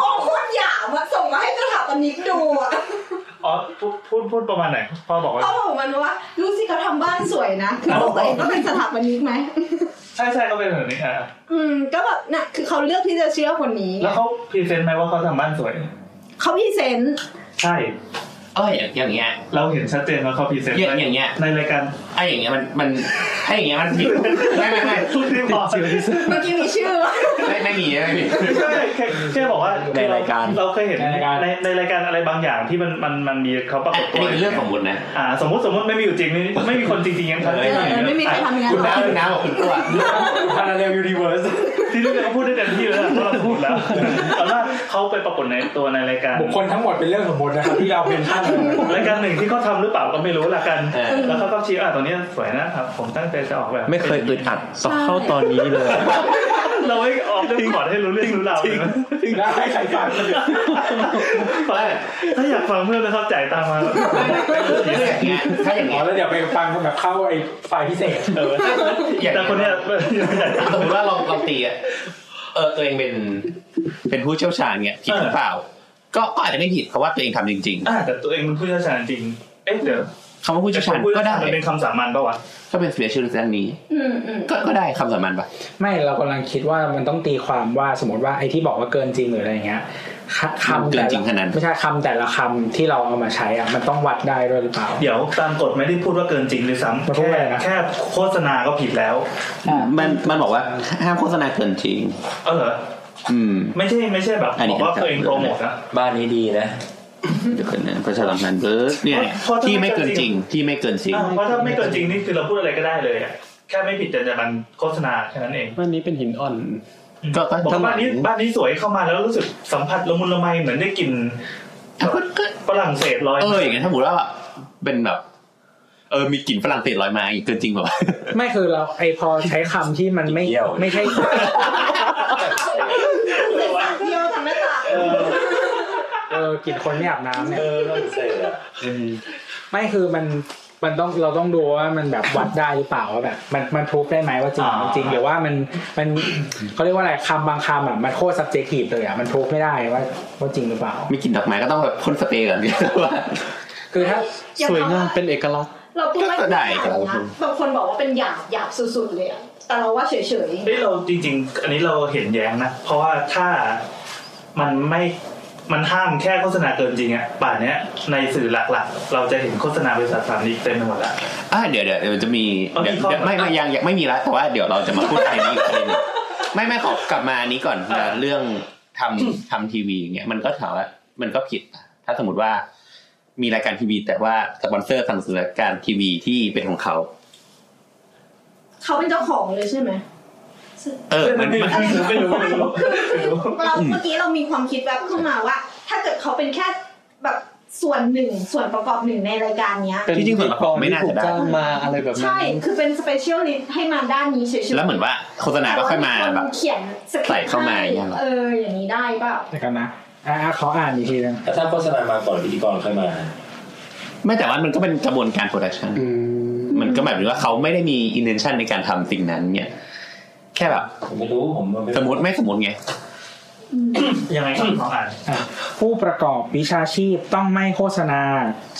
พ่อโคตรหยามอะส่งมาให้สถาปนิกดูอะ
อ๋อพูดพูดพูดประมาณไหนพ่อบอกว่า
พ่อบอกมันว่ารู้สิเขาทำบ้านสวยนะคือลูกตัวเองก็เป็นสถาปนิกไหม
ใช่ใช่ก็เป็นแบบนี้อ่ะ
อืม ก็แบบน่ะคือเขาเลือกที่จะเชื่อคนนี้
แล้วเขาพรีเซนต์ไหมว่าเขาทำบ้านสวย
เขาพรีเซนต์
ใช่
เอ้ยอย่างเงี้ย
เราเห็นชัดเจนว่าเขาพรีเซนต์
อย่างอย่างเงี้ย
ในรายการ
ไอ้อย่างเงี้ยมันมันไอ้อย่างเงี้ยมันผิดไม่ไม่ไม่
ทุกที่บอก
เมื่อกี้มีชื่อวะ
ไม่ไม่มีไม่มี
ใช่แค่แค่บอกว่า
ในรายการ
เราเคยเห็น
ในรายการ
ในในรายการอะไรบางอย่างที่มันมันมันมีเขาปราก
อั
ฏ
น
ตัว
นี้เป็นเรื่องสมมตินะ
อ่า สมมติสมมติไม่มีอยู่จริงไม่ไม่มีคนจริงๆยังทำ
เอ
ได้
อไม่มีใครทำอย่างนั้น
คุณ
หร
น้า
อก
คุณน้าบอกคุณตัว
พาราเรลยูนิเวิร์ส
ที่นี่เขาพูดได้เต็มที่แล้วนะเพราะเราสมมติแล้วแต่ว่าเขาไปปรากฏในตัวในรายการ
บุคคลทั้งหมดเป็นเรื่องสมมตินะครับที่เราเป็นท่าน
รายการหนึ่งที่เขาทำหรือเปล่าก็ไม่รู้ละกัน แล้วเขาก็ชี้อ่าตอนนี้ยสวยนะครับผมตั้งใจจะออกแบบ
ไม่เคยอึดอัดต่อเข้าตอนนี้เลย
เราไม่ออกเรื่องก่อนให้รู้เรื่องรู้ราวเลยนะ
แล้วให้ใครฟัง
ถ้าอยากฟังเพิ่มนะครับจ่ายตังค์มา
ถ้าอย่าง
อ๋
เงี้
อ
ย
แล้วเดี๋ยวไปฟังแบบเข้าไอ้ไฟล์พิเศษ
เออ
อย่าง
แต่คนเนี้ย
สมมติว่าเราเราตีอ่ะเออตัวเองเป็น เป็นผู้เชี่ยวชาญเงี้ยผิดหรือเปล่า ก็ก็อาจจะไม่ผิดเพราะว่าตัวเองทำจริง
อ่าแต่ตัวเองมันผู้เชี่ยวชาญจริง เอ๊ะเดี๋ยว
ๆคำว่าผู้เชี่ยวชาญก็ได้
มันเป็นคำสามัญปะวะ
ก็เป็น specialist อันนี้
อืมอืม
ก็ก็ได้คำสามัญปะ
ไม่เรากำลังคิดว่ามันต้องตีความว่าสมมติว่าไอ้ที่บอกว่าเกินจริงหรืออะไรอย่างเงี้ยค่ะคำ
เกิ
แต่
น
ละ
จริงขนาดนั้น
ไม่ใช่คำแต่ละคำที่เราเอามาใช้อ่ะมันต้องวัดได้ด้วยหรือเปล่า
เดี๋ยวตามกฎไม่ได้พูดว่าเกินจริงด้วยซ้ำ
พูด
แค่
ว่าอะไรนะ
แค่โฆษณาก็ผิดแล้ว
มันมันบอกว่าห้ามโฆษณาเกินจริง
เออเหรอ
อืม
ไม่ใช่ไม่ใช่แบบ
อันนี้
บอกว่าตัวเองโปรโมทนะ
บ้านนี้ดีนะ
เดี๋ยวกันนะประชาสัมพันธ์เบิร์ดเนี่ยเนี่ย
เพราะถ้า
ที่ไม่เกินจริงที่ไม่เกินจริง
อ่าเพราะถ้าไม่เกินจริงนี่คือเราพูดอะไรก็ได้เลยอะแค่ไม่ผิดจรรยาบรรณโฆษณาแค่นั้นเอง
บ้านนี้เป็นหินอ่อน
ก็ก็
บอก
ทั้งหมด
ว่าบ้านนี้บ้านนี้สวยเข้ามาแล้วรู้สึกสัมผัสละมุนละไมเหมือนได้กลิ่น
อ่ะก็ก็
ฝรั่งเศสลอย
เอออย่างเงี้ยถ้าสมมติว่าเป็นแบบ เออมีกลิ่นฝรั่งเศสลอยมาอีกเกินจริงแบบว่า
ไม่คือเราไอ้พอใช้คำที่มันไม่
เกี่ยว
ไม่ (laughs) ใช่
เสียงสั่นเที่ยวทางหน้าต่าง
เออกลิ่นคนไม่อาบน้ำเนี่ย
เออต้องเสร็จอะ
ไม่คือมันมันต้องเราต้องดูว่ามันแบบวัดได้หรือเปล่าว่าแบบ มันมันพูดได้ไหมว่าจริงหรือไม่จริงหรือว่ามันมันเขาเรียกว่าอะไรคำบางคำอ่ะมันโคตร subjective เลยอ่ะมันพูดไม่ได้ว่าว่าจริงหรือเปล่า
มีกลิ่นดอกไม้ก็ต้องแบบพ่นสเปรย์ก่อน (laughs) เนี่ยว่า
คือถ้า
อย่
สวย
ทำ
งาม
นะ
เป็นเอกลักษณ์
เราพูดว่า
ก็ได้ครับ
บางคนบอกว่าเป็นหยาบหยาบสุดๆเลยอะแต่เราว่าเฉย
เฮ้ยเราจริง ๆ อันนี้เราเห็นแย้งนะ เพราะว่าถ้ามันไม่มันห้ามแค่โฆษณาเกินจริงอะป่านเนี้ยในสื่อหลักๆ เราจะเห็นโฆษณาบริษัทสามนี้เต็มไปหมดละ
อ่ะเดี๋ยวเดี๋ยวเดี๋ยวจะมี
เอา
เดี๋ย
ที่
ว
ข้อ
เดี๋ยวไม่ไม่ยังยังไม่มีละแต่ว่าเดี๋ยวเราจะมาพูดในนี้อีกประเด็นหนึ่งไม่ไม่ขอกลับมาอันนี้ก่อนนะเรื่องทำ
(coughs)
ทำทีวีอย่างเงี้ยมันก็ถามว่ามันก็ผิดนะถ้าสมมติว่ามีรายการทีวี แต่ว่าสปอนเซอร์สั่งซื้อรายการทีวีที่เป็นของเขา
ๆเขาเป็นเจ้าของเลยใช่ไหม
เออมันมัน
ไม่รู้ไม่รู้ไม่รู้
คือเราเมื่อกี้เรามีความคิดแวบขึ้นมาว่า ถ้าเกิดเขาเป็นแค่แบบส่วนหนึ่งส่วนประกอบหนึ่งในรายการเนี้ย
เป็น
ที่จริงส่วน
พิ
ประ
ธีก
กอบ
ร
ไม่
ที่
น่า
ถู
จะ
ก
ได้
จ้างมาอะไรแบบนั้
ใช่
น
คือเป็นสเปเชียลลิสต์ให้มาด้านนี้เฉยๆ
แล้วเหมือนว่าโฆษณาก็ค่อยมาแบบ
เขียนสคริปต์
ใส่เข้ามาอย่างเงี้ยเหรอ
เอออย่างนี้ได้เปล่า
เดี๋ยวกันนะอ่ะอ่ะขออ่านอีกทีนึง
แต่ถ้าโฆษณามาก่อนพิธีกรค่อยมา
ไม่แต่ว่ามันก็เป็นกระบวนการโปรดักชัน
อืม
มันก็หมายถึงว่าเขาไม่ได้มี intention ในการทำสิ่งนั้นเนี่ย แค่แบบ
ผมไม่รู้ผมมันไ
สมมติไม่สมมติไง
ยังไงครับน้องอ่าน
อ่ะผู้ประกอบวิชาชีพต้องไม่โฆษณา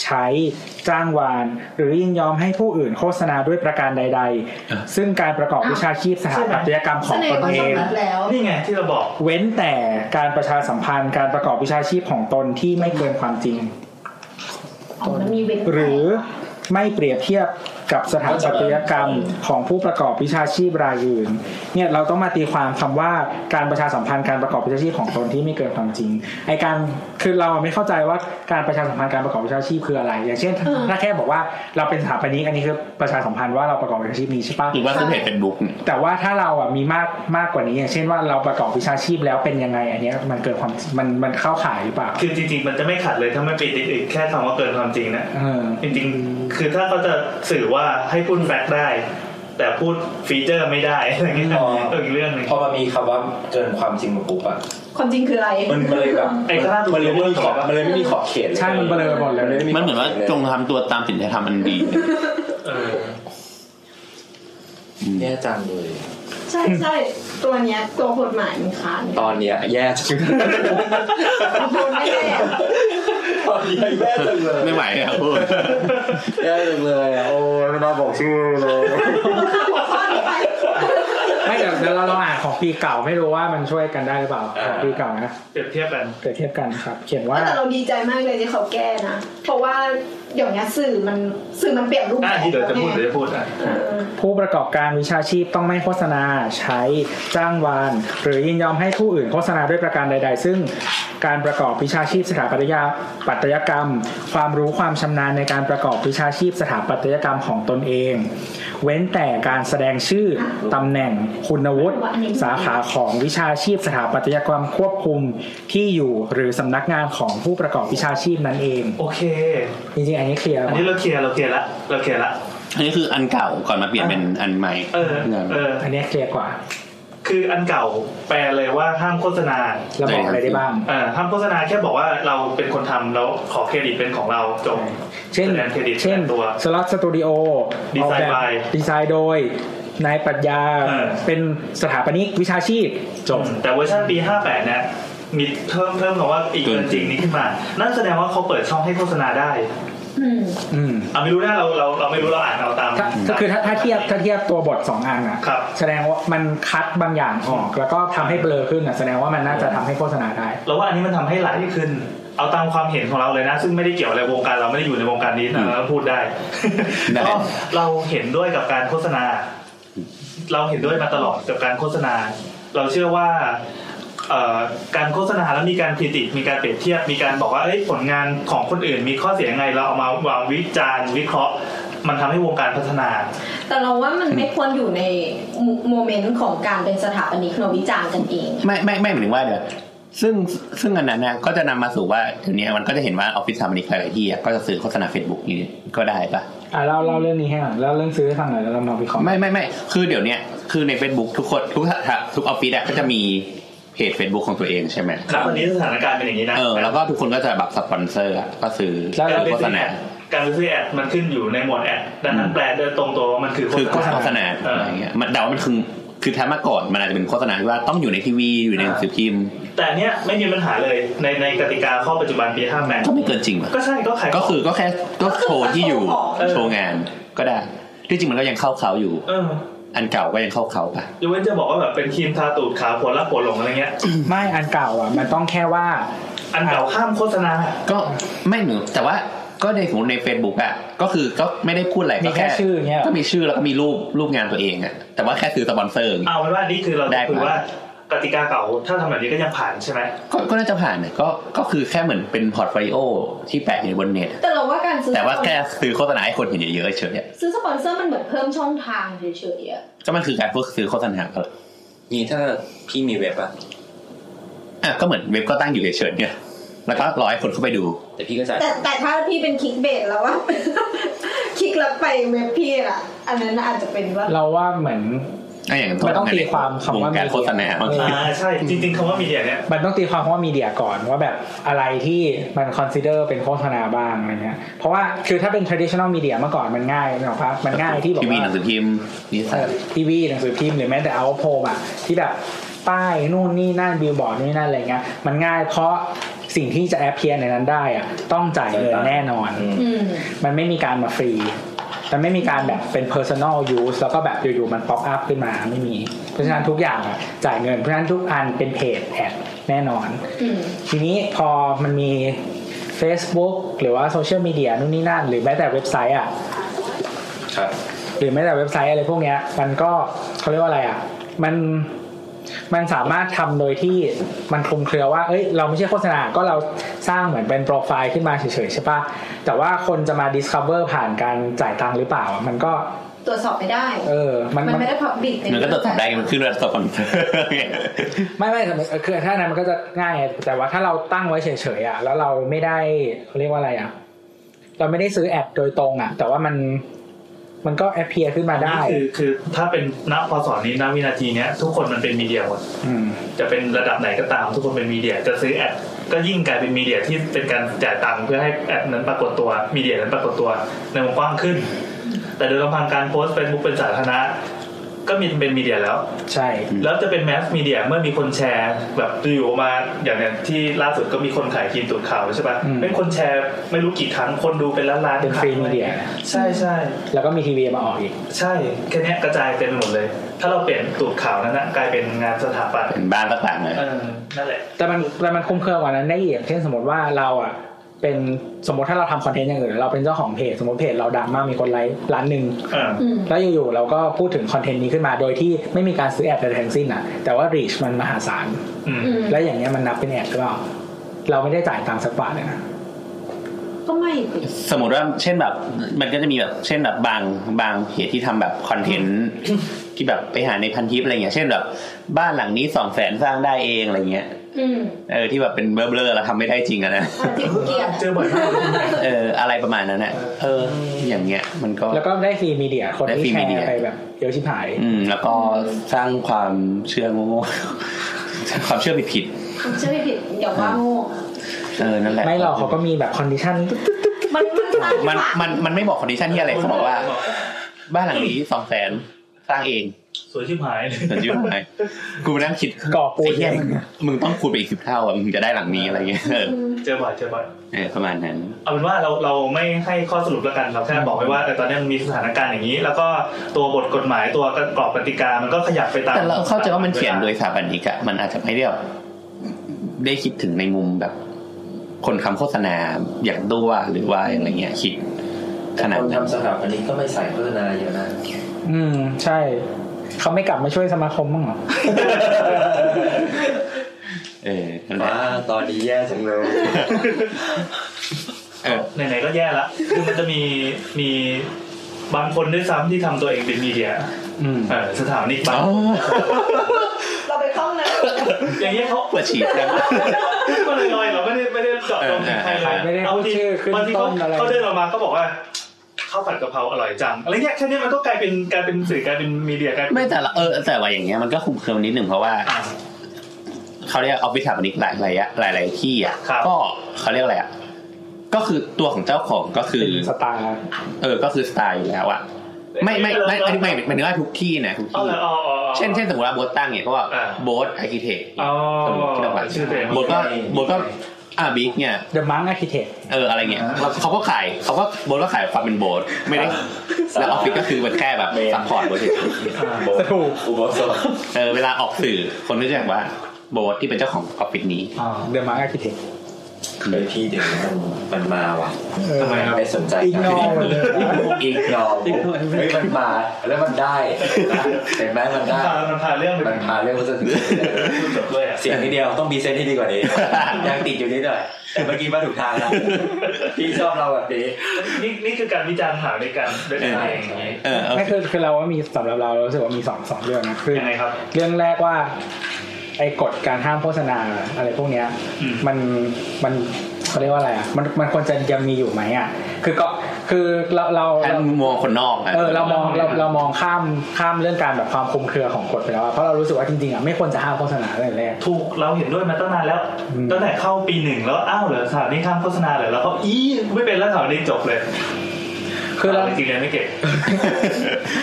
ใช้จ้างวาน หรือยินยอมให้ผู้อื่นโฆษณาด้วยประการใด ๆ ซึ่งการประกอบวิชาชีพสถาปัตยกรรมข
เส
อง
น่
ต
ห์
น
ก็
เอ
สำ
ง
นักแล้ว
นี่ไงที่เราบอก
เว้นแต่การประชาสัมพันธ์การประกอบวิชาชีพของตนที่ไม่เกินความจริง
อ๋อมันมีเว้น
หรือไม่เปรียบเทียบกับสถาปัตยกรรมของผู้ประกอบวิชาชีพรายอื่น เนี่ยเราต้องมาตีความคำว่าการประชาสัมพันธ์การประกอบวิชาชีพของตนที่ไม่เกินความจริงไอการคือเราไม่เข้าใจว่าการประชาสัมพันธ์การประกอบวิชาชีพคืออะไร อย่างเช่น ถ้าแค่บอกว่าเราเป็นสถาปนิกอันนี้คือประชาสัมพันธ์ว่าเราประกอบวิชาชีพนี้ใช่ปะ
หรือว่าซื้อเพจเป็นบุ๊กเนี่ย
แต่ว่าถ้าเราอ่ะมีมากมากกว่านี้อย่างเช่นว่าเราประกอบวิชาชีพแล้วเป็นยังไง อันเนี้ยมันเกิดความมันมันเข้าข่ายหรือเปล่า
คือจริง ๆ มันจะไม่ขัดเลยถ้าไม่ปิดอีกแค่คำว่าเกินความจริงนะ
เออ
จริงๆ คือถ้าเขาจะสื่อว่าให้พูดแฟกต์ได้ แต่พูดฟีเจอร์ไม่ได้อะไรเงี้ย
อ๋อ
ก็อีกเรื่องหนึง
พอมันมีคำว่าเกินความจริงมาปุ๊บอะ
ความจริงคืออะไร
มันมันเลยแบบ
ไอ้ข้างหน้าดู
มันเลยไม่มีขอบมันเลยไม่มีขอบเขตเลย
ใช่มันเบลอหมดเล
มันเลย
ย
ไม่มี
มันเหมือนว่าจงทำตัวตามสิ่งที่ทำอันดี
เออ
แย่จังเลย
ใช่ใช่ตัวเนี้ยตัวกฎหมายมันค้าน
ตอนเนี้ยแย่จัง
โดนไม่ได้อะ
ตอนนี้แย่จังเลย
ไม่ไหวอ่ะพูด
แย่จังเลยอะโอ้ยไม่น่าบอกชื่อเลย
ข้ามหัวข้อนี้ไป
ไม่แต่แต่เราเราอ่านของปีเก่าไม่รู้ว่ามันช่วยกันได้หรือเปล่าของปีเก่านะ
เปรียบเทียบกัน
เปรียบเทียบกันครับ เขียนว่า
แต่เราดีใจมากเลยที่เขาแก้นะ เพราะว่าอย่างเงี้ยสื่อมันสื่อมันเปลี่ยนรูปแบ
อ่ะ
บ
เดี๋ยวจะพูดเดี๋ยวจะพูดอ่ะ
เออ
ผู้ประกอบการวิชาชีพต้องไม่โฆษณาใช้จ้างวาน หรือยินยอมให้ผู้อื่นโฆษณาด้วยประการใด ๆ ซึ่งการประกอบวิชาชีพสถาปัตยาปัตยกรรม ความรู้ความชำนาญในการประกอบวิชาชีพสถาปัตยกรรมของตนเอง เว้นแต่การแสดงชื่อตำแหน่งคุณวุฒิสาขาของวิชาชีพสถาปัตยกรรมควบคุมที่อยู่หรือสำนักงานของผู้ประกอบวิชาชีพนั้นเอง
โอเค
จริงๆอันนี้เคลียร์
อันนี้เราเคลียร์เราเคลียร์ละเราเคลียร์ละ
อันนี้คืออันเก่าก่อนมาเปลี่ยนเป็นอันใหม่
เออเออ
อันนี้เคลียร์กว่า
คืออันเก่าแปลเลยว่าห้ามโฆษณา
แล้วบอกอะไรได้บ้าง
เอ่อห้ามโฆษณาแค่บอกว่าเราเป็นคนทำแล้วขอเครดิตเป็นของเราจบ
เช่น
แสดงเครดิต
เช่น
ตัว
สล็อตสตูดิโอ
Design by
ดีไซน์โดย นายปรัชญา
เออ
เป็นสถาปนิกวิชาชีพจบ
แต่เวอร์ชันปี 58 เนี่ยมีเพิ่มเพิ่มคำว่าอีกเกินจริงนี้ขึ้นมา นั่นแสดงว่าเขาเปิดช่องให้โฆษณาได้
อืม
อืม
เอาไม่รู้นะเราเราเราไม่รู้เราอ่านเอาตาม
ถ้าถ้าคือถ้าถ้าเทียบถ้าเทียบตัวบทสองอันอ่ะ
ครับ
แสดงว่ามันคัดบางอย่างออก แล้วก็ทำให้เบลอขึ้นอ่ะแสดงว่ามันน่าจะทำให้โฆษณาได้
เราว่าอันนี้มันทำให้ไหลขึ้น เอาตามความเห็นของเราเลยนะ ซึ่งไม่ได้เกี่ยวอะไรวงการเราไม่ได้อยู่ในวงการนี้นะเราพูด
(laughs)
ได้
ได้
ก็เราเห็นด้วยกับการโฆษณา เราเห็นด้วยมาตลอดกับการโฆษณา เราเชื่อว่าเอ่อการโฆษณาแล้วมีการคริติมีการเปรียบเทียบ มีการบอกว่าเอ้ยผลงานของคนอื่น มีข้อเสียยังไง เราเอามาวางวิจารณ์วิเคราะห์ มันทำให้วงการพัฒนา
แต่เราว่ามันไม่ควรอยู่ในโมเมนต์ของการเป็นสถาปนิกเราวิจารณ์กันเอง
ไม่ไม่ไม่หมายถึงว่าเดี๋ยวซึ่งซึ่งอันนั้นนะก็จะนำมาสู่ว่าเดี๋ยวนี้มันก็จะเห็นว่าออฟฟิศสถาปนิกหลายๆที่อะก็จะซื้อโฆษณา Facebook นี่ก็ได้ปะ
อ่ะเล่าเล่าเรื่องนี้ให้หน่อยแล้วเรื่องซื้อให้ฟังหน่อยแล้วเรามาวิเคราะห์
ไม่ไม่ไม่คือเดี๋ยวเนี้ยคือใน Facebook ทุกคนทุกทุกออฟฟิศอะก็จะมีเพจ Facebook ของตัวเองใช่ไหม
ครับวันนี้สถานการณ์เป็นอย่างนี้นะ
เออแล้วก็ทุกคนก็จะแบบสปอนเซอร์อะก็ซื้อ
การไป
โฆษ
ซื้อ
ณา
แอดการไปซื้อแอดมันขึ้นอยู่ในหมวดแอดดังนั้นแปลโดยตรงตัวว่ามันคือ
คือ
โฆษณา
โฆษณาอะไรเงี้ยมันแต่ว่ามันคือคือถ้าเมาก่อนมันอาจจะเป็นโฆษณาที่ว่าต้องอยู่ในทีวีอยู่ในหนังสือพิมพ์
แต่เนี้ยไม่มีปัญหาเลยในในกติกาข้อปัจจุบันปีห้าแ
ก็ไม่เกินจริงปะ
ก็ใช่ก็ขาย
ก็คือก็แค่ก็โชว์ที่อยู่
เออ
โชว์งานก็ได้ที่จริงมันก็ยังเข้าเขาอยู่
เออ
อันเก่าก็ยังเข้าเขาปะ
ยกเว้นจะบอกว่าแบบเป็นครีมทาตูดขาวผลลัพธ์ผลหลงอะไรเงี้ย
ไม่อันเก่าอ่ะ มันต้องแค่ว่า
อันเก่าห้ามโฆษณา
ก็ไม่หนูแต่ว่าก็ในของใน Facebook อ่ะก็คือก็ไม่ได้พูดอะไร
มี
ก็
แค่ชื่ออย่างเงี้ยเหร
ก็
อ
มีชื่อแล้วก็มีรูปรูปงานตัวเองอ่ะแต่ว่าแค่ซื้อสปอนเซอร์อย่างเงี้ย
เอาเป็นว่านี่คือเรา
ได้
จะคุย
มา
ว่ากติกาเก่าถ้าทำแบบนี้ก็ยังผ่านใช่ไหม
ก็ก็น่าจะผ่านนะก็ก็คือแค่เหมือนเป็นพอร์ตโฟลิโอที่แปะอยู่บนเน็ต
แต่เราว่าการซื้อ
แต่ว่าแค่ซื้อโฆษณาให้คนเห็นเยอะๆเฉยๆอะ
ซื้อสปอนเซอร์มันเหมือนเพิ่มช่องทางเฉยๆอะ
ก็มันคือการพวกซื้อโฆษณาก็
นี่ถ้าพี่มีเว็บอะ
อ่ะก็เหมือนเว็บก็ตั้งอยู่เฉยๆเนี่ยแล้วก็รอให้คนเข้าไปดู
แต่พี่ก็จ่าย
แต่แต่ถ้าพี่เป็นคลิกเบสแล้วว่า (laughs) คลิกแล้วไปเว็บพี่อะอันนั้นอาจจะเป็นว่า
เราว่าเหมือน
อะอย่าง
มันต้องตีความคำว่า
วงการโฆษณาบางที
อ่าใช่ จริงๆคำว่ามีเดียเนี่ย
มันต้องตีความว่ามีเดียก่อนว่าแบบอะไรที่มันคอนซิเดอร์เป็นโฆษณาบ้างอะไรเงี้ยเพราะว่าคือถ้าเป็น traditional media เมื่อก่อนมันง่ายนะครับมันง่ายที่บอก
ทีวีหนั
ว่าง
สือพิมพ์นิส
เออทีวีหนังสือพิมพ์หรือแม้แต่เอาโพมอะที่แบบป้ายนู่นนี่นั่นบิลบอร์ดนู่นนนั่นอะไรเงี้ยมันง่ายเพราะสิ่งที่จะแอปเพียในนั้นได้อะต้องจ่ายเงินแน่นอน
อืม
มันไม่มีการมาฟรี มันไม่มีการแบบเป็น personal use แล้วก็แบบอยู่ๆมัน pop up ขึ้นมาไม่มี เพราะฉะนั้นทุกอย่างอะจ่ายเงิน เพราะฉะนั้นทุกอันเป็นเพจแอดแน่นอน
อืม
ทีนี้พอมันมี Facebook หรือว่าโซเชียลมีเดียนู่นนี่นั่น หรือแม้แต่เว็บไซต์อ่ะ
ครับ
หรือแม้แต่เว็บไซต์อะไรพวกเนี้ย มันก็เขาเรียกว่าอะไรอ่ะ มันมันสามารถทำโดยที่มันคลุมเครือว่า เอ้ย เราไม่ใช่โฆษณา ก็เราสร้างเหมือนเป็นโปรไฟล์ขึ้นมาเฉยๆใช่ปะแต่ว่าคนจะมา discover ผ่านการจ่ายตังค์หรือเปล่าอ่ะมันก็
ตรวจสอบไม่ได้
เออ มัน
มัน
มัน
ไม่ได้พับบิก
มันก็ตรวจสอบได้มันขึ้นว่าสปอนเซอร์ (laughs)
ไม่ไม่แต่มันคือถ้านั้นมันก็จะง่ายไงแต่ว่าถ้าเราตั้งไว้เฉยๆอ่ะ แล้วเราไม่ได้เขาเรียกว่าอะไรอ่ะ เราไม่ได้ซื้อแอดโดยตรงอ่ะ แต่ว่ามันมันก็แอปเพียขึ้นมาได้
นี่คือคือถ้าเป็นนักพอสอนนี้นักวินาทีเนี้ยทุกคนมันเป็นมีเดียหมด
อืม
จะเป็นระดับไหนก็ตาม ทุกคนเป็นมีเดียจะซื้อแอดก็ยิ่งกลายเป็นมีเดียที่เป็นการจ่ายตังค์เพื่อให้แอดนั้นปรากฏตัวมีเดียนั้นปรากฏตัวในวงกว้างขึ้น แต่โดยลำพังการโพสต์เฟซบุ๊กเป็นสาธารณะ ก็มีเป็นมีเดียแล้ว
ใช่
แล้วจะเป็นแมสมีเดียเมื่อมีคนแชร์แบบอยู่ๆมาอย่างอย่างที่ล่าสุดก็มีคนขายครีมตูดขาวใช่ปะเป็นคนแชร์ไม่รู้กี่ครั้งคนดูเป็นล้านล้าน
เป็นฟรีมีเดีย
ใช่ใช่
แล้วก็มีทีวีมาออกอีก
ใช่แค่เนี้ยกระจายเต็มไปหมดเลย ถ้าเราเปลี่ยนตูดขาวนั้นนะกลายเป็นงานสถาปัตย์
เป็นบ้านต่างๆเลย
เออนั่นแหละ
แต่มันแต่มันคุ้มเครือกว่านั้นได้อีกอย่างเช่นสมมติว่าเราอ่ะเป็นสมมติถ้าเราทำคอนเทนต์อย่างอื่นเราเป็นเจ้าของเพจสมมติเพจเราดังมากมีคนไลค์ล้านหนึ่ง
อ่า
แล้วอยู่ๆเราก็พูดถึงคอนเทนต์นี้ขึ้นมาโดยที่ไม่มีการซื้อแอดใดๆทั้งสิ้นอ่ะแต่ว่ารีชมันมหาศาล
อืม
และอย่างเงี้ยมันนับเป็นแอดหรือเปล่าเราไม่ได้จ่ายตังค์สักบาทเลยนะ
ก็ไม่
สมมติว่าเช่นแบบ มันก็จะมีแบบเช่นแบบบางบางเพจที่ทำแบบคอนเทนต์ (coughs) ที่แบบไปหาในพันทิปอะไรเงี้ยเช่นแบบ บ้านหลังนี้สองแสนสร้างได้เองอะไรเงี้ย
อืม
เออที่แบบเป็นเบลอๆแล้วทำไม่ได้จริงอะ (laughs) นะ
อ่ะที่เกียด
เจอบ่อยมาก
เอออะไรประมาณนั้นแหละเออ อย่างเงี้ยมันก็
แล้วก็ได้ฟรีมีเดียคน
ได้
ที่
ฟรี
แช
มีเดีย
ร์ไปแบบเยอะชิบหาย
อืมแล้วก็สร้างความเชื่อโง่ (laughs) ๆ ความเชื่อผิด
เชื่อไม่ผิดอย่าว่าโง่
ๆเออนั่นแหละ
ไม่หรอกเขาก็มีแบบคอนดิชัน
มันมันสร้าง
มันมันมันไม่บอกคอนดิชันที่อะไรเขาบอกว่า บ้านหลังนี้สองแสนสร้างเอง
สวยชิบหายเลย
เหมือนยุ่งไหมกูไปนั่งคิด
ก่อปู
ไอ้
เที
เหี้
ย
ย
น
มึงมึงต้องคูณไปอีกสิบเท่าอ่ะมึงจะได้หลังนี้อะไรเงี้ยเออ
เจอบ่อยเจอบ่อย
เออประมาณนั้น
เอาเป็นว่าเราเราไม่ให้ข้อสรุปแล้วกันเราแค่บอกไว้ว่าเออตอนนี้มันมีสถานการณ์อย่างนี้ แล้วก็ตัวบทกฎหมายตัวกรอบกติกามันก็ขยับไปตาม
แต่เราเข้าใจว่ามันเขียนโดยสถาปนิกอะมันอาจจะไม่ได้แบบได้คิดถึงในมุมแบบ คนคำโฆษณาอย่างตัวหรือว่าอะไรเงี้ยคิดขนาด
คน
นั้น
ทำสถาปนิกก็ไม่ใส่โฆษณาเยอะนะ
อืมใช่ เขาไม่กลับมาช่วยสมาคมบ้างเหรอ
เออนั่นแหละ
ว้าตอนนี้แย่จังเลย
เออ
ไหนๆก็แย่ละคือมันจะมีมีบางคนด้วยซ้ำที่ทำตัวเองเป็นมีเดีย
อืม
เออสถานีบาง
เราไปเข้าห้องน้
อย่างเงี้ยเขา
(laughs) ปวดฉี่จัง (laughs)
มันลอยๆเราไม่ได้ไม่ได้เจาะจงถึงใครเลย
ไม่ได้
เอา
พูด
จริง
ชื่อขึ้น
บางที
ต้
เขา
นอะไร
เขาเดินออกมาเขาบอกว่าข้าวผัดกะเพราอร่อยจังอะไรเงี้ยแค่เนี้ยมันก็กลายเป็นกลายเป็นสื่อกลายเป็นมีเดียกลายเป็น
ไม่แต่ละเออแต่ว่าอย่างเงี้ยมันก็คุมเครืองนิดหนึ่งเพราะว่า
อ่ะ
เขาเรียกออฟฟิศสถาปนิกหลายหลายหลายหลายที่อ่ะ
ครับ
ก็เขาเรียกอะไรอ่ะก็คือตัวของเจ้าของก็คือ
สไตล์
เออก็คือสไตล์อยู่แล้วอ่ะไม่ไม่ไม่อันนี้ไม่หมายถึงว่าทุกที่นะทุก
เอา
ที่
เลยเอาเอาอา
เช่นเช่นสมมติว่าโบสตั้งเนี่ยก็ว่า
อ่า
โบสไอคิเทค
อ๋อ
สมมติที่เราไป
ชื่อเพลง
โบสก็โบสก็อ่าบิ๊กเนี่ย
เดอะมังอาร์คิเทค
เอออะไรเงี้ยแล้วเขาก็ขายเขาก็โบสก็ขายความเป็นโบสไม่ได้
(laughs)
แล้วออฟฟิศก็คือมันแค่แบบซัพพอร์ตโบสเฉยๆ
ถูก
อุโบสถ
เออเวลาออกสื่อคนก็จะแบบว่า โบสที่เป็นเจ้าของออฟฟิศนี้
อ่า
เดอะมังอาร์คิเทค
เฮ้ยพี่เดี๋ยวนี้มันมันมาว่ะ
ทำไมครับ
ไม่สนใจ
อีกนอหมดเลย
อีกนอเฮ้ยมันมาแล้วมันได้เห็นไหมมันได้
พามันพาเรื่องไป
มันพาเรื่องรู้สึก
จบด้วยอ่ะ
เสียงนิดเดียวต้องมีเซนที่ดีกว่านี้ ยังติดอยู่นิดหน่อยแต่เมื่อกี้มาถูกทางแล้วพี่ชอบเราแบบนี้
นี่นี่คือการวิจารณ์หาด้วยกันด้วยกันเองอย่างนี้
เออเอา
ไม่คือคือเราว่ามีสำหรับเราเรารู้สึกว่ามีสองสองเรื่องนะคือ
ยังไงครับ
เรื่องแรกว่า ไอ้กฎการห้ามโฆษณาอะไรพวกเนี้ย
อืม
มันมันเขาเรียกว่าอะไรอ่ะมันมันควรจะยังมีอยู่ไหมอ่ะคือก็คือเราเรา
ท่าน
เรา
มองคนนอกนะ
เออเรามองเราเรามองข้ามข้ามเรื่องการแบบความคลุมเครือของกฎไปแล้วอะเพราะเรารู้สึกว่าจริงๆอ่ะไม่ควรจะห้ามโฆษณาตั้งแต่แรก
ถูกเราเห็นด้วยมาตั้งนานแล้ว
อืม
ตั้งแต่เข้าปีหนึ่งแล้วอ้าวเหรอสถาวนี้ข้ามโฆษณาเหรอแล้วก็อีไม่เป็นแล้วสถาวนี้จบเลย
คือเรา
จริงๆเลยไม่เก็บ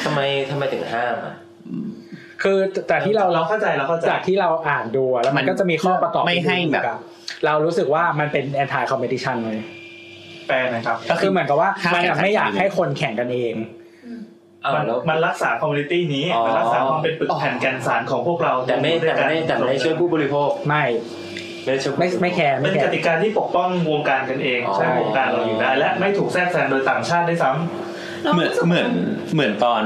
ทำไมทำไมถึงห้ามอ่ะ
คือแต่ที่เรา
เรา
เรา
เข้าใจเราเข้าใจ
จากที่เราอ่านดูอะแล้วมันก็จะมีข้อประกอบ
ไม่ให้แบบ
ที่ดูอะเรารู้สึกว่ามันเป็น anti competition เลย
แปลนะครับ
ก็คื
คือ อเหมือนกับว่า
ห้าม
มัน
แข่งขั
อะ
น
ไม่อยากให้คนแข่งกันเอง
อ้าว
มัน
แล้ว
มันรักษาคอมมูนิตี้นี้
อ๋อ
มันรักษาความเป็นปึกแผ่นแกนสารของพวกเรา
แต่ไม่แต่ไม่แต่ไม่ช่วยผู้บริโภค
ไม่
ไม่ช่วยผู้
ไม่ไม่แคร์
เป็
ไม่
น
แค
ก
ร์
ติกาที่ปกป้องวงการกันเองใช่วงการเราอยู่ได้ และไม่ถูกแทรกแซงโดยต่างชาติได้วยซ้
เหมือนเหมือนเหมือนตอน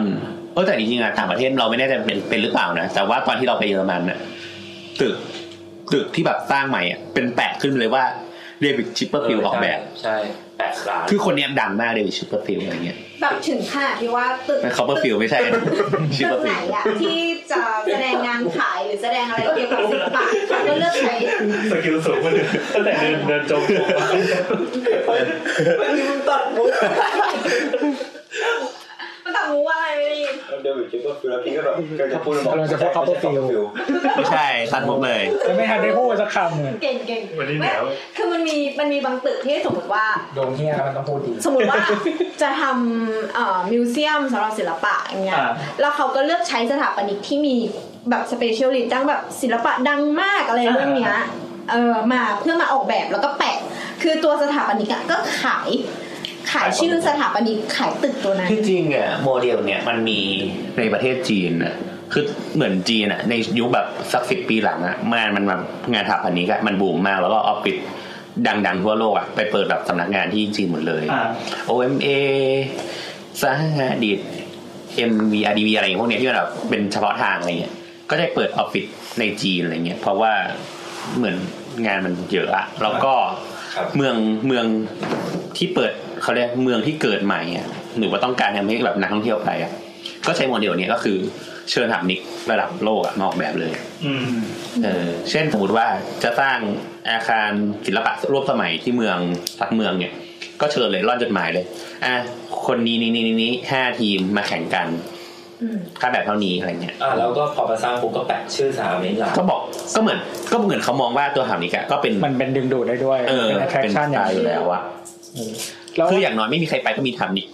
เออแต่จริงๆอะต่างประเทศเราไม่แน่ใจเป็นเป็นหรือเปล่านะแต่ว่าตอนที่เราไปเยอรมันน่ะตึกตึกที่แบบสร้างใหม่อะเป็นแปะขึ้นเลยว่าเดวิดชิปเปอร์ฟิลออกแบบ
ใช่แปดล้าน
คือคนเนี้ยดังมากเดวิดชิปเปอร์ฟิลอะไรเงี้ย
ำแบบถึงขนาดที่ว่าตึก
เขาเปอร์ฟิลไม่ใช่ (laughs) ชิปเป
ตึ
อก
ไ
ร์
หน
ฟิล
อะที่จะแสดงงานขายหรือแสดงอะไรเกี่ยวกับศิลปะก็เลือกใช้
(laughs) ำสกิลสูงมาเลยตั้งแต่เดินเดินจงกรมมา (laughs)
มันตัดมุกอะไรไม่ได้ยิน
เดวิดคิปเปอร์ฟิล
แล้วพี่ก็แบบก็จะพูด
กำลังจะพูด Copperfield
ไม่ใช่ตัดผมเลย
ยังไม่ทันได้พูดสักคำเลย
เก่งเก่ง
วันนี้เหนียว
คือมันมีมันมีบางตึกที่สมมติว่า
โดงเฮียแล้วมันต้องพูดดี
สมมติว่า (laughs) จะทำเอ่อมิวเซียมสำหรับศิลปะอย่างเงี้ย
อ่า
แล้วเขาก็เลือกใช้สถาปนิกที่มีแบบสเปเชียลิสต์ดังแบบศิลปะดังมากอะไรเรื่องเนี้ยเออมาเพื่อมาออกแบบแล้วก็แปะ คือตัวสถาปนิกอะก็ขาย ขายชื่อสถาปนิกขายตึกตัวนั้น
ที่จริงอ่ะโมเดลเนี่ยมันมีในประเทศจีนอ่ะคือเหมือนจีนอ่ะในยุคแบบสักสิบปีหลังอ่ะมันมันแบบงานสถาปนิกอ่ะมันบูมมากแล้วก็ออฟฟิศดังๆทั่วโลกอ่ะไปเปิดแบบสำนักงานที่จีนหมดเลย
อ่า
OMA สหดิต MVRDV อะไรอย่างพวกเนี้ยที่มันแบบเป็นเฉพาะทางอะไรเงี้ยก็ได้เปิดออฟฟิศในจีนอะไรเงี้ยเพราะว่าเหมือนงานมันเยอะอะแล้วก็
ครับ
เมืองเมืองที่เปิดเขาเรียกเมืองที่เกิดใหม่อะหรือว่าต้องการทำให้แบบนักท่องเที่ยวไปอะก็ใช้โมเดลเนี้ยก็คือเชิญหานิกระดับโลกอะมาออกแบบเลย
อืม
เออเช่นสมมติว่าจะสร้างอาคารศิลปะร่วมสมัยที่เมืองสักเมืองเนี่ย ก็เชิญเลยร่อนจดหมายเลย อ่ะคนนี้นี้นี้นี้นี้ห้าทีมมาแข่งกัน
อืม
ค่าแบบเท่านี้อะไรเงี้ย
อ่าแล้วก็พอมาสร้างปุ๊บก็แปะชื่อสถาปนิกหลัก
ก็บอกก็เหมือนก็เหมือนเขามองว่าตัวหานิกอะก็เป็น
มันเป็นดึงดูดได้ด้วย
เออ
เป็น
เป็นส
attraction อ
ไต
ย่าง
ล์อยู่แล้วอะ
แล้ว
คืออย่างน้อยไม่มีใครไปก็มีทำนี่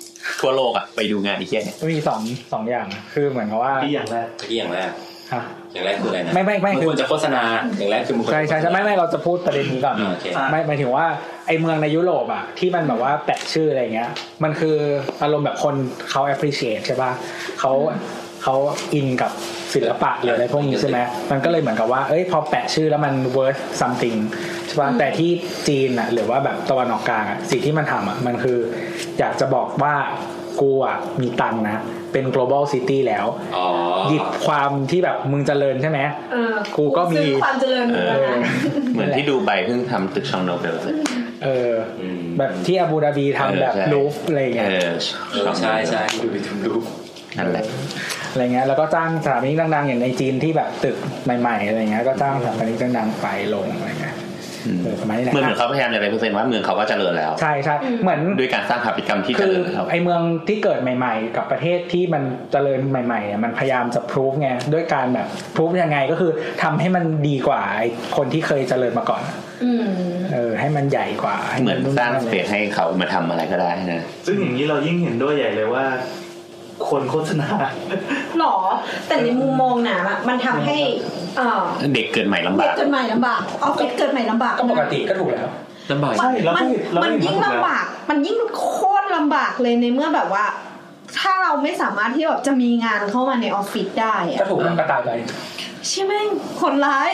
ทั่วโลกอะไปดูงานไอ้เหี้ย
(laughs)
เนี่ย
มีสองสองอย่างนะคือเหมือนกับว่า
ที่อย่างแรก
ที่อย่างแรก
ฮะ
อย่างแรกคืออะไรนะ
ไม่ไม่ไม่
มัน
คื
ค
อ
วรจะโฆษณาอย่างแรกคือมันควร
ใช่
จะ
ใช่ใช่ไม่ไม่เราจะพูดประเด็นนี้ก่อน
อ่าโอเค
อ่ะ
ไม่หมายถึงว่าไอเมืองในยุโรปอะที่มันแบบว่าแปะชื่ออะไรเงี้ย มันคืออารมณ์แบบคนเขา appreciate ใช่ป่ะเขาเขาอินกับศิลปะหรืออะไรพวกนี้ใช่ไหมมันก็เลยเหมือนกับว่าเอ้ยพอแปะชื่อแล้วมัน worth something ใช่ป่ะแต่ที่จีนอะหรือว่าแบบตะวันออกกลางอะสิ่งที่มันทำอะมันคือ อยากจะบอกว่ากูอะมีตังค์นะ เป็น global city แล้ว
อ๋อ
หยิบความที่แบบมึงเจริญใช่ไหม
เออ
กูก็มี
ซื้อความเจริญ
เอ
มา
อ
นะ
เหมือนที่ดูไปเพิ่งทำตึกชองโนเบลเลย
เออ
อืม
แบบที่อาบูดาบีทำแบบ
เออใช่
ลูฟอะไรเงี้
เอย อ
เออใช่ใช่ดูไปทุมรูป
นั่นแหละ
อะไรเงี้ยแล้วก็จ้างสถาปนิกดังๆ อย่างในจีนที่แบบตึกใหม่ๆอะไรเงี้ยก็จ้างสถาปนิกดังๆไปลงอะไรเงี้ย
อืม
เออประมาณนี้แหละ
เหมือนเหมือนเขาพยายามจะอะไรเปอร์เซ็นต์ว่าเมืองเขาก็เจริญแล้ว
ใช่ใช่เหมือน
ด้วยการสร้างภาพกิจกรรมที่เจ
คือ
ริญแล้ว
ไอเมืองที่เกิดใหม่ๆ กับประเทศที่มันเจริญใหม่ๆเนี่ยมันพยายามจะพรูฟไงด้วยการแบบพรูฟยังไงก็คือทำให้มันดีกว่าไอคนที่เคยเจริญมาก่อน
อืม
เออให้มันใหญ่กว่าใ
เหมือนสร้างสเปซ
ซ
ให้เขามาทำอะไรก็ได้นะ
ซึ่งอย่างนี้เรายิ่งเห็นด้วยใหญ่เลยว่า คนโฆษณา (laughs)
หรอ แต่ในมุมมองหนามอะมันทำให้เอ่อ
เด็กเกิดใหม่ลำ
เด็
บาก ก
เกิดใหม่ลำบากออฟฟิศเกิดใหม่ลำบาก
ก็ปกติก็ถูกแล้ว
ลำบาก
ใช่แล้ว
มัน
ก็แล้วก็
มัน
เห็น
ยิ่ง
ว่าถูกแล้ว
ลำบาก มันยิ่งโคตรลำบากเลยในเมื่อแบบว่า ถ้าเราไม่สามารถที่แบบจะมีงานเข้ามาในออฟฟิศได้
ก็
อะ
ถูกมันก็ตายไป
ใช่ไหมงคนร้าย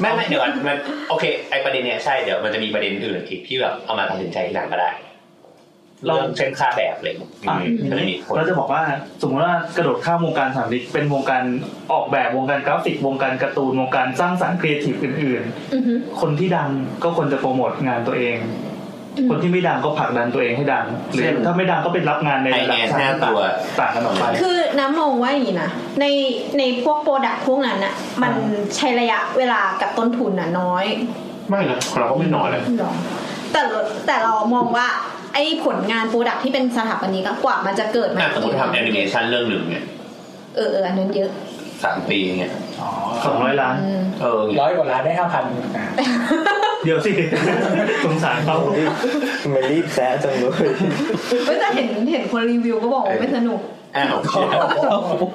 ไม่ไม่เดี๋ยวก่อนมันโอเคไอประเด็นเนี้ยใช่เดี๋ยวมันจะมีประเด็นอื่นอีกที่แบบเอามาตัดสินใจทีหลังก็ได้เรื่องเช่นค่าแบบอะไรอย่างเงี้ย
อ่ะ
อืมมันจะมีผล
เราจะบอกว่าสมมติว่ากระโดดข้ามวงการสามดิกเป็นวงการออกแบบวงการกราฟิกวงการการ์ตูนวงการสร้างสรรค์ครีเอทีฟอื่น
(laughs) อือฮึ
ๆ คนที่ดังก็ควรจะโปรโมทงานตัวเอง คนที่ไม่ดังก็ผลักดันตัวเองให้ดัง หรือถ้าไม่ดังก็ไปรับงานในระดับ
IS
ชั้น
ห้าตัว
ต่างกันออกไป
คือน้ำมองว่าอย่างนี้นะในในพวกโปรดักพวกนั้นอะมันใช้ระยะเวลากับต้นทุนอะน้อย
ไม่นะเราก็ไม่นอนเลย
หรอแต่เราแต่เรามองว่า ไอ้ผลงานโปรดักที่เป็นสถาปนิกอะกว่ามันจะเกิดมา
อ่ะสมมติทำแอนิเมชันเรื่องหนึ่งเนี่ย
เออเอออันนั้นเยอะ
สามปีเนี่ย
สองร้อยล้าน
อืม
เออ
ร้อยกว่าล้านได้ห้าพัน
เดี๋ยวสิ (laughs) สงสารเขา
ทำไมรีบแซะจัง
(laughs)
เลย
เฮ้ยแต่เห็นเห็นคนรีวิวก็บอกว่าไม่สนุก
อ้าว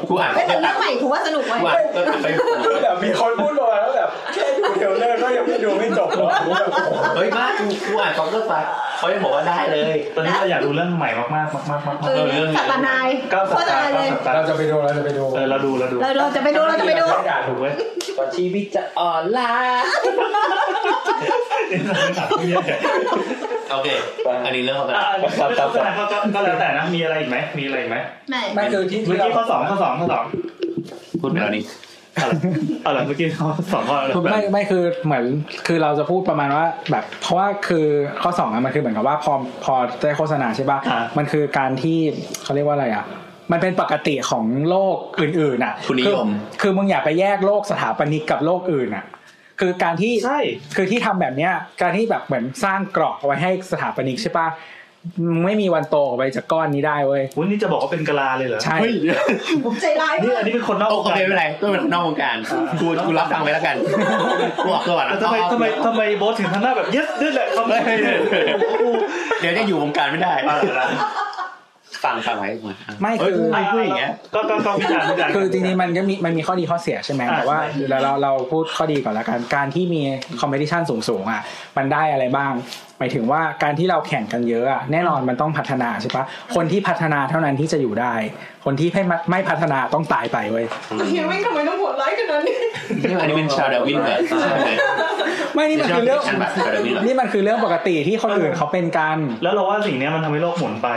กูอ่าน
เอ้ยแต่เรื่องใหม่ผมว่าสนุกเว้ย
กูอ่านก็ไป
แบบมีคนพูดมาแล้วแบบแค่ดูเทรลเลอร์ก็ยังไม่ดูไม่จบหรอกแบบ
เฮ้ยบ้ากูกูอ่านคอมเตอร์ไปเขายังบอกว่าได้เลย
ตอนนี้เราอยากดูเรื่องใหม่มากๆมากๆมาก
เอ
ๆ
อ
เรื่อง
สัตนาย
เก้า
โคตร
สัปดาห์
อะไรเล
เก้าย สัปดาห์
เราจะไปดูเราจะไปดู
เออเราดูเราดู
เราเราจะไปดูเราจะไปดู
ไม่ด่าถูกเว้ย
ตอนชีวิตจะออนไลน์
เราไม่ด่าพวกเนี้ย
โอเค อันนี้เรื่องของ
อ่ะ
เรา
เรื่องโฆษณาก็ก็ก็แล้วแต่นะมีอะไรอีกไหมมีอะไรอีกไหม
ไม่
ไม่คือที่
เมื่อ
ที่เรา
กี้ข้อสองข้อสองข้อสอง
พูดไปแล้วนี่
อะไรอะไรเมื่อกี้ข้อสองข้ออะไร
ไม่ไม่คือเหมือนคือเราจะพูดประมาณว่าแบบเพราะว่าคือข้อสองอะมันคือเหมือนกับว่าพอพอได้โฆษณาใช่ป่ะมันคือการที่เขาเรียกว่าอะไรอ่ะ มันเป็นปกติของโลกอื่นๆอ่ะคือคือมึงอย่าไปแยกโลกสถาปนิกกับโลกอื่นอ่ะ คือการที่
ใช่
คือที่ทำแบบเนี้ยการที่แบบเหมือนสร้างกรอบเอาไว้ให้สถาปนิกใช่ปะ มึงไม่มีวันโตออกไปจากก้อนนี้ได้เว้ย
วันนี้จะบอกว่าเป็นกะลาเลยเหรอ
ใช่
เฮ้ย
ใจร้าย
นี่
มาก
อันนี้เป็นคนนอก
โอ
วง
เค
การ
ไม่เป็นไรก็เป็นคนนอกวงการกูกูรับฟังไปแล้วกันกูออกตัวก่อน
แล้
นะ
วทำไม
เอา
ทำไม
เอา
ทำไมโบสถึงทำหน้าแบบ yes นี่แหละทำไม
เดี๋ยวจะอยู่วงการไม่ได้ฟังฟังไว้ก่อนอ่ะ
ไม่
เอ้ย
คือ
ทำไมพูดอย่างเงี้ย
ก็ก็ก็วิจารณ์วิจารณ์
คือจริงๆมันก็มีมันมีข้อดีข้อเสียใช่ไหม
อ่า
แต่ว่า
ใช่
เราเราเราพูดข้อดีก่อนละกันการที่มีคอมเพ t ติชันสูงๆอ่ะมันได้อะไรบ้าง หมายถึงว่าการที่เราแข่งกันเยอะอ่ะแน่นอนมันต้องพัฒนาใช่ปะคนที่พัฒนาเท่านั้นที่จะอยู่ได้ คนที่ไม่ไม่พัฒนาต้องตายไปเว้ย
เฮียแม่งทำไมต้องโหดร้ายขนาดนี้
นี่อันนี้เป็นชาวดาร์วินเหรอใช่ไหม
ไม่นี่มันคือเรื่อง
ชาวดาร์วินเหรอ
นี่มันคือเรื่องปกติที่คนอื่นเขาเป็นกัน
แล้วเราว่าสิ่งเนี้ยมันทำให้โลกหมุนไป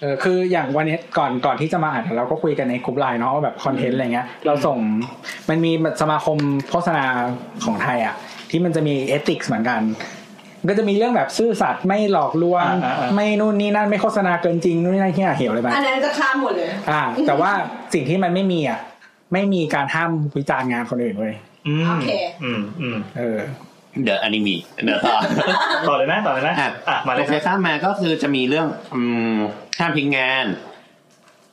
เออคืออย่างวันนี้ก่อนก่อนที่จะมาอ่านเราก็คุยกันในกลุ่มไลน์เนาะว่าแบบคอนเทนต์อะไรเงี้ยเราส่งมันมีสมาคมโฆษณาของไทยอ่ะ ที่มันจะมีเอติกส์เหมือนกัน ก็จะมีเรื่องแบบซื่อสัตย์ไม่หลอกลวง
อ่าอ่าอ่า
ไม่นู่นนี่นั่นไม่โฆษณาเกินจริงนู่นนี่นั่นที่หาเหวอะไรไป
อันนั้นจะข้ามหมดเลย
อ่า แต่ว่าสิ่งที่มันไม่มีอ่ะไม่มีการห้ามวิจารณ์งานคนอื่นเว้ย
อืม
โอเค
อืมอืม
เออ
เดี๋ยวอันนี้มีเดี๋ยวต่อ
ต่อเลยนะต่อเลยนะ
อ่ะ
อ่ะมาเลย
โอเค
ครับ
ข้ามมาก็คือจะมีเรื่องอืมห้ามทิ้งงาน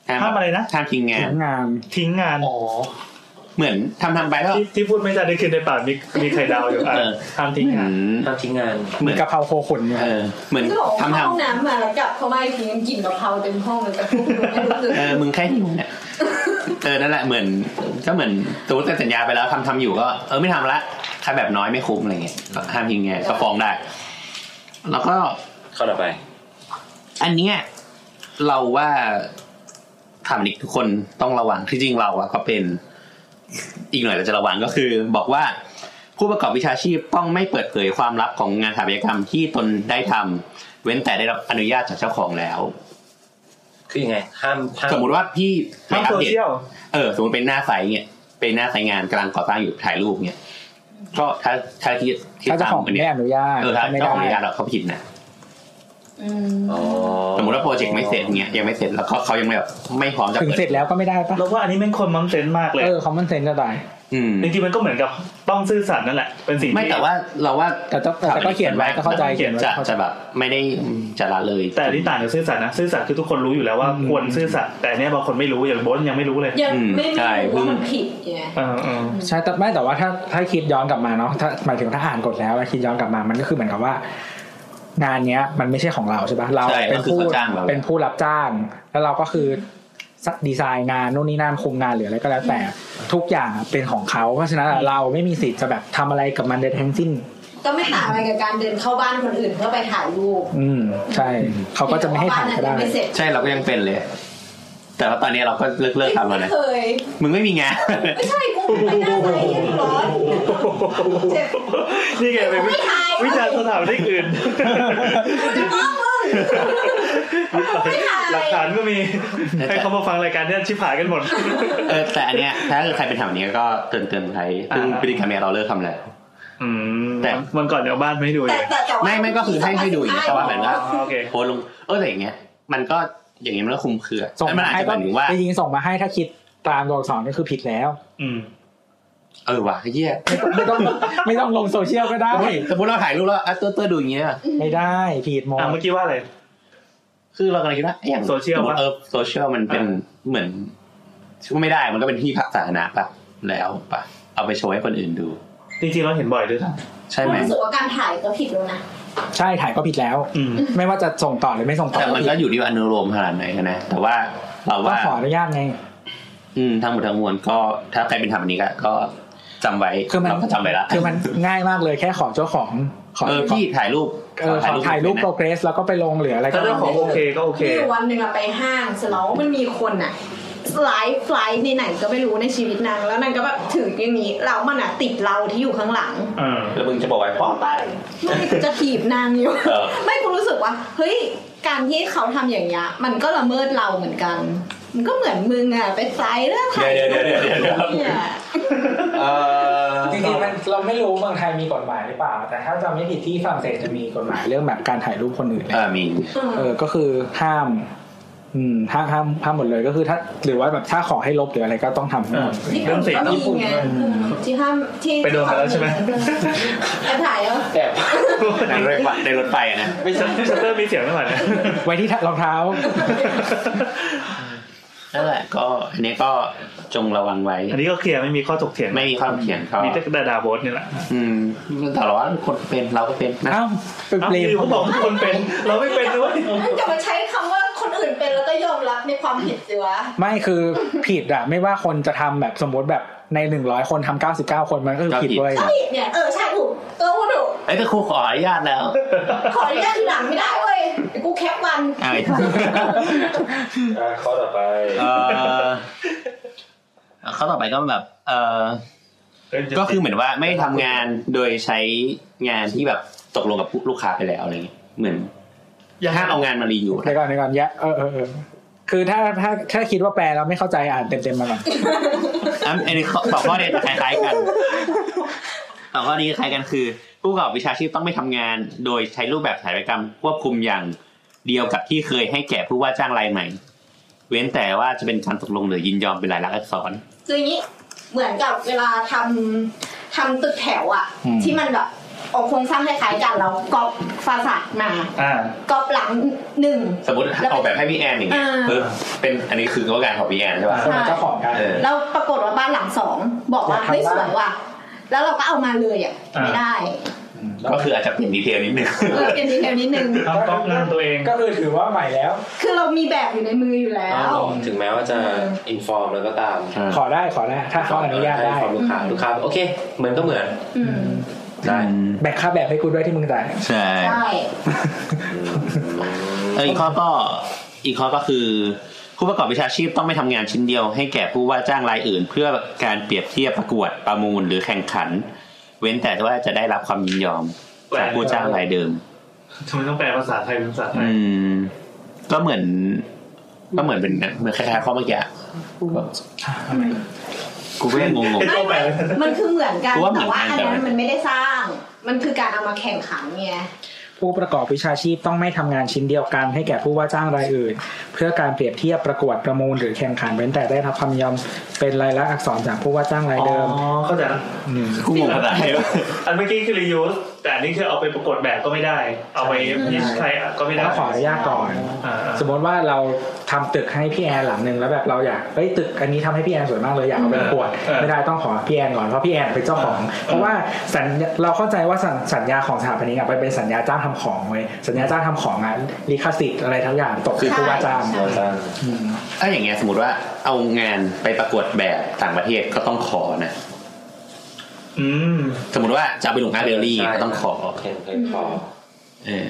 ห้ามอะไรนะ
ห้ามทิ้งงาน
งาน
ทิ้งงาน
อ๋อ
เหมือนทำทำไปแล้ว
ที่ที่พูดไม่ได้นี่คือในป่ามีมีไข่ดาวอยู่อ่ะ
เออ
ห้ามทิ้ง
เหมื
งา
อน
น
ตามทิ้งงาน
เหมื
มี
อน
กะเพราโคขุนอยู่
เออเหมือน
ก็บอกว่า
ทำ
เข้า
ทำ
ห้องน้ำมาแล้วกลับเข้ามาอีกทีมันกลิ่นกะเพราเต็มห้องเลยแต่พวกมึงไม่รู้สึก
เออมึงแค่หิวเนี่ยเออนั่นแหละเหมือนก็เหมือนสมมติเซ็นสัญญาไปแล้วทำทำอยู่ก็ เออไม่ทำละค่าแบบน้อยไม่คุ้มอะไรเงี้ยก็ห้ามทิ้งงานก็ฟ้องได้ แล้วก็
ข้อต่อไป
อันเนี้ยเราว่าถามเด็กทุกคนต้องระวังที่จริงเราอะก็เป็นอีกหน่อยเราจะระวังก็คือ บอกว่าผู้ประกอบวิชาชีพต้องไม่เปิดเผยความลับของงานสถาปัตยกรรมที่ตนได้ทำเว้นแต่ได้รับอนุญาตจากเจ้าของแล้ว
คือยังไง ห้ามห้าม
สมมุติว่าพี่ไป
ห้าม
อัป
โซ
เดต
เชียล
เออสมมติเป็นหน้าไซต์เนี่ยเป็นหน้าไซต์งานกำลังก่อสร้างอยู่ถ่ายรูปเนี่ยก็ถ้าถ้าที่ที่
ถ้าเจ้า
ตาม
ของ
อัน
ไม่
เนี่ย
อนุญาต
เออถ้า
ก็ไม่
เจ้าข
ได้
องอนุญาตเราเขาผิดนะ
อืม
อ๋อ
สมมติว่าโปรเจกต์ไม่เสร็จเงี้ยยังไม่เสร็จแล้วก็เขายังไม่แบบไม่พร้อมจะ
ถึง
เปิด
เสร็จแล้วก็ไม่ได้ปะ
เราว่าอันนี้แม่งคนมังเซนมากเลย
เออคอมมอนเซนจะตาย
อืม
จริงๆมันก็เหมือนกับต้องซื่อสัตย์นั่นแหละ เป็นสิ่ง
ไม่
ที่
แต่ว่าเราว่า
แต่ต้องแต่ก็เขียนไว้ก็เข้าใจเขียนไว้
จะ
ก็เข้าใจ
จะแบบไม่ได้จะละเลย
แต่อันนี่ต่างจากซื่อสัตย์นะซื่อสัตย์คือทุกคนรู้อยู่แล้วว่า
อืม
ควรซื่อสัตย์แต่เนี้ยบางคนไม่รู้อย่างโบนยังไม่รู้เลย
ยังไม่รู้ว่ามันผิดไง
เออเออ
ใช่แต่ไม่แต่ว่าถ้าถ้าคิดย้อนกลับมาเนาะถ้าหมายถึงถ้าอ่านกฎแล้วแล้วคิดย้อนกลับมามันก็คือเหมือนกับว่า งานเนี้ย มันไม่ใช่ของเราใช่ปะเรา
ใช่
เป็
ก็
น
คือ
ผู้
เขาจ้างเรา
เป็นผู้รับจ้าง แล้วเราก็คือดีไซน์งานนู่นนี่นั่นคุมงานหรืออะไรก็แล้วแต่ทุกอย่างเป็นของเขาเพราะฉะนั้นเราไม่มีสิทธิ์จะแบบทำอะไรกับมันใดทั้งสิ้น
ก็ไม่ต่างอะไรกับการเดินเข้าบ้านคนอื่นเพื่อไปถ่ายรูป
อืม ใช่ เขาก็จะไม่ให้ถ่ายก็ได้
บ้นนั้นงม่เสร็จ
ใช่เราก็ยังเป็นเลย แต่ว่าตอนนี้เราก็เลิกเลิ
(laughs)
กทำแล้วนะ
เคย
มึงไม่มีงาน
ไม่ใช่กูไม่ได้ใส่เรียบร้อยเจ็บ
นี่ไงเป็นวิ
ไม่ถ่าย
วิจารณ์สถาปนิกอื่น
กูจะฟ้องมึงไม่ถ่าย
หลักฐานก็มีให้เขามาฟังรายการเนี้ยชิบหายกันหมด
เออแต่อันเนี้ยถ้าใครเป็นแถวนี้ก็เตือนเตือนใครซึ่ง
อ่า
พฤติกรรมเนี้ยเราเลิกทำแล้ว
อืม
แต่
วันก่อนเดี๋ยวบ้านไม่ให้ดูเล
แต่
ย
แต่แต่ว่า
ไม่ไม่ก็คือให้ให้ดูอย่างเงี้ยแต่ว่าแบบว่า
อ๋อโอเค
โพสต์ลงเออแต่อย่างเงี้ย มันก็อย่างเงี้ยมันก็คลุมเครือ
ส่ง
มัน
มา
อาจ
ให้
จะห
ก็
มายถึงว่า
จริงๆส่งมาให้ถ้าคิดตามตัวอักษรก็คือผิดแล้ว
อืม
เออว่ะเหี้ย
ไม่ต้องไม่ต้องลงโซเชียลก็ได้
สมมติสมมติเราถ่ายรูปแล้วอ่ะเตอร์เตอร์ดูอย่างเงี้ย
ไม่ได้ผิดหมด
อ่ะเมื่อกี้ว่าอะไร
คือเรากำลังคิดว่าไอ้อย่าง
โซเชียลปะ
เออโซเชียลมันเป็นเหมือนช่วยไม่ได้มันก็เป็นที่พักสาธารณะปะแล้วปะเอาไปโชว์ให้คนอื่นดู
จริงๆเราเห็นบ่อยด้วยนะ
ใช่ไหม
รู้สึกว่าการถ่ายก็ผิดแล้วนะ
ใช่ถ่ายก็ผิดแล้ว
อืม
ไม่ว่าจะส่งต่อหรือไม่ส่งต่อ
แต่มันก็อยู่ที่ว่าอนุโลมขนาดไหนกันนะแต่ว่าเรา
ก็
ว่า
ขออนุญาตไง
อืมทั้งหมดทั้งมวลก็ถ้าใครเป็นทำแบบนี้ก็ก็จำไว้
คือมัน
เราก็จำไว้ละ
คือมันง่ายมากเลยแค่ขอเจ้าของขอ
เออพี่ถ่ายรูป
เออขอถ่ายรูปโปรเกรสแล้วก็ไปลงเหลืออะไรก็
ถ้าเรื่องของโอเคก็โอเค
มีอยู่วันหนึ่งอะไปห้างเสร็จแล้วมันมีคนอะไลฟ์ไลฟ์ในไหนก็ไม่รู้ในชีวิตนางแล้วนางก็แบบถืออย่างนี้แล้วมันอะติดเราที่อยู่ข้างหลัง
เออ
แล้วมึงจะบอกไว้ป้อมไป
ไม่กูจะถีบนางอยู่
เออ
(laughs) ไม่กูรู้สึกว่า เฮ้ย การที่เขาทำอย่างเงี้ย มันก็ละเมิดเราเหมือนกัน มันก็เหมือนมึงอ่ะ ไปไซด์แล้วถ่าย
เดี๋ยวเดี๋ยวเดี๋ยวเดี๋ยวเดี๋ยว
เนี่ย
เออ
จริงๆมันเราไม่รู้เมืองไทยมีกฎหมายหรือเปล่า แต่ถ้าจำไม่ผิดที่ฝรั่งเศสจะมีกฎหมายเรื่องแบบการถ่ายรูปคนอื่น
เออมี
เออก็คือห้าม อืมห้ามห้ามห้ามหมดเลยก็คือถ้าหรือว่าแบบถ้าขอให้ลบหรืออะไรก็ต้องทำให้หมด
ญี่ปุ่นก็มีไงอืมที่ห้ามที่
ไปโดนมาแล้วใช่ไหม
แอบ (laughs) ถ่ายแล้ว
แอบ
ในรถไฟในรถไฟอะนะ
ไม่ใช่ชัตเตอร์มีเสียงเมื่อไหร่นะ
ไว้ที่รองเท้า
นั่นแหละก็อันนี้ก็จงระวังไว้
อันนี้ก็เคลียร์ไม่มีข้อถกเถียง
ไม่มีข้อถกเถียงครับ
มีแต่ดาดาโบสนี่แหละ
อืมแต่เราว่าคนเป็นเราก็เป็นนะ
อ้าวเป็น
อ้าว
เปลว
อยู่เขาบอกทุกคนเป็น เราไม่เป็นด้วย
จะมาใช้คำว่าคนอื่นเป็นแล้วก็ยอมรับในความผิดสิวะ
ไม่คือผิดอะไม่ว่าคนจะทำแบบสมมติแบบในหนึ่งร้อยคนทำเก้าสิบเก้าคนมันก็คือผิดเว้ย
ถ้าผิดเนี่ยเออใช่ถูกเออพูดถูก
ไอ้ยแต่ครูขออนุญาตแล้ว
ขออนุญาตทีหลังไม่ได้เว้ยเดี๋ยวกูแคปวัน
เอา (laughs) อีก
อ่ะข้อต่อไป
เออข้อต่อไปก็แบบ เออก็คือเหมือนว่าไม่ทำงานโดยใช้งานที่แบบตกลงกับลูกค้าไปแล้วอะไรเงี้ยเหมือนห้ามเอางานมารีอยู่
เดี๋ยวก่อนเดี๋ยวก่อนแยะเออเออเออคือถ้าถ้าถ้าคิดว่าแปลแล้วไม่เข้าใจอ่านเต็มๆมาก่อน
อันอันนี้ข้อตอบข้อเดียวคล้ายๆกันตอบข้อนี้คล้ายกันคือ ผู้ประกอบวิชาชีพต้องไม่ทำงาน โดยใช้รูปแบบสถาปัตยกรรมควบคุมอย่างเดียวกับที่เคยให้แก่ผู้ว่าจ้างรายใหม่ เว้นแต่ว่าจะเป็นการตกลงหรือยินยอมเป็นลายลักษณ์อักษร
คืออย่างนี้เหมือนกับเวลาทำทำตึกแถวอะ
อืม
ที่มันแบบออกโครงสร้างคล้ายๆกันแล้วก๊อปฟาสาดมา
อ่า
ก๊อปหลังหนึ่ง
สมมติออกแบบให้พี่แอนอย่างเงี้ย
อ่า
ปึ๊บเป็นอันนี้คือก็การของพี่แอนใช่ป่ะ
คนเป็นเจ้าของกัน
เออ
แล้วปรากฏว่าบ้านหลังสองบอกว่า
อยากทำ
เฮ้ยส
บ้าน
วยว่ะแล้วเราก็เอามาเลยอ่ะ
อ่า
ไม่ได้
ก็คืออาจจะเปลี่ยนดีเทลนิดนึง
เออเป็นดีเทลนิดนึง
ทำก๊อปงานตัวเอง
ก็คือถือว่าใหม่แล้ว
คือเรามีแบบอยู่ในมืออยู่แล้ว
ถึงแม้ว่าจะอินฟอร์มแล้วก็ตาม
ขอได้ขอได้ ถ้าเขาอนุญาตได้
ให้ความลูกค้าลูกค้าโอเค เหมือนก็เหมือน
อืม
ได้
แบ่งค่าแบบให้กูด้วยที่มึงจ่าย
ใช่
ใช่
เอออีกข้อก็อีกข้อก็คือ ผู้ประกอบวิชาชีพต้องไม่ทำงานชิ้นเดียวให้แก่ผู้ว่าจ้างรายอื่น เพื่อการเปรียบเทียบประกวดประมูลหรือแข่งขัน เว้นแต่ว่าจะได้รับความยินยอมจากผู้จ้างรายเดิม
ทำไมต้องแปลภาษาไทยเป็นภาษาไทย
อืม ก็เหมือน ก็เหมือนเป็นเหมือนคล้ายๆข้อเมื่อกี้อะกูก็ยังงง
ไอ้ตัวแปลเลย
มันคือเหมือนกัน
กูว่าเหมื
แต่
อน
ว่า
กัน
อันนั้น
แต่
มันไม่ได้สร้าง มันคือการเอามาแข่งขันไง
ผู้ประกอบวิชาชีพต้องไม่ทำงานชิ้นเดียวกันให้แก่ผู้ว่าจ้างรายอื่น เพื่อการเปรียบเทียบประกวดประมูลหรือแข่งขันเว้นแต่ได้รับความยอมเป็นลายลักษณ์อักษรจากผู้ว่าจ้างราย
อ๋อ
เดิม
เข้าใจละ
ม
ๆกูงงอะไรวะ
อันเมื่อกี้คือ reuse แต่อันนี้คือเอาไปประกวดแบบก็ไม่ได้ เอาไปพิชใครอะก็ไม่ได้
แล้วขออนุญาตก่อน
อ่าอ่า
สมมติว่าเราทำตึกให้พี่แอนหลังหนึ่งแล้วแบบเราอยากเฮ้ยตึกอันนี้ทำให้พี่แอนสวยมากเลยอยากเอาไปประกวดไม่ได้ต้องขอพี่แอนก่อนเพราะพี่แอนเป็นเจ้าของ เพราะว่าสัญญาเราเข้าใจว่าสัญสัญญาของสถาปนิกอะไปเป็นสัญญาจ้างทำของเว้ยสัญญาจ้างทำของอะลิขสิทธิ์อะไรทั้งอย่างตกคือผู้ว่าจ้าง
ใช่
เราจะ
อืม
ถ้าอย่างเงี้ยสมมติว่าเอางานไปประกวดแบบต่างประเทศก็ต้องขอนะ
อืม
สมมติว่าจะเอาไปลงอาร์เบลลี่ก็ต้องขอ
โอเคโอเคขอ
เออ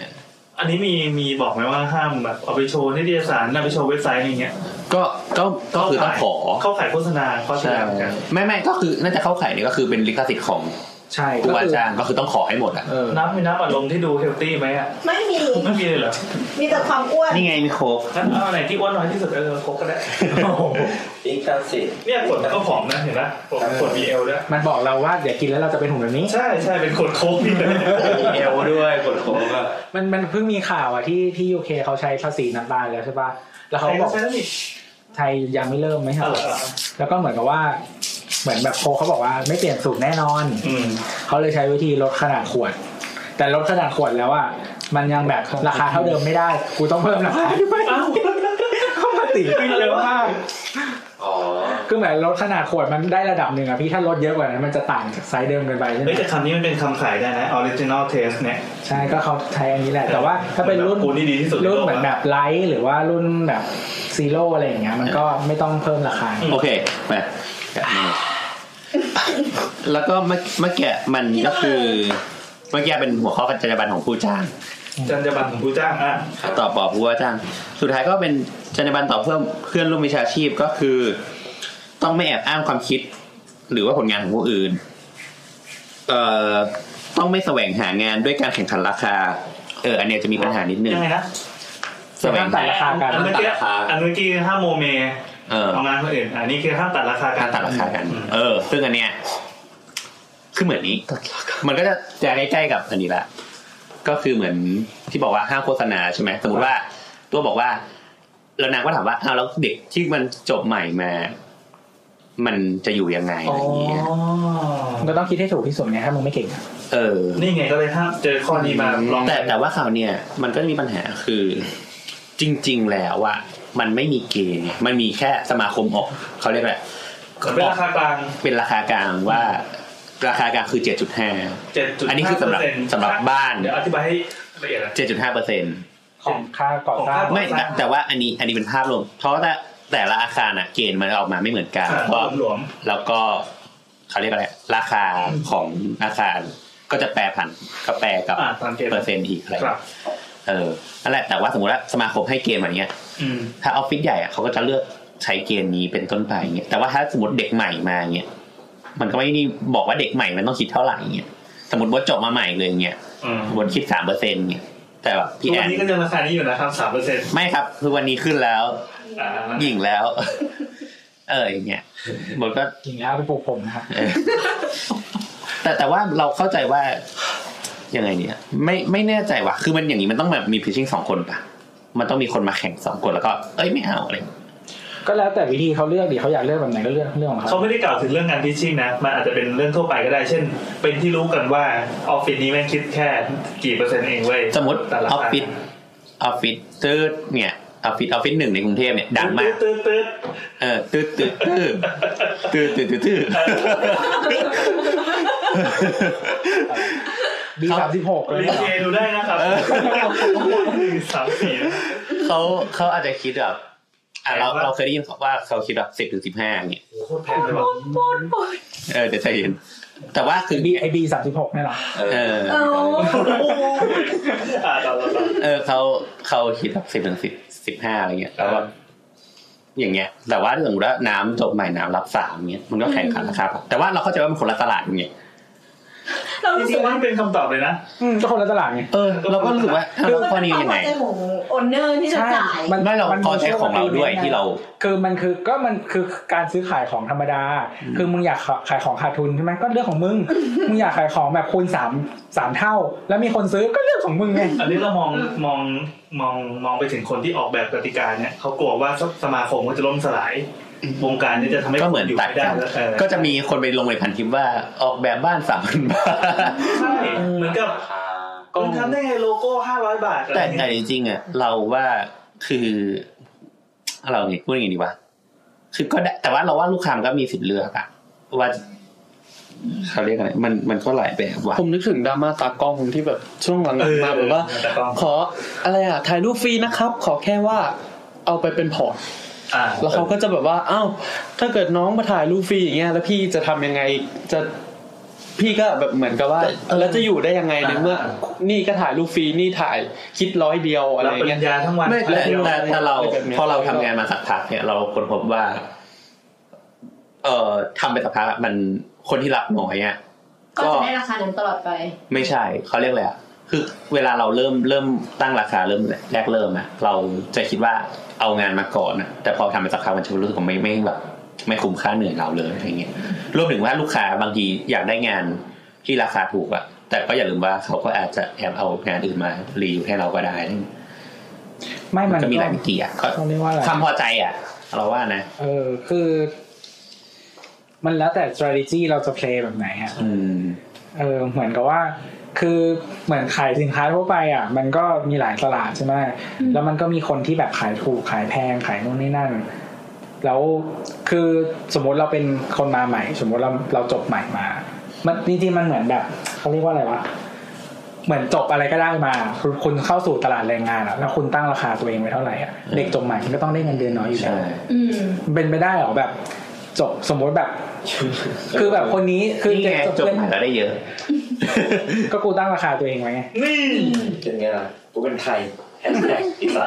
อันนี้มีมีบอกไหมว่าห้ามแบบเอาไปโชว์นิตยสารเอาไปโชว์เว็บไซต์อะไรเงี้ย
ก็ก็ก็คือต้องขอ
เข้าขายโฆษณาข้อที่
ใช่
แล้วเหมือนกัน
ไม่ไม่ก็คือน่าจะเข้าข่ายนี่ก็คือเป็นลิขสิทธิ์ของ
ใช่
ผู้ว่า
ก็คือ
จ้างก็คือต้องขอให้หมดอ่ะ
เออ
น้ำมีน้ำอัดลมที่ดูเฮลตี้ไหมอ่ะ
ไม่มี
ไม่มีเลยเหรอ
มีแต่ความอ้วน
นี่ไงมีโคก
งั้นเอาอะไรที่อ้วนน้อยที่สุดเออโคกก็ (laughs) ได้
อีกการสิทธิ์
เนี่ยขวดก็ผอมนะเห็นปะขวดขวดมีเอลด้วย
มันบอกเราว่าอย่ากินแล้วเราจะเป็นหุ่นแบบนี้
ใช่ใช่เป็นขวดโค้กนี่เลย
เอลด้วยกดโค้งอะ
มันมันเพิ่งมีข่าวอะที่ที่ยูเคเขาใช้ภาษีน้ำตาลแล้วใช่ป่ะแล้วเขา
ใช่
ก็บอก
ใช่นี่
ไทยยังไม่เริ่มไหมค
เอ
รับ
อเออ
แล้วก็เหมือนกับว่าเหมือนแบบโคเขาบอกว่าไม่เปลี่ยนสูตรแน่นอน
อืม
เขาเลยใช้วิธีลดขนาดขวด แต่ลดขนาดขวดแล้วอ่ะมันยังแบบราคาเท่าเดิมไม่ได้ กูต้องเพิ่มราคาด้วย
เอ้า
เขามาติดกินเร็วมาก
อ๋อ
คือเหมือนลดขนาดขวดมันได้ระดับหนึ่งอ่ะพี่ถ้าลดเยอะกว่านั้นมันจะต่างจากไซส์เดิมเกินไปใช่ไหม
เฮ้ยแต่คำนี้มันเป็นคำขายได้นะ original taste เนี่ย
ใช่ก็เขาใช้อันนี้แหละ แต่ว่าถ้าเป็นรุ่น
กูนี่ดีที่สุดใโล
รุ่น
ก
เหมือนแบบไลท์หรือว่ารุ่นแบบซีโร่อะไรอย่างเงี้ยมันก็ไม่ต้องเพิ่มราคา
โอเคมากลับมาแล้วก็เมื่อเมื่อกี้มันก็คือเมื่อกี้เป็นหัวข้อจรรยาบรรณของผู้จ้าง
จรรยาบรรณของผู้จ้างอ่ะ
ต่อปอผู้ว่าจ้าง สุดท้ายก็เป็นจรรยาบรรณต่อเพื่อนเพื่อนร่วมวิชาชีพก็คือ ต้องไม่แอบอ้างความคิด หรือว่าผลงานของผู้อื่น เอ่อต้องไม่แสวงหางานด้วยการแข่งขันราคา เออ อันเนี้ยจะมีปัญหานิดนึง
ยังไงนะ
แสวงหา
ราคากัน
อันเมื่อกี้
ราคา
อันเมื่อกี้ห้ามโมเม
เออ
เอางานคนอื่นอันนี้คือห้ามตัดราคากั
กาน รตัดราคากัน
อืม
เออ ซึ่งอันเนี้ยคือเหมือนนี้ มันก็จะจะใกล้ๆกับอันนี้ละ ก็คือเหมือนที่บอกว่าห้ามโฆษณาใช่ไหม สมมติว่า ตัวบอกว่า แล้วนางก็ถามว่าอ้าวแล้วเด็กที่มันจบใหม่มา มันจะอยู่ยังไงอะไรอย่างเงี้ย
มึงก็ต้องคิดให้ถูกที่สุดไงถ้ามึงไม่เก่งอะ
เออ
นี่ไงก็เลยถ้าเจอข้อนี้มาลอง
แต่แต่ว่าข่าวเนี่ยมันก็จะมีปัญหาคือจริง ๆ แล้วว่ามันไม่มีเกณฑ์ไงมันมีแค่สมาคมออกเขาเรียกอะไร
เป็นราคากลาง
เป็นราคากลางว่า ราคากลางคือเจ็ดจุดห้า
7.5%
อันนี้คือสำหรับสำหรับบ้าน
เดี๋ยวอธิบายให้ละเอียดนะ
เจ็ดจุดห้าเปอร์เซ็นต์
ของค่าก่อสร้าง
ไม่แต่แต่ว่าอันนี้อันนี้เป็นภาพรวม เพราะว่าแต่แต่ละอาคารอะเกณฑ์มันออกมาไม่เหมือนกัน
อ่า
แล้วก็
หลวม
แล้วก็เขาเรียกอะไรราคาของอาคารก็จะแปรผันก็แปรกับ
อ่าตามเกณฑ์
เปอร์เซ็นต์อีกอะไรอย่างเงี้
ครั
ย
บ
เออ นั่นแหละ แต่ว่าสมมติว่าสมาคมให้เกณฑ์แบบเนี้ย
อืม
ถ้าออฟฟิศใหญ่อะเขาก็จะเลือกใช้เกณฑ์นี้เป็นต้นไปอย่างเงี้ย แต่ว่าถ้าสมมติเด็กใหม่มาอย่างเงี้ย มันก็ไม่ได้บอกว่าเด็กใหม่มันต้องคิดเท่าไหร่อย่างเงี้ย สมมติว่าจบมาใหม่เลยอย่างเงี้ย
อืม
บนคิดสามเปอร์เซ็นต์เงี้ย แต่แบบ
ทุ
พี่
ก
แอ
วัน
น
นี้ก็ยังราคานี้อยู่นะครับสามเปอร์เซ็นต์
ไม่ครับ คือวันนี้ขึ้นแล้ว หญิงแล้ว (laughs) เอออย่างเงี้ยบนก็
จริงแล้วไปปลูกผมนะครับ
เออแต่แต่ว่าเราเข้าใจว่ายังไงเนี่ย ไม่ไม่แน่ใจว่ะคือมันอย่างนี้มันต้องแบบมีพิชชิ่งสองคนปะมันต้องมีคนมาแข่งสองคนแล้วก็เอ้ยไม่เอาอะไร
ก็แล้วแต่วิธีเขาเลือกดิเขาอยากเลือกแบบไหนก็เลือกเรื่องของ
เขา
เขา
ไม่ได้กล่าวถึงเรื่องงานพิชชิ่งนะ มันอาจจะเป็นเรื่องทั่วไปก็ได้ เช่น เป็นที่รู้กันว่าออฟฟิศนี้แม่งคิดแค่กี่เปอร์เซ็นต์เองเว้ย
สมมติ
แต่
อ
ละ
อฟฟิศออฟฟิศตืดเนี่ยออฟฟิศออฟฟิศหนึ่งในกรุงเทพเนี่ยดังมาก
ตืดตืด
เออตืดตืดตืดตืดตืดตืดตืด
บีสามสิบหกเลย
รี
เหรอ
เจดูได้นะครับหนึ่งสามสี่
เขาเขาอาจจะคิดแบบอ่ะเรา
แปลว่า
เราเคยได้ยินว่าเขาคิดแบบสิบถึงสิบห้าเนี่ย
โอ้โหโคตรแพงเลยว่ะ
เออเดี๋ยวใจเย็นแต่ว่าคือ
บีไอบีสามสิบหกนี่ยเหรอ
เออ
เออ
อ่าต่อต่อต่อ
เออเขาเขาคิดแบบสิบถึงสิบสิบห้าอะไรเงี้ยแล้วก็
อ่า
อย่างเงี้ย แต่ว่าสมมติว่าน้ำจบใหม่น้ำรับสามเงี้ยมันก็แข่งขันราคาแต่ว่าเราเข้าใจว่ามันคนละตลาดอย่างเงี้ย
เรา
จ
รู้สึ
ริ
ก
งๆ
ว่า
มันเป็นคำตอบเลยนะ
อืมก็คนละตลาดไง
เออเราก็รู้สึกว่าอ้าวแล้วข้อนี้ยังไง
มัเป็นความพอใจของโอนเนอร์ที่จะจ่าย
ไม่เราพอใจของเราด้วยที่เรา
คือมันคือก็มันคือการซื้อขายของธรรมดา คือมึงอยากขายของขาดทุนใช่ไหมก็เรื่องของมึง มึงอยากขายของแบบคูณสามสามเท่า แล้วมีคนซื้อก็เรื่องของมึงไง
อันนี้เรามองมองมองมองไปถึงคนที่ออกแบบกติกาเนี่ยเขากลัวว่าสสมาคมก็จะล่มสลาย วงการเนี้จะทำให้
ก็เหมือน
ยู่
ตัด
ไม่ได้
กัน
แล้วเออ
ก็จะมีคนไปลงในพันทิปว่าออกแบบบ้านสามพันบาท
ใช่เหมือนกับ
ก็
คุณทำได้ไงโลโก้ห้าร้อยบาทอะไร
แต่
เงี้ย
แต่จริงๆอ่ะเราว่าคือเราไงพูดยังไงดีวะคือก็ได้แต่ว่าเราว่าลูกค้ามันก็มีสิทธิ์เลือกอะว่าเขาเรียกอะไรมันมันก็หลายแบบว่ะ
ผมนึกถึงดราม่าตากล้องที่แบบช่วงหลัง
เออ
ๆมาแบบว่า
ตากล้อง
ขออะไรอ่ะถ่ายรูปฟรีนะครับ ขอแค่ว่าเอาไปเป็นพอร์ต
อ่า
แล้วเขาก็จะแบบว่าอ้าวถ้าเกิดน้องมาถ่ายรูปฟรีอย่างเงี้ยแล้วพี่จะทำยังไงจะพี่ก็แบบเหมือนกับว่าแล้วจะอยู่ได้ยังไงในเมื่อ นี่ก็ถ่ายรูปฟรีนี่ถ่ายคิดร้อยเดียวอะไร
รับ
อ
ป
ย่าง
ริ
เงี้ย
ญญาทั้งวัน
ไม่แต่
เดียว
แต่แต่เรา
แบบเนี้ย
พอเราทำงานมาสักพักเนี่ยเราค้นพบว่า เอ่อทำไปสักพักอะมันคนที่รับน้อยอ่ะ
ก็จะได้ราคานั้นตลอดไป
ไม่ใช่เขาเรียกอะไรอะคือเวลาเราเริ่มเริ่มตั้งราคาเริ่มแรกเริ่มอะเราจะคิดว่าเอางานมาก่อนอะแต่พอทำไปสักพักมันจะรู้สึกว่าไม่ไม่แบบ ไม่คุ้มค่าเหนื่อยเราเลยอะไรเงี้ยรวมถึงว่าลูกค้าบางทีอยากได้งานที่ราคาถูกอะแต่ก็อย่าลืมว่าเขาก็อาจจะแอบเอางานอื่นมารีวิวให้เราก็ได้
ไม่
มั
มัน น
ก็มีหลายมิติอะก็
เขาเรียกว่าอะไร
ความพอใจอ่ะ เราว่านะ
เออคือ มันแล้วแต่ strategy เราจะ play แบบไหนฮะ
อืม
เออเหมือนกับว่า คือเหมือนขายสินค้าทั่วไปอ่ะ มันก็มีหลายตลาดใช่ไหมแล้วมันก็มีคนที่แบบขายถูกขายแพงขายนู่นนี่นั่น แล้วคือสมมติเราเป็นคนมาใหม่ สมมติเราเราจบใหม่มา มันจริงๆมันเหมือนแบบเขาเรียกว่าอะไรวะเหมือนจบอะไรก็ได้มาคุณคุณเข้าสู่ตลาดแรงงานอ่ะแล้วคุณตั้งราคาตัวเองไว้เท่าไหร่อ่ะเด็กจบใหม่มันก็ต้องได้เงินเดือนน้อยอยู่แล้ว
ใช่
อืม
เป็นไปได้เหรอแบบจบสมมติแบบ คือแบบคนนี้คือ
นี่ไง
เด็ก
จ
จ
บบ ใหม่แล้วได้เยอะ (laughs)
ก็กูตั้งราคาตัวเองไว้ไง
นี่
เป็นไงล่ะกูเป็นไทยแฮชแท็กอีสา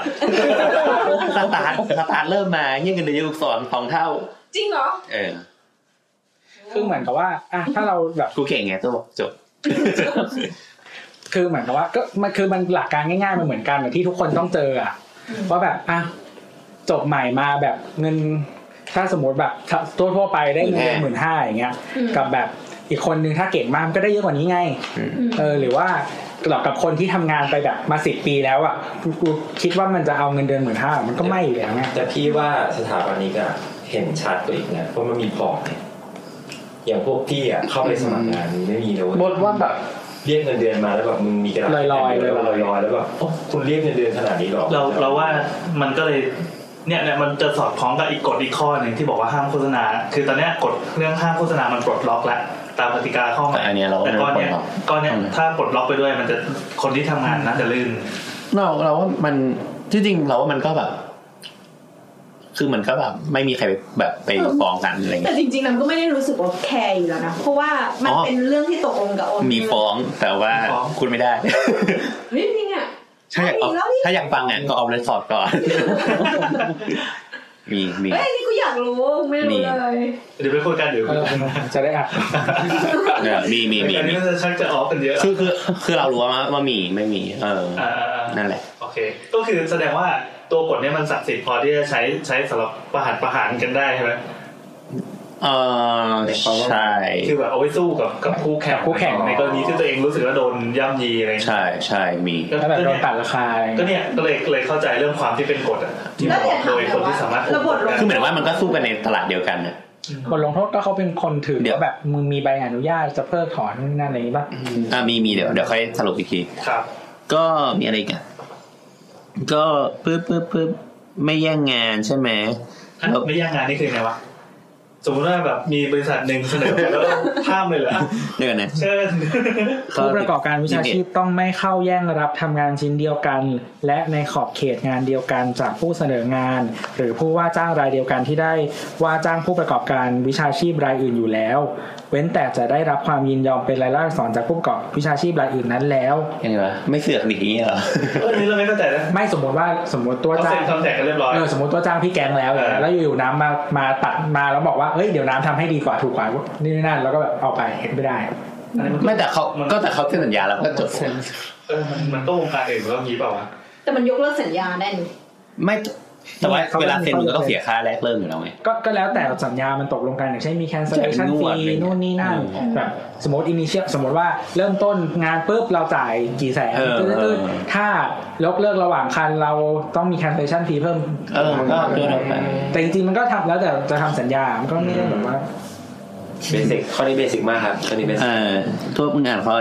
น
สตาร์ทสตาร์ทเริ่มมาเงี้ยเงินเดือนยกสอนสองเท่า
จริงเหรอ
เออ
คือเหมือนกับว่าอ่ะถ้าเราแบบ
กูเก่งไงตัวบอกจบ
คือเหมือนกับว่า ก็มันคือมันหลักการง่ายๆมันเหมือนกันแบบที่ทุกคนต้องเจออะว่าแบบอ่ะจบใหม่มาแบบเงิน ถ้าสมมติแบบทั่วทั่วๆไปได้เงินเดือนหมื่นห้าอย่างเงี้ย
อืม
กับแบบอีกคนนึงถ้าเก่งมากมันก็ได้เยอะกว่านี้ไง
อืม
เออหรือว่า หรอกกับคนที่ทำงานไปแบบมาสิบปีแล้วอ่ะกูกูคิดว่ามันจะเอาเงินเดือนหมื่นห้ามันก็ไม่อยู่แล้วไง
(laughs) แต่พี่ว่าสถาบันนี้ก็เห็นชัดกว่าอีกนะเพราะมันมีพอร์ตเนี่ยอย่างพวกพี่อ่ะเข้าไปสมัครงานไม่มีนะเว้ย
บทว่าแบบ
เรียกเงินเดือนมาแล้วแบบมึงมีกระดาษ
ลอยๆ
แล้วลอยๆแล้วแบบโอ้คุณเรียกเงินเดือนขนาดนี้หรอ
เราเราว่ามันก็เลยเนี่ยเนี่ยมันจะสอดคล้องกับอีกกฎอีกข้อหนึ่งที่บอกว่าห้ามโฆษณา คือตอนเนี้ยกฎเรื่องห้ามโฆษณามันปลดล็อกแล้วตามกติกาข้อใหม่
อันเนี้ยเราก็
แต่ก้อนเนี้ย
ไม่ปลดล็อก
ก้อนเนี้ยถ้าปลดล็อกไปด้วยมันจะคนที่ทำงานน่าจะลื่น
(laughs) เราเราว่ามันที่จริงเราว่ามันก็แบบ คือมันก็แบบไม่มีใครแบบไปฟ้องกันอะไร (laughs)
แต่
เงี้ย
จริงๆเราก็ไม่ได้รู้สึกว่าแคร์อยู่แล้วนะ เพราะว่ามันเป็นเรื่องที่ตกลงกับโอน
มีฟ้องแต่ว่าคุณไม่ได้
ไม่จริงอ่ะ
(laughs) ถ้าอยากเอาถ้าอยากฟังอ่ะก็เอาเรคคอร์ดก่อน (laughs) มีมี
เฮ้ยนี่กูอยากรู้ไม่รู้เลย
เดี๋ยวไปคุยกันเดี๋ยว
จะได้อ่ะ
เนี่ยมีมีมี
อันนี้ก็จะชักจะออฟกันเยอะ
คือคือคือเรารู้ว่าว่ามีไม่มี เออ
อ่าอ่า
นั่นแหละ
โอเค ก็คือแสดงว่าตัวกฎเนี้ยมันศักดิ์สิทธิ์พอที่จะใช้ใช้สำหรับประหารประหารกันได้ใช่ไหม
เออใช่
คือแบบเอาไว้สู้กับกับคู่แข่ง
คู่แข่ง
ในกรณีที่ตัวเองรู้สึกว่าโดนย่ำยีอะไรอย่างเงี้ย
ใช่ใช่มี
แล้วแบบโดนตัดราคาอะไร
ก็
เงี้ย
เนี่ยก็เลยเลยเข้าใจเรื่องความที่เป็นกฎอะที่
แล้ว
บ
เนี่
อย กโดยคนที่สามารถ
ระบบ
ควบคุมได้
คือเหมือนว่ามันก็สู้กันในตลาดเดียวกันนะ
บทลงโทษก็เขาเป็นคนถือ
เดี๋ยว
ว่าแบบมึงมีใบอนุญาตจะเพิกถอนนู่นนั่นอะไรอย่างงี้ป่ะ
อ่ามีมีเดี๋ยวเดี๋ยวค่อยสรุปอีกที
ครับ
ก็มีอะไรอีกัน ก็ปึ๊บปึ๊บปึ๊บไม่แย่งงานใช่ไหม
อ่ะไม่ยากงานนี่คือไงวะสมมติว่าแบบมีบริ (laughs) ษัทหนึ่งเสนอไปแล้วเราข้ามเลยเหรอ
เดี๋ยวกันนะ
เชิญ (laughs)
ผู้ประกอบการวิชาชีพต้องไม่เข้าแย่งรับทำงานชิ้นเดียวกัน และในขอบเขตงานเดียวกันจากผู้เสนองาน หรือผู้ว่าจ้างรายเดียวกันที่ได้ว่าจ้างผู้ประกอบการวิชาชีพรายอื่นอยู่แล้ว เว้นแต่จะได้รับความยินยอมเป็นรายลักษณ์อักษรจากผู้ประกอบวิชาชีพรายอื่นนั้นแล้ว
ยังไงวะไม่เสือกหนีอย่างเงี้ยเหรอ
เออนี่เราไม่เข้าใจนะ
ไม่สมมติว่าสมมติตัว
เขา
จ้า
เซ็น
ง
คำแจกกันเรียบร้อย
เออสมมติว่าจ้างพี่แก๊งแล้วเนี่ย
เออ
แล้วอยู่ๆน้ำมามาตัดมาแล้วบอกว่าเอ้ยเดี๋ยวน้ำทำให้ดีกว่าถูกกว่านี่นั่นแล้วก็แบบเอาไปเห็นไม่ได้
อันนี้น
ไม่แต่เขาก็แต่เขาเซ็นสัญญาแล้วก็จบ
เออมันมันก็วงการอื่นมันก็มีเปล่าวะ
แต่มันยกเลิกสัญญาได้นี่
ไม่แต่ว่า
เขาไม่
เวลาเซ็นมันก็ต้องเสียค่าแรกเริ่มอยู่แล้วไง
ก็ก็แล้วแต่สัญญามันตกลงกันอย่างเช่นมี
ใช่
cancellation
นวด
fee
อะไรเงี้ย
นู่นนี่นั่น
อืม
แบบสมมติ initial สมมติว่าเริ่มต้นงานปุ๊บเราจ่ายกี่แสน
เออ
ตืด
เอ
ตื
อ
ดถ้ายกเลิกระหว่างคันเราต้องมี cancellation fee เพิ่ม
เออมันก็โดนออกไป
แต่จริงๆมันก็ทำแล้วแต่จะทำสัญญามันก็ไม่ได้แบบว่า
เบสิกข้อนี้เบสิกมากครับข้อนี้เบสิ
เอก อทั่วมึงอ่านข้อ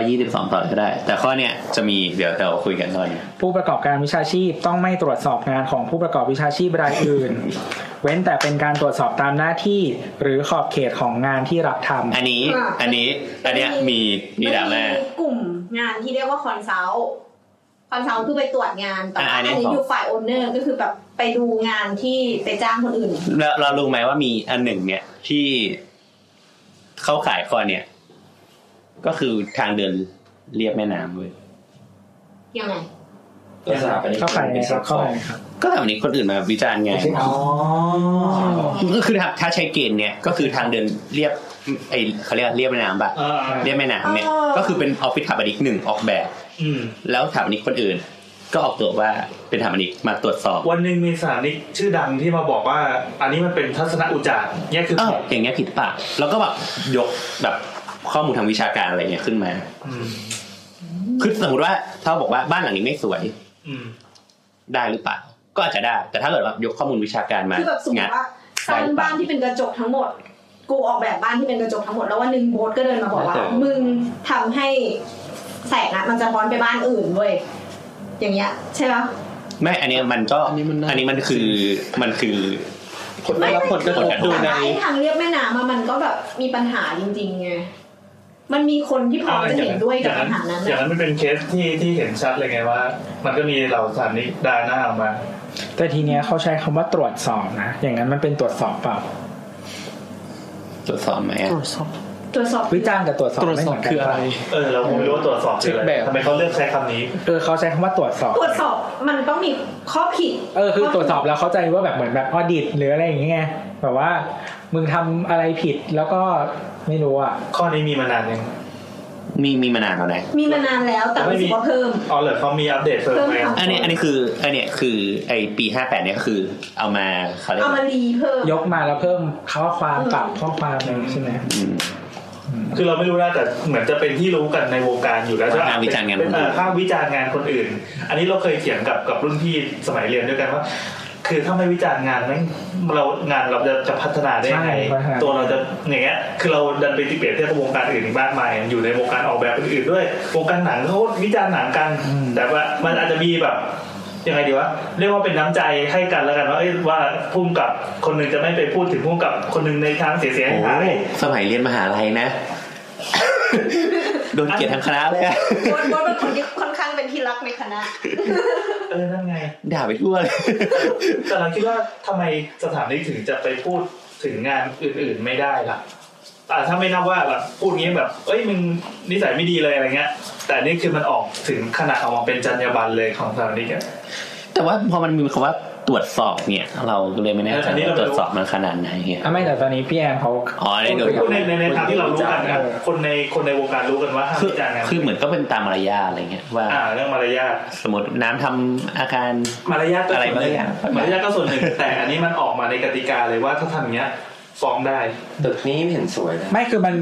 22 ต่อก็ได้ แต่ข้อเนี้ยจะมีเดี๋ยวเดี๋ยวคุยกันตอนนี้
ผู้ประกอบการวิชาชีพต้องไม่ตรวจสอบงานของผู้ประกอบวิชาชีพรายอื่น เว้นแต่เป็นการตรวจสอบตามหน้าที่หรือขอบเขตของงานที่รับท
อันนี้อันนี้อันเนี้ยมีมีดราม่า
กลุ่มงานที่เรียกว่าคอนซัลท์คอนซัลท์คือไปตรวจงานแต่ว่า
อ่าอั
อั
น
น
นี้
นี้อยู่ฝ่ายโอนเนอร์ก็คือแบบไปดูงานที่ไปจ้างคนอื่น
แล้วเรารู้ไหมว่ามีอันหนึ่งเนี่ยที่เขาขายข้อเนี่ย ก็คือทางเดินเรียบแม่น้ำเว้ย
ยังไง
ตัวสถาปนิ
ำ
ก
เข้าไป
เป็
ใน
น
ค
ซั
รับบ
ค
เข้า
อ
ไป
ร์
ในครับ
ก็แบบนี้คนอื่นมาวิจารณ์ไง
อ๋อ
ก็คือถ้าถ้าใช้เกณฑ์เนี่ยก็คือทางเดินเรียบไอเขาเรียกเรียบแม่น้ำปะ
เออเออ
เรียบแม่น้ำเนี่ย
อ๋อ
ก็คือเป็นออฟฟิศสถาปนิกหนึ่งออกแบบ
อืม
แล้วสถาปนิกคนอื่น ก็ออกตัวว่าเป็นสถาปนิกมาตรวจสอบ
วันหนึ่งมีสถานิกชื่อดังที่มาบอกว่า อันนี้มันเป็นทัศนอุจจาร์เนี่ยคือ
เอออย่างเงี้ยผิดปะแล้วก็แบบยกแบบข้อมูลทางวิชาการอะไรเงี้ยขึ้นมา
อืม
คือสมมติว่าถ้าบอกว่าบ้านหลังนี้ไม่สวย
อืม
ได้หรือเปล่า ก็อาจจะได้ แต่ถ้าเกิดว่ายกข้อมูลวิชาการมา
คือแบบสมม
งัด
ติว่าสร้างบ้านที่เป็นกระจกทั้งหมด กูออกแบบบ้านที่เป็นกระจกทั้งหมดแล้ววันหนึ่งโบ๊ทก็เดินมาบอกว่า มึงทำให้แสงอะมันจะพ้อนไปบ้านอื่นเว้ยอย่างเงี้ย ใช่ปะ
ไม่อันเนี้ยมันก็
อันนี้มันน่า
อันนี้มันคือมันคือ
ไม่ไม่
ผลกระทบดูใน
ไอ้ทางเรียบแม่น้ำอะมันก็แบบมีปัญหาจริงๆไง มันมีคนที่พร้อมจะเห็นด้วยกับปัญหานั้น
อย่า
อะ
งนั้นมันเป็นเคสที่ที่เห็นชัดเลยไงว่า มันก็มีเหล่าสถานิกดาหน้าออกมา
แต่ทีเนี้ยเขาใช้คำว่าตรวจสอบนะ อย่างนั้นมันเป็นตรวจสอบเปล่า
ตรวจสอบไหมอะ
ตรวจสอบ
ตรวจสอบ
วิจารณ์กับตรวจสอบ
ตรวจ
ไม่
ส
เห
อบ
มือนกัน
คืออะไร
เออ เราคงไม่รู้ว่าตรวจสอบคืออะไร
เช็คแบบ
ทำไมเขาเลือกใช้คำนี้
เออเขาใช้คำว่าตรวจสอบ
ตรวจสอบมันต้องมีข้อผิด
เออคือตรวจสอบแล้วเข้าใจว่าแบบเหมือนแบบออดิตหรืออะไรอย่างเงี้ยแบบว่ามึงทำอะไรผิดแล้วก็ไม่รู้อ่ะ
ข้อนี้มีมานานยัง
มีมีมานานแล้วนะ
มีมานานแล้วแต่รู้สึกว่าเพิ่ม
อ๋อเหรอเขามีอัปเดตเพิ่มไหม
เพิ่มค่ะ
อันนี้อันนี้คืออันเนี้ยคือไอปีห้าแปดเนี่ยก็คือ เอามาเขาเรียก
เอา
ว่า
มารีเพิ่ม
ยกมาแล้วเพิ่มข้อความ
เออ
ปรับข้อความอะไรอย่างงี้ใช่ไหม
อืม
คือเราไม่รู้นะแต่เหมือนจะเป็นที่รู้กันในวงการอยู่แล้ว
ว่า
จะ
ห้ามวิจารณ์งาน
เป็
คนอื่น
เออห้ามวิจารณ์งานคนอื่น อันนี้เราเคยเถียงกับกับรุ่นพี่สมัยเรียนด้วยกันว่า คือถ้าไม่วิจารณ์งานแม่งเรางานเราจะจะพัฒนาได้ยังไง
ใช่พัฒนา
ตัวเราจะอย่างเงี้ยคือเราดันไปติเปรียบเทียบกับวงการอื่นอีกมากมายอยู่ในวงการออกแบบอื่นๆด้วยวงการหนังเขาวิจารณ์หนังกัน แต่ว่ามันอาจจะมีแบบ ยังไงดีวะเรียกว่าเป็นน้ำใจให้กันแล้วกันว่าเอ้ยว่าพุ่มกับคนหนึ่งจะไม่ไปพูดถึงพุ่มกับคนหนึ่งในทางเสียเสียหายๆ
สมัยเรียนมหาลัย
(laughs)
นะ โดนเกลียดทั้งคณะเลยอะ
โบทโบทเป็นคนที่ค่อนข้างเป็นที่รักในคณะ
เออนั่นไง
ด่าไปทั่วเลย (laughs)
แต่เราคิดว่าทำไมสถานนี้ถึงจะไปพูดถึงงานอื่นๆไม่ได้ล่ะอ่าถ้าไม่นับว่าแบบพูดงี้แบบ เอ้ยมึงนิสัยไม่ดีเลยอะไรเงี้ย แต่อันนี่คือมันออกถึงขนาดออกมาเป็นจรรยาบรรณเลยของสถานนี้เนี่ย
แต่ว่าพอมันมีคำว่าตรวจสอบเนี่ย เราก็เลยไม่แน่ใจ
อันนี้เรา
ว่าตร
ไม่
ว
รู้
จสอบมันขนาดไหนเงี้ย
อ่ะไม่แต่ตอนนี้พี่แอนเขา
อ๋อในโดย
พูดในในในทางที่เรารู้กันนะคนในคนในวงการรู้กันว่าห้าม
คือ
วิจารณ์งาน
คือเหมือนก็เป็นตามมารยาทอะไรเงี้ยว่า
อ่าเรื่องมารยาท
สมมติน้ำทำอาการ
มารยาทก็
อะไร
ส่วนห
บางอ
นึ่ง
ย่าง
มารยาทก็ส่วนหนึ่งแต่อันนี้มันออกมาในกติกาเลยว่าถ้าทำอย่างเงี้ยฟ้องได้
ตึกนี้ไม่เห็นสวยเลย
ไม่คือมัน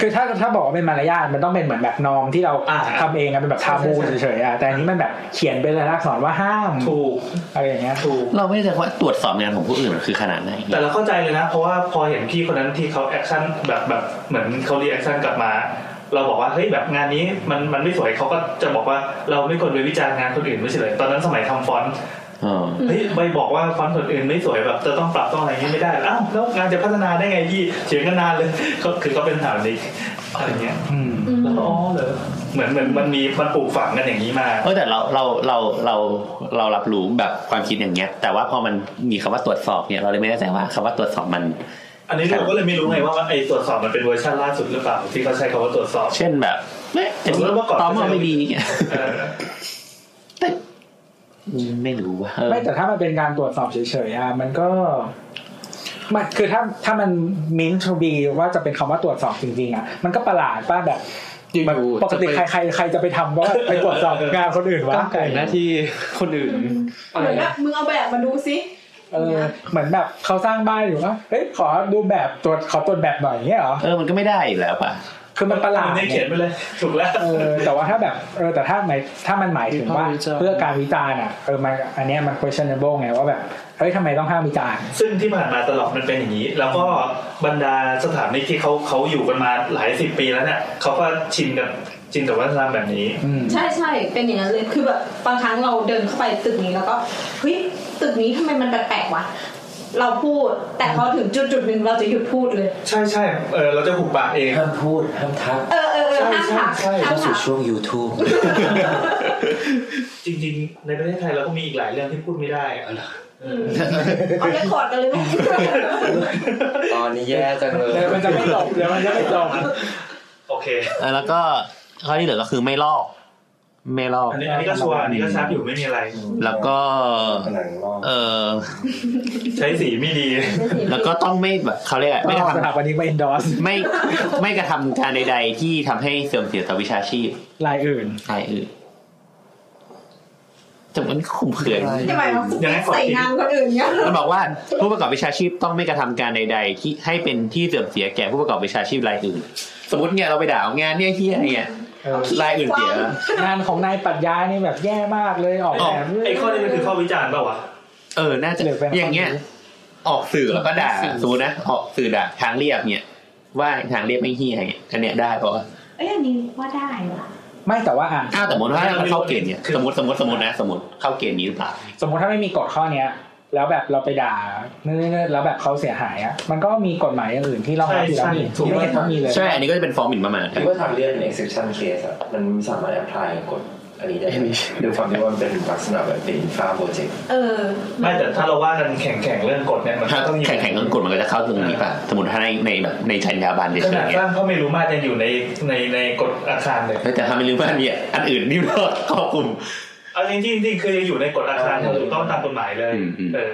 คือถ้าถ้าบอกว่าเป็นมารยาทมันต้องเป็นเหมือนแบบนอมที่เรา
อ่า
ทำเองอะเป็นแบบทาบูเฉยๆอะแต่อันนี้มันแบบเขียนเป็นลายลักษณ์อักษรว่าห้าม
ถูก
อะไรอย่างเงี้ย
ถูก
เราไม่ได้จะว่าตรวจสอบงานของผู้อื่นมันคือขนาดไหน
แต่เราเข้าใจเลยนะ เพราะว่าพอเห็นพี่คนนั้นที่เขาแอคชั่นแบบแบบเหมือนเขารีแอคชั่นกลับมา เราบอกว่าเฮ้ยแบบงานนี้มันมันไม่สวยเขาก็จะบอกว่าเราไม่ควรไปวิจารณ์งานคนอื่นไม่ใช่เลยตอนนั้นสมัยทำฟอนต์
อ๋อ
เฮ้ยไปบอกว่าฟอนต์คนอื่นไม่สวยแบบจะต้องปรับต้องอะไรอย่างนี้ไม่ได้อ้าวแล้วงานจะพัฒนาได้ไงพี่เถียงกันนานเลย (laughs) ก็คือก็เป็นถามนี้อะไรเงี้ย
อืม
แล้วก็อ๋อเหรอเหมือนเหมือนมันมีมันปลูกฝังกันอย่างนี้มา
เออแต่เราเราเราเราเรารับรู้แบบความคิดอย่างเงี้ย แต่ว่าพอมันมีคำว่าตรวจสอบเนี่ยเราเลยไม่แน่ใจว่าคำว่าตรวจสอบมัน
อันนี้เราก็เลยไม่รู้ไงว่าไอ้ตรวจสอบมันเป็นเวอร์ชันล่าสุดหรือเปล่าที่เขาใช้คำว่าตรวจ
(laughs)
สอบ
เช่นแบบเอ๊ะ
สมมติว่าเมื่อก่อน
ตอมอไม่ดีเงี้ย (laughs)
เออ
ไม่รู้ว่า
ไม่แต่ถ้ามันเป็นการตรวจสอบเฉยๆอะมันก็มันคือถ้าถ้ามันมิ้นทูบีว่าจะเป็นคำว่าตรวจสอบจริงๆอะมันก็ประหลาดป้าแบบ
อยู่
มันปกติใคร
จะ
ใครใครจะไปทำว่าไปตรวจสอบงานคนอื่น
ไป
วะ
ตั้งไก่หน้าที่คนอื่น
เหมือนแบบมึงเอาแบบมาดูสิ
เออเหมือนแบบเขาสร้างบ้านอยู่ว่าเฮ้ยขอดูแบบตรวจขอตรวจแบบหน่อยอย่างเงี้ยเหรอ
เออมันก็ไม่ได้อยู่แล้วป่ะ
คือมันประหลาด
เนี่ยเขียนไปเลย (laughs) ถูกแล้ว
เออแต่ว่าถ้าแบบเออแต่ถ้าหมายถ้ามันหมายถึงว่า
วิพากษ์วิจารณ์
เพื่อการวิจารณ์อ่ะเออมันอันเนี้ยมัน questionable ไงว่าแบบเฮ้ยทำไมต้องห้ามวิจารณ์
ซึ่งที่ผ่านมาตลอดมันเป็นอย่างนี้ แล้วก็บรรดาสถานนิกที่เขาเขาอยู่กันมาหลายสิบปีแล้วเนี่ยเขาก็ชินกับชินกับวัฒนธรรมแบบนี้
อืม
ใช่ใช่เป็นอย่างนั้นเลยคือแบบบางครั้งเราเดินเข้าไปตึกนี้แล้วก็เฮ้ยตึกนี้ทำไมมันแปลกๆวะเราพูดแต่พอถึงจุดจุดๆหนึ่งเราจะหยุดพูดเลย
ใช่ใช่เออเราจะหุบปากเอง
ห้ามพูดห้ามทัก
เออเออเออห้ามถามห้า
เข้ามสู่
ถาม
ช่วง YouTube
จริง ๆ ในประเทศไทยเราก็มีอีกหลายเรื่องที่พูดไม่ได้อะ
อืมเอาเรคคอร์ดกันเลยไหม
ตอนนี้แย่จังเลย
เดี๋ยวมันจะไม่จบเดี๋ยวมันจะไม่จบ
(laughs) โอเค
เออแล้วก็ข้อที่เหลือก็คือไม่ลอก ไม่ลอก
อันนี้อันนี้ก็ชัวร์อันนี้ก็ชัดอยู่ไม่มีอะไร
แล้วก็
ผนังรอบ
เออ
ใช้สีไม่ดี
แล้วก็ต้องไม่แบบเขาเรียกอะไรไม่
ไม่
กระ
ทำส
ทำ
ถาปนิกไม่ endorse
ไม่ไม่กระทำการใด ๆ ที่ทำให้เสื่อมเสียต่อวิชาชีพ
รายอื่น
รายอื่นแต่มันข่มเขืน
ทำไมเรา
ยังไงขอ
ใส่
อีก
งานคนอื่นเนี่ย
มันบอกว่าผู้ประกอบวิชาชีพต้องไม่กระทำการใด ๆ ที่ให้เป็นที่เสื่อมเสียแก่ผู้ประกอบวิชาชีพรายอื่น สมมติเนี่ยเราไปด่างานเนี่ยเฮียเนี่ย
เออ
รายอื่นเสีย
งานของนายปรัญญานี่แบบแย่มากเลยออก
อ
แบอก บเรื่ย
ไอ้ข้อนี้มันคือข้อวิจารณ์เปล่าวะ
เออน่าจะ
หรือเป็นข้อ
อย่างเงี้ย
นี้
ออกสื่อแล้วก็ด่าสมมตินะออกสื่อด่าทางเรียบเนี่ย ว่าทางเรียบไม่เฮียเนี่ยอันเนี้ยได้ปะวะ
เอ้ยอันนี้ว่าได้ว่ะ
ไม่แต่ว่าอ่ะ
อ้าวสมมติว่ามันเข้าเกณฑ์เนี่ยสมมติสมมติสมมตินะ สมมติเข้าเกณฑ์นี้หรือเปล่า
สมมติถ้าไม่มีกฎข้อเนี้ย แล้วแบบเราไปด่าเนื่อยๆแล้วแบบเขาเสียหายอ่ะมันก็มีกฎหมายอย่างอื่นที่เรา
ใช่
ห้ามอ
ใช่
ยู่แล้วนี่
ถูก
ไม่
ไหม
เห็นต้องมีเลย
ใช่ อันนี้ก็จะเป็นฟอร์มหมิ่นประมาท
ที่ว่าทำเรียน exception case อะมันสามารถ apply กฎอันนี้ได้
อันนี้
ด้วยความที่ว่ามันเป็นลักษณะแบบเป็น infra project
เออ
ไม่แต่ถ้าเราว่ากันแข่งแข่งๆเรื่องกฎเนี่ยมัน
ถ้า
ก็ต้องมี
แข่งแข่งกันกดมันก็จะเข้าตรงนี้ป่ะ สมมติถ้าในในแบบในชันยาบานเฉย
ขนาด
ๆเนี่
ส
ย
ร้างเขาไม่รู้มากยังอยู่ในในในกฎอาคารเลย
แต่ถ้าไม่รู้ว่าเนี่ยอันอื่นนี่มันก็ครอบคลุม
เอาจริงๆจริงๆคืออยู่ในกฎอาคารถูกต้องตามกฎหมายเลย
อืมอืม
เออ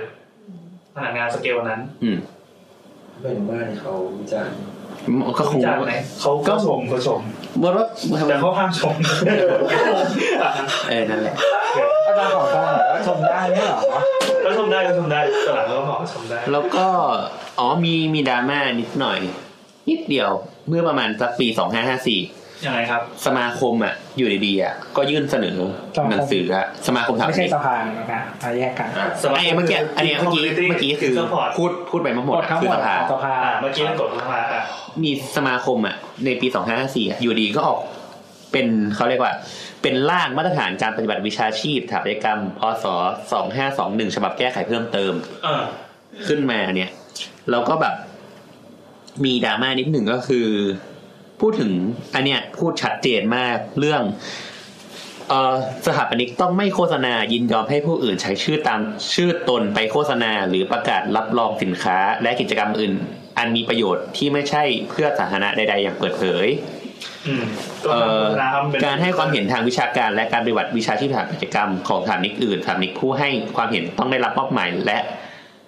พนักงานสเกลนั้น
อืม
เป็นบ้านเขาวิจารณ์
ก็คง
จากไหนเขา
ก็
ก็ชมเขาชม
ว่าว่า
แต่เขาห้ามชม
เออนั่นแหละ
อาจารย์ของการแบบว่าชมได้เนี่ยเหรอ
ก็ชมได้ก็ชมได้ตอนหลังก็ขอชมได้
แล้วก็ อ๋อมีมีดราม่านิดหน่อย นิดเดียว เมื่อประมาณสักปีสองห้าห้าสี่
ยังไงครับ
สมาคมอ่ะอยู่ดีๆอ่ะก็ยื่นเสนอหนังสืออ่ะสมาคมถาม
ไม่ใช่สะพานนะคะมาแยกกัน
ไอ้เมื่อกี้อันเนี้ยเมื่อกี้เมื่อกี้คือ
Support
พูดพูดไปมาหมด
กด
อะ
ทั้ง
คื
ห
อ
มด
สภา
ของสภา
อ่าเมื่อกี้มันกดลงมาอ่ะ
มีสมาคมอ่ะในปี 2554อะอยู่ดีก็ออกเป็นเขาเรียกว่า เป็นร่างมาตรฐานการปฏิบัติวิชาชีพสถาปัตยกรรมพศ2521 ฉบับแก้ไขเพิ่มเติม
เออ
ขึ้นมาเนี่ยเราก็แบบมีดราม่านิดหนึ่งก็คือ พูดถึงอันเนี้ยพูดชัดเจนมากเรื่องเออสถาปนิกต้องไม่โฆษณายินยอมให้ผู้อื่นใช้ชื่อตามชื่อตนไปโฆษณาหรือประกาศรับรองสินค้าและกิจกรรมอื่น อันมีประโยชน์ที่ไม่ใช่เพื่อสาธารณะใด ๆ อย่างเปิดเผย
อืมตัว
เอ่อ
น้ำเป็น
การให้ความเห็นทางวิชาการและการปฏิบัติวิชาชีพทางกิจกรรมของสถานิกอื่นสถานิกผู้ให้ความเห็นต้องได้รับมอบหมายและ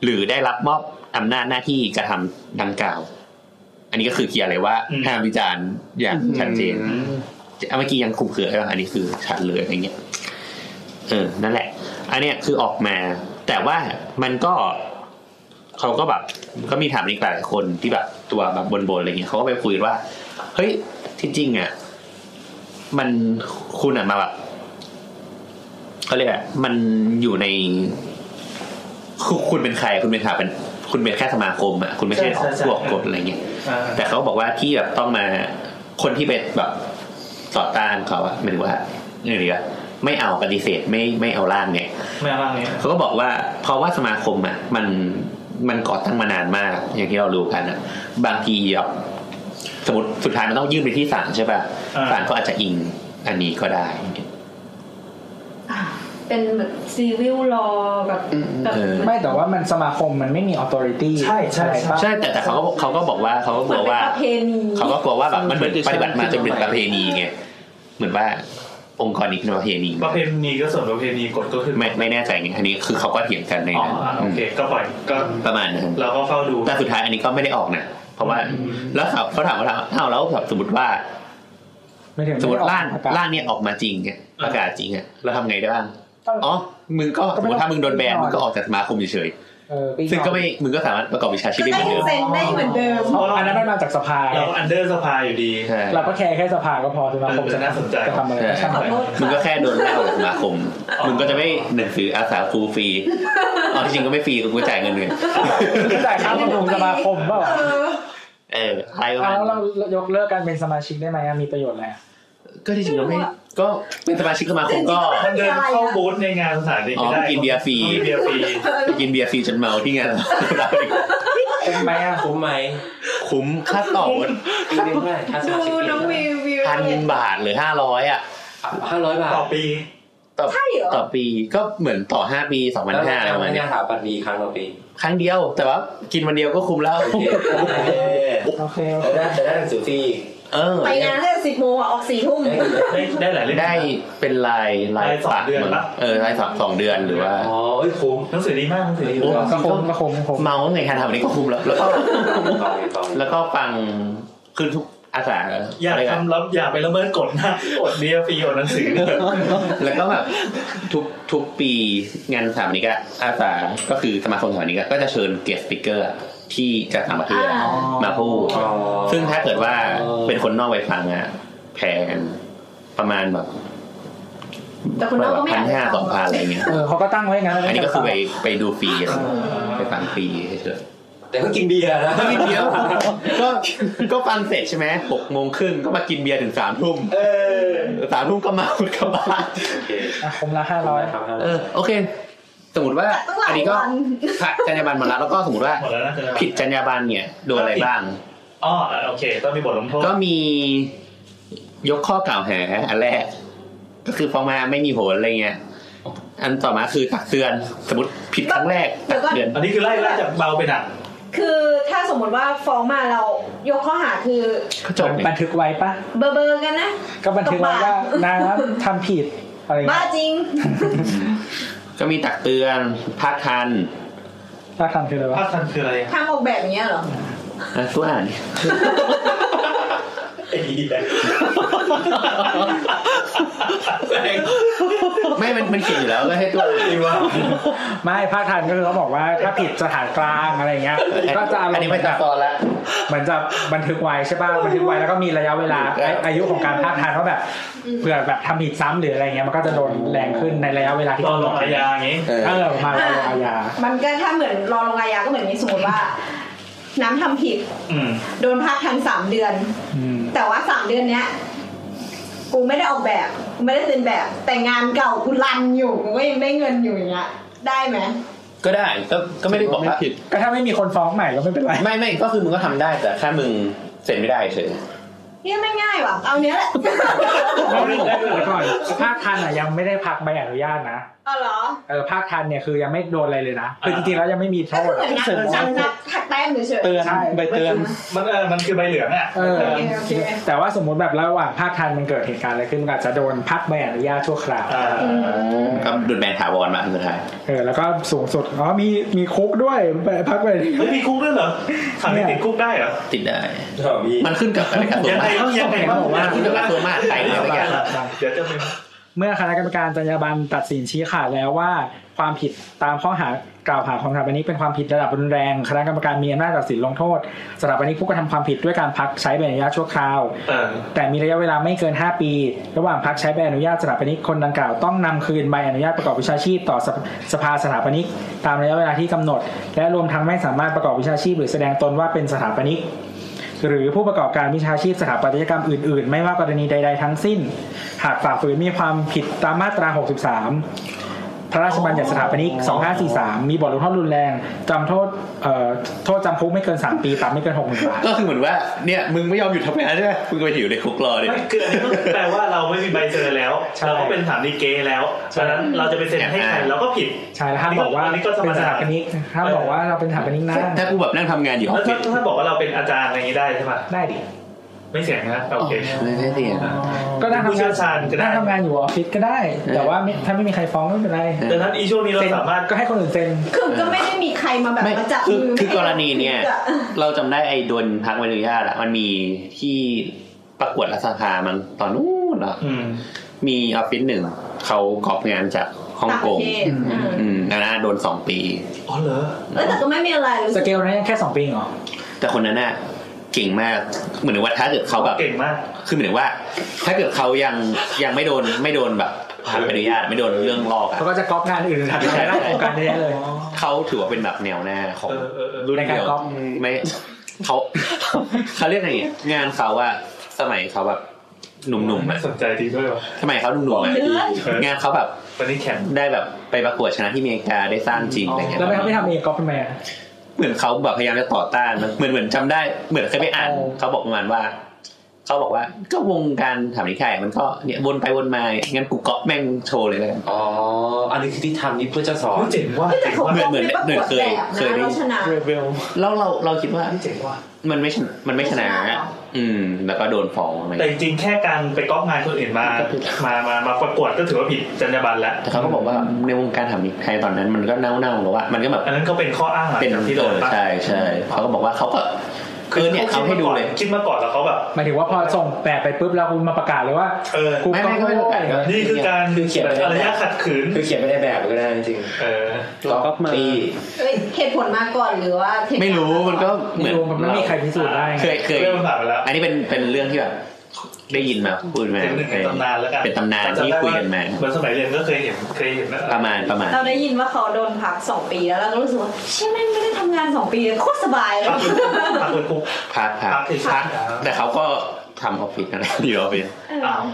หรือได้รับมอบอำนาจหน้าที่กระทำดังกล่าว อันนี้ก็คือเคลียร์เลยว่าห้ามวิจารณ์อย่างชัดเจนเอาเมื่อกี้ยังคุมเขืออันนี้คือชัดเลยอย่างเงี้ยเออนั่นแหละ อันเนี้ยคือออกมา แต่ว่ามันก็ เขาก็แบบก็มีถามอีกหลายคนที่แบบตัวแบบบนๆอะไรเงี้ยเขาก็ไปคุยว่า เฮ้ยที่จริงอ่ะ มันคุณอ่ะมาแบบเขาเรียกอะมันอยู่ในคุคุณเป็นใคร คุณเป็นถาเป็นคุณเป็นแค่สมาคมอ่ะคุณไม่ใช่ออกพวกกฎอะไรเงี้ย
อ่า
แต่เขาบอกว่าที่แบบต้องมาคนที่เป็นแบบต่อต้านเขาอะหมายถึงว่าเนี่ยหรือว่าไม่เอาปฏิเสธไม่ไม่เอาร่างเนี่ย
แม่ร่างนี้
เขาก็บอกว่าเพราะว่าสมาคมอ่ะมันมันก่อตั้งมานานมาก อย่างที่เรารู้กันอ่ะ บางทีแบบสมมติสุดท้ายมันต้องยื่นไปที่ศาลใช่ป่ะ
อ่า
ศาลก็อาจจะอิงอันนี้ก็ได้อย่างเงี้ย
เป็นแบบซีวิลรอแบบแบบ
เออ
ไม่แต่ว่ามันสมาคมมันไม่มี authority
ใช่ใช่
อะไร
ใช่
ปะ
ใช่แต่แต่เขาก็เขาก็บอกว่าเขาก็
เห
ก
มือนเป็น
ลัวว่า
ประเพณี
เขาก็กลัวว่าแบบมันเหมือนปฏิบัติมาจนเป็นประเพณีไงเหมือนว่าองค์กรนี้เป็นประเพณี
ประเพณีก็ส่วนประเพณีกฎก็คือ
ไม่ไม่แน่ใจไงอันนี้คือเขาก็เถียงกันใน
อ๋อ
นั้น
อ่ะโอเค ก็ปล่อยก็
ประมาณนั้น
เราก็เฝ้าดู
แต่สุดท้ายอันนี้ก็ไม่ได้ออกนะเพราะว่า แล้วเขาเขาถามว่าถามเอ้าแล้วแบบสมมติว่า
ไม่ถึง
สมมติร่าง
ออกประกศ
ร่างเนี่ยออกมาจริงเนี่ยป
อ่า
ระกาศจริงเนี่ยเราทำไงได้บ้าง
ต้อง
อ๋อมึงก็
ก็
ส
ไม่
มมติ
ต้อง
ถ้ามึงโดนแบนมึงก็ออกจากสมาคมเฉย
เออ
ๆซึ่งก็ไม่มึงก็สามารถประกอบวิชาชีพได้เหมือนเดิม
เซ็นได้เหมือนเดิม
เพราะอันนั้นมันมาจากสภา
เราอันเดอร์สภาอยู่ดี
ใช่
เราก็แค่แค่สภาก็พอสมาคมจะ
น่าสนใจ
จะทำอะไรก็ช่าง
ขอ
มัน
โทษ
มึงก็แค่โดนไล่ออกจากสมาคม มึงก็จะไม่หนังสืออาสาครูฟรีอ๋อที่จริงก็ไม่ฟรีกูจ่ายเงินเลย
จ่ายค่าบำรุงสมาคมเปล่า
เออ
เอออะไรประมาณ
เอาแล้วเรา
นั้น
ยกเลิกการเป็นสมาชิกได้ไหมอะมีประโยชน์อะไรอะ
ก็ที่จริงเราไม่ก็เป็นสมาชิกสมาคมก็
มันเดินเข้าบูธในงานสถานที่
อ๋อ
ได้
กินเบียร์ฟรี
กินเบียร์ฟรี
ไปกินเบียร์ฟรี (laughs) จนเมาที่งานเรา
เป็นไหมอะ
คุ้มไหม
คุ้มค่าต่อวัน
ปีนึงเท่าไหร่ค่าสมาชิ
ดู
กปี
น้องวิววิว
พันบาทหรือห้าร้อยอ่ะ
ห้าร้อยบาท
ต่อปี
ต่อ
ใช่เหรอ
ต่อปีก็เหมือนต่อห้าปีสองพันห้า
แล้ว
ประ
มั
มาณ
น
เนี้
ยั
ย
งหาบัตรดีครั้งต่อปี
ครั้งเดียวแต่ว่ากินวันเดียวก็คุ้มแล้ว
โอเค
โอเคโอเค
แต่ได้แต่ได้หนังสือฟรี
เออ
ไปงานตั้งแต่สิบโมงอะออกสี่ทุ่ม
ได้
ได้ได้หลายเล่ม
ได้เป็นลายลาย
ลายสอง
ปัก
เดือน
มั้ง
ปะ
เออลายสักสองเดือนหรือว่า
อ๋อเอ้ยคุ้ม
หนังสือดีมากหนังสือดี
โอ้
มาก
ก็คงก็คงก็คง
เมาไงการทำอันนี้ก็คุ้มแล้ว แล้วก็
ต่อไปต่อไป
แล้วก็ฟังคือทุกอาสา
อย่า
อะไรกัน
ทำรับอย่าไปละเมิดกฎนะกฎเบียร์ฟรีกฎหนังสือเนี่ย
แล้วก็แบบทุกทุกปีงานสถาปนิกอะอาสาก็คือสมาคมสถาปนิกอะก็จะเชิญเกสปิเกอร์ที่จากต่างประเทศอะมาพูด
อ๋อ
ซึ่งถ้าเกิดว่าเป็นคนนอกไปฟังอะแพงประมาณแบบ
แต่คนนอกก็ไม่
พั
อน ยาก
ห้าสองพันอะไรเงี้ย
เออเขาก็ตั้งไว้งั้น
อันนี้ก็คือไปไปดูฟรีอะไรไปฟังฟรีเฉย
แต่ก็กินเบียร์นะ
ๆนิดเดียวก็ก็ฟังเสร็จใช่ไหมหกโมงครึ่งก็มากินเบียร์ถึงสามทุ่ม
เออ
สามทุ่มก็มา (laughs) คุดกับบ้าน
โอเค
อ่ะคมละห้าร้อย
ครับ
เออโอเค สมมติว่า
ตั้งหลา
อัน
ย
นี้ก็
วัน
ถ้าจรรยาบรรณหมดแล้วแล้วก็สมมติว่า
หมดแล้วนะจะได้
ผิดจรรยาบรรณเนี่ยโดนอะไรบ้าง
อ๋อโอเค ต้องมีบทลงโทษ
ก็มียกข้อกล่าวหาอันแรก ก็คือฟ้องมาไม่มีผลอะไรเงี้ยอันต่อมาคือตักเตือนสมมติผิดครั้งแรกตักเตือน
อันนี้คือไล่ไล่จากเบาไปหนัก
คือถ้าสมมติว่าฟ้องมาเรายกข้อหาคือ
ก็จบเลย
บันทึกไว้ปะ
เบอร์เบอร์กันนะ
ก็บันทึกไว้ว่านะทำผิดอะไร
บ้า
เงี้ย
จริง
ก็มีตักเตือนภาคทัน
ถ้าทำคืออะไรวะ
ภาคทันคืออะไร
(laughs)
ทำออกแบบอย่างเนี้ยเหรอ
อ่ะสู้อ่านดิ
ไอ้เหี้ย
ไม่มันมันเขียนอยู่แล้วก็ให้ตัว
ดีว่า
ไม่ภาคทันก็คือเขาบอกว่าถ้าผิดสถานกลางอะไรเงี้ย ก็จะอารม
อัน
ณ์
นี้
เหมื
ไม่
อน
ซั
แบบ บ
ซ้อนแล้ว
เหมือนจะบันทึกไว้ใช่ป่ะบันทึกไว้แล้วก็มีระยะเวลาอาอายุของการภาคทันว่าแบบเผื่อแบบทำผิดซ้ำหรืออะไรเงี้ยมันก็จะโดนแรงขึ้นในระยะเวลาที่
ตอนลงอาญาอย่างงี้
เออประมาณรอลงอาญา
มันก็ถ้าเหมือนรอลงอาญาก็เหมือนนี้สมมติว่า น้ำทำผิด
อืม
โดนพักทันสามเดือน
อืม
แต่ว่าสามเดือนเนี้ย กูไม่ได้ออกแบบกูไม่ได้เซ็นแบบ แต่งานเก่ากูรันอยู่กูก็ยังได้เงินอยู่อย่างเงี้ยได้ไหม
ก็ได้ก็ก็ไม่ได้บอกว่า
ก็ถ้าไม่มีคนฟ้องใหม่ก็ไม่เป็นไร
ไม่ไม่ก็คือมึงก็ทำได้แต่แค่มึงเซ็นไม่ได้เฉย
เนี่ยไม่ง่ายว่ะเอาเนี้ยแหละ
เอาเรื่องของผมก่อนภาคทันอ่ะยังไม่ได้พักใบอนุญาตนะ
เอาเหรอ
เออภาคทันเนี่ยคือยังไม่โดนอะไรเลยนะ คือจริงๆแล้วยังไม่มีโท
ก็คือเหมือ
ษ
นงาน
เสริม
จำนับหักแต้มเฉย
เตือนใบเตือน
มันเออมันคือใบเหลืองอ่ะ
เออ
ๆโอเคโอเค
แต่ว่าสมมติแบบระหว่างภาคทันมันเกิดเหตุการณ์อะไรขึ้นมันก็อาจจะโดนพักใบอนุญาตชั่วคราว
อ่า
ก็ดูดแบนถาวรมาสุดท้าย
เออแล้วก็สูงสุดอ๋อมีมีคุกด้วยไปพักใบอนุญา
เฮ้ย
ต
มีคุกด้วยเหรอขัง
เนี่ย
ติดคุกได้เหรอ
ติดได้
ชอบพี่
มันขึ้นกับอะไรกับ
(laughs)
ตัว
ยัง
มาก
ไงต้องยังไงบ้าง
ผมว่า
ขึ้นกับตัวมากไปอะไรอย่างเงี้ย
เดี๋ยวจะไป
เมื่อคณะกรรมการจรรยาบรรณตัดสินชี้ขาดแล้วว่า ความผิดตามข้อหากล่าวหาความกระทำอันนี้เป็นความผิดระดับรุนแรง คณะกรรมการมีอำนาจตัดสินลงโทษสำหรับอันนี้ผู้กระทำความผิดด้วยการพักใช้ใบอนุญาตชั่วคราว
เออ
แต่มีระยะเวลาไม่เกิน 5 ปี ระหว่างพักใช้ใบอนุญาตสถาปนิกคนดังกล่าวต้องนำคืนใบอนุญาตประกอบวิชาชีพต่อสภสภาสถาปนิก ตามระยะเวลาที่กำหนด และรวมทั้งไม่สามารถประกอบวิชาชีพ หรือแสดงตนว่าเป็นสถาปนิก หรือผู้ประกอบการวิชาชีพสถาปัตยกรรมอื่น ๆ ไม่ว่ากรณีใด ๆ ทั้งสิ้น หากฝ่าฝืนมีความผิดตามมาตรา 63 พระราชบัญญัติสถาปนิก 2543 มีบทลงโทษรุนแรงจำโทษเอ่อโทษจำคุกไม่เกิน 3 ปีปรับไม่เกิน 60,000บาท
ก็คือเหมือนว่าเนี่ยมึงไม่ยอมหยุดทำงานใช่ไหมมึงก็ไปอยู่ในคุกรอดิ
ไม่คืออันนี้ก็แปลว่าเราไม่มีใบเจอแล้ว
ใช่
เราก็เป็นสถามดีเกแล้วฉะนั้นเราจะไปเซ็นให้ใครเราก็ผิด
ใช่แล้วห้ามบอกว่า
อันนี้ก็ธรร
เป็
ม
นส
ดา
ถาปนิกห้ามบอกว่าเราเป็นสถาปนิกนะ
ถ้ากูแบบนั่งทำงานอยู่ห้อ
แล้
ง
ว
ฟิต
ถ้าถ้าบอกว่าเราเป็นอาจารย์อะไรอย่างนี้ได้ใช่ปะ
ได้ดิ
ไม่เสียงนะโอเค
ไม่ได้เสีย
ก็นั่ง
ผู้
ทำ
เชี่
งาย น
วชาญก็ได้
นั่งทำงานอยู่ออฟฟิศก็ได้ แต่ว่าไม่ถ้าไม่มีใครฟ้องก็ไม่เป็นไร
ดังนั้นอีช่วงนี้เรา
เซ็น
สามารถ
ก็ให้คนอื่นเซ็น
คือก็ไม่ได้มีใครมาแบบ
ไม่
มาจับ
คือ
มือ
คือกรณีเนี่ย
ให้ราคิดอะ
เราจำได้ไอ้โดนพักใบอนุญาตอะมันมีที่ประกวดรัฐสภามันตอนนู้นอะ
อืม
มีออฟฟิศหนึ่งเขากอบงานจากฮ่อง
ต่าง
ก
ประ
ง
เทศอืม
อืมอันนั้นโดนสองปี
อ๋อเหรอ
เออแต่ก็ไม่มีอะไรรู้
ส
สึก
เกลนั้นยังแค่สองปีเหรอ
แต่คนนั้นน่ะเก่งมากเหมือนว่าถ้าเกิดเขาแบบ
เก่งมาก
คือหมายถึงว่า ถ้าเกิดเขายังยังไม่โดนไม่โดนแบบผ่านใบอนุญาตไม่โดนเรื่องลอกอะ
เขาก็จะก๊อปงานอื่นทำใช้ร่างโครงการเยอะแยะเลย
เขาถือว่าเป็นแบบแนวหน้าของ
เออเออเออ
รุ่น
ในการ
เดียว
ก๊อป
ไม่เขาเขาเรียกไงเนี่ยงานเขาว่าสมัยเขาแบบหนุ่มๆอะ
สนใจดีด้วยวะ
สมัยเขาหนุ่มๆอะ
เดือน
งานเขาแบบ
วันนี้แข็ง
ได้แบบไปประกวดชนะที่อเมริกาได้สร้างจริงอะไรเงี้ย
แล้วไม่ทำไม่ทำเองก๊อปทำไมอะ
เหมือนเขาแบบพยายามจะต่อต้านมันเหมือนเหมือนจำได้เหมือนเคยไปอ่าน
อ๋อ
เขาบอกประมาณว่าเขาบอกว่าก็วงการถามนิทายมันก็เนี่ยวนไปวนมางั้นกูก๊อปแม่งโชว์เลยแล้วกัน
อ๋อ อันนี้คือที่ทำนี่เพื่อจะสอน
เจ๋งว่ะ
แต่เขา
เหมือน
ก็
เหมือน
ไประกวด
เหมือน
แบบ
เคยเคย
นะ
ได้
เราชนะ
แล้วเราเราคิดว่า
เจ๋งว่ะ
มันไม่ชนะมันไม่ชนะ
ไม่ชนะหรอ
อืม แล้วก็โดนฟ้องอะไร
แต่จริงๆแค่การไปก๊อปงานคนอื่นมา มามามาประกวดก็ถือว่าผิดจรรยาบรรณแล้ว
แต่เขาก็บอกว่าในวงการถามนิไทยตอนนั้นมันก็เน่าๆแล้วว่า มันก็แบบ
อันนั้นก็เป็นข้ออ้างหลัง
เป็น
จาก
ที่
ที่
โด
โด
น
นปะ
ใช่ใช่เขาก็บอกว่าเขาก็คือเนี่ยเขาให้ดูเลย
คิดมาก่อนแล้วเขาแบบ
หมายถึงว่าพอส่งแบบไปปุ๊บแล้วคุณมาประกาศเลยว่า
เออ
กู
ไม่
ก๊อ
ไม่
ป
ก็ไม่ประกาศก็
นี่คือการ
คือเขียนไป
แบบ
แล้ว
อารยะขัดขืน
คือเขียนไม่ได้แบบก็ได้จริง
เออ
เราก็มา
ตี
เอ้ยเหตุผลมาก่อนหรือว่าเหตุผล
ไม่รู้มันก็เหมื
ไม่
อน
รู้มันไม่มีใครพิสูจน์ได้ไง
เคยเคย
เรื่องมันผ่านไปแล้ว
อันนี้เป็นเป็นเรื่องที่แบบได้ยินมาพูดมา
เป็นหนึ่งในตำนานแล้วกัน
เป็นตำนานที่คุยกันมา
เหมือนสมัยเรียนก็เคยเห็นเคยเห็นนะ
ประมาณประมาณ
เราได้ยินว่าเขาโดนพักสองปีแล้วเราก็รู้สึกว่าเชี่ยแม่งไม่ได้ทำงานสองปีเลยโคตรสบายเลย
พักเลยคุก
พักพัก
พักที่ชัก
แต่เขาก็ทำออฟฟิศอะไรอยู่ออฟฟิศ
อ้าว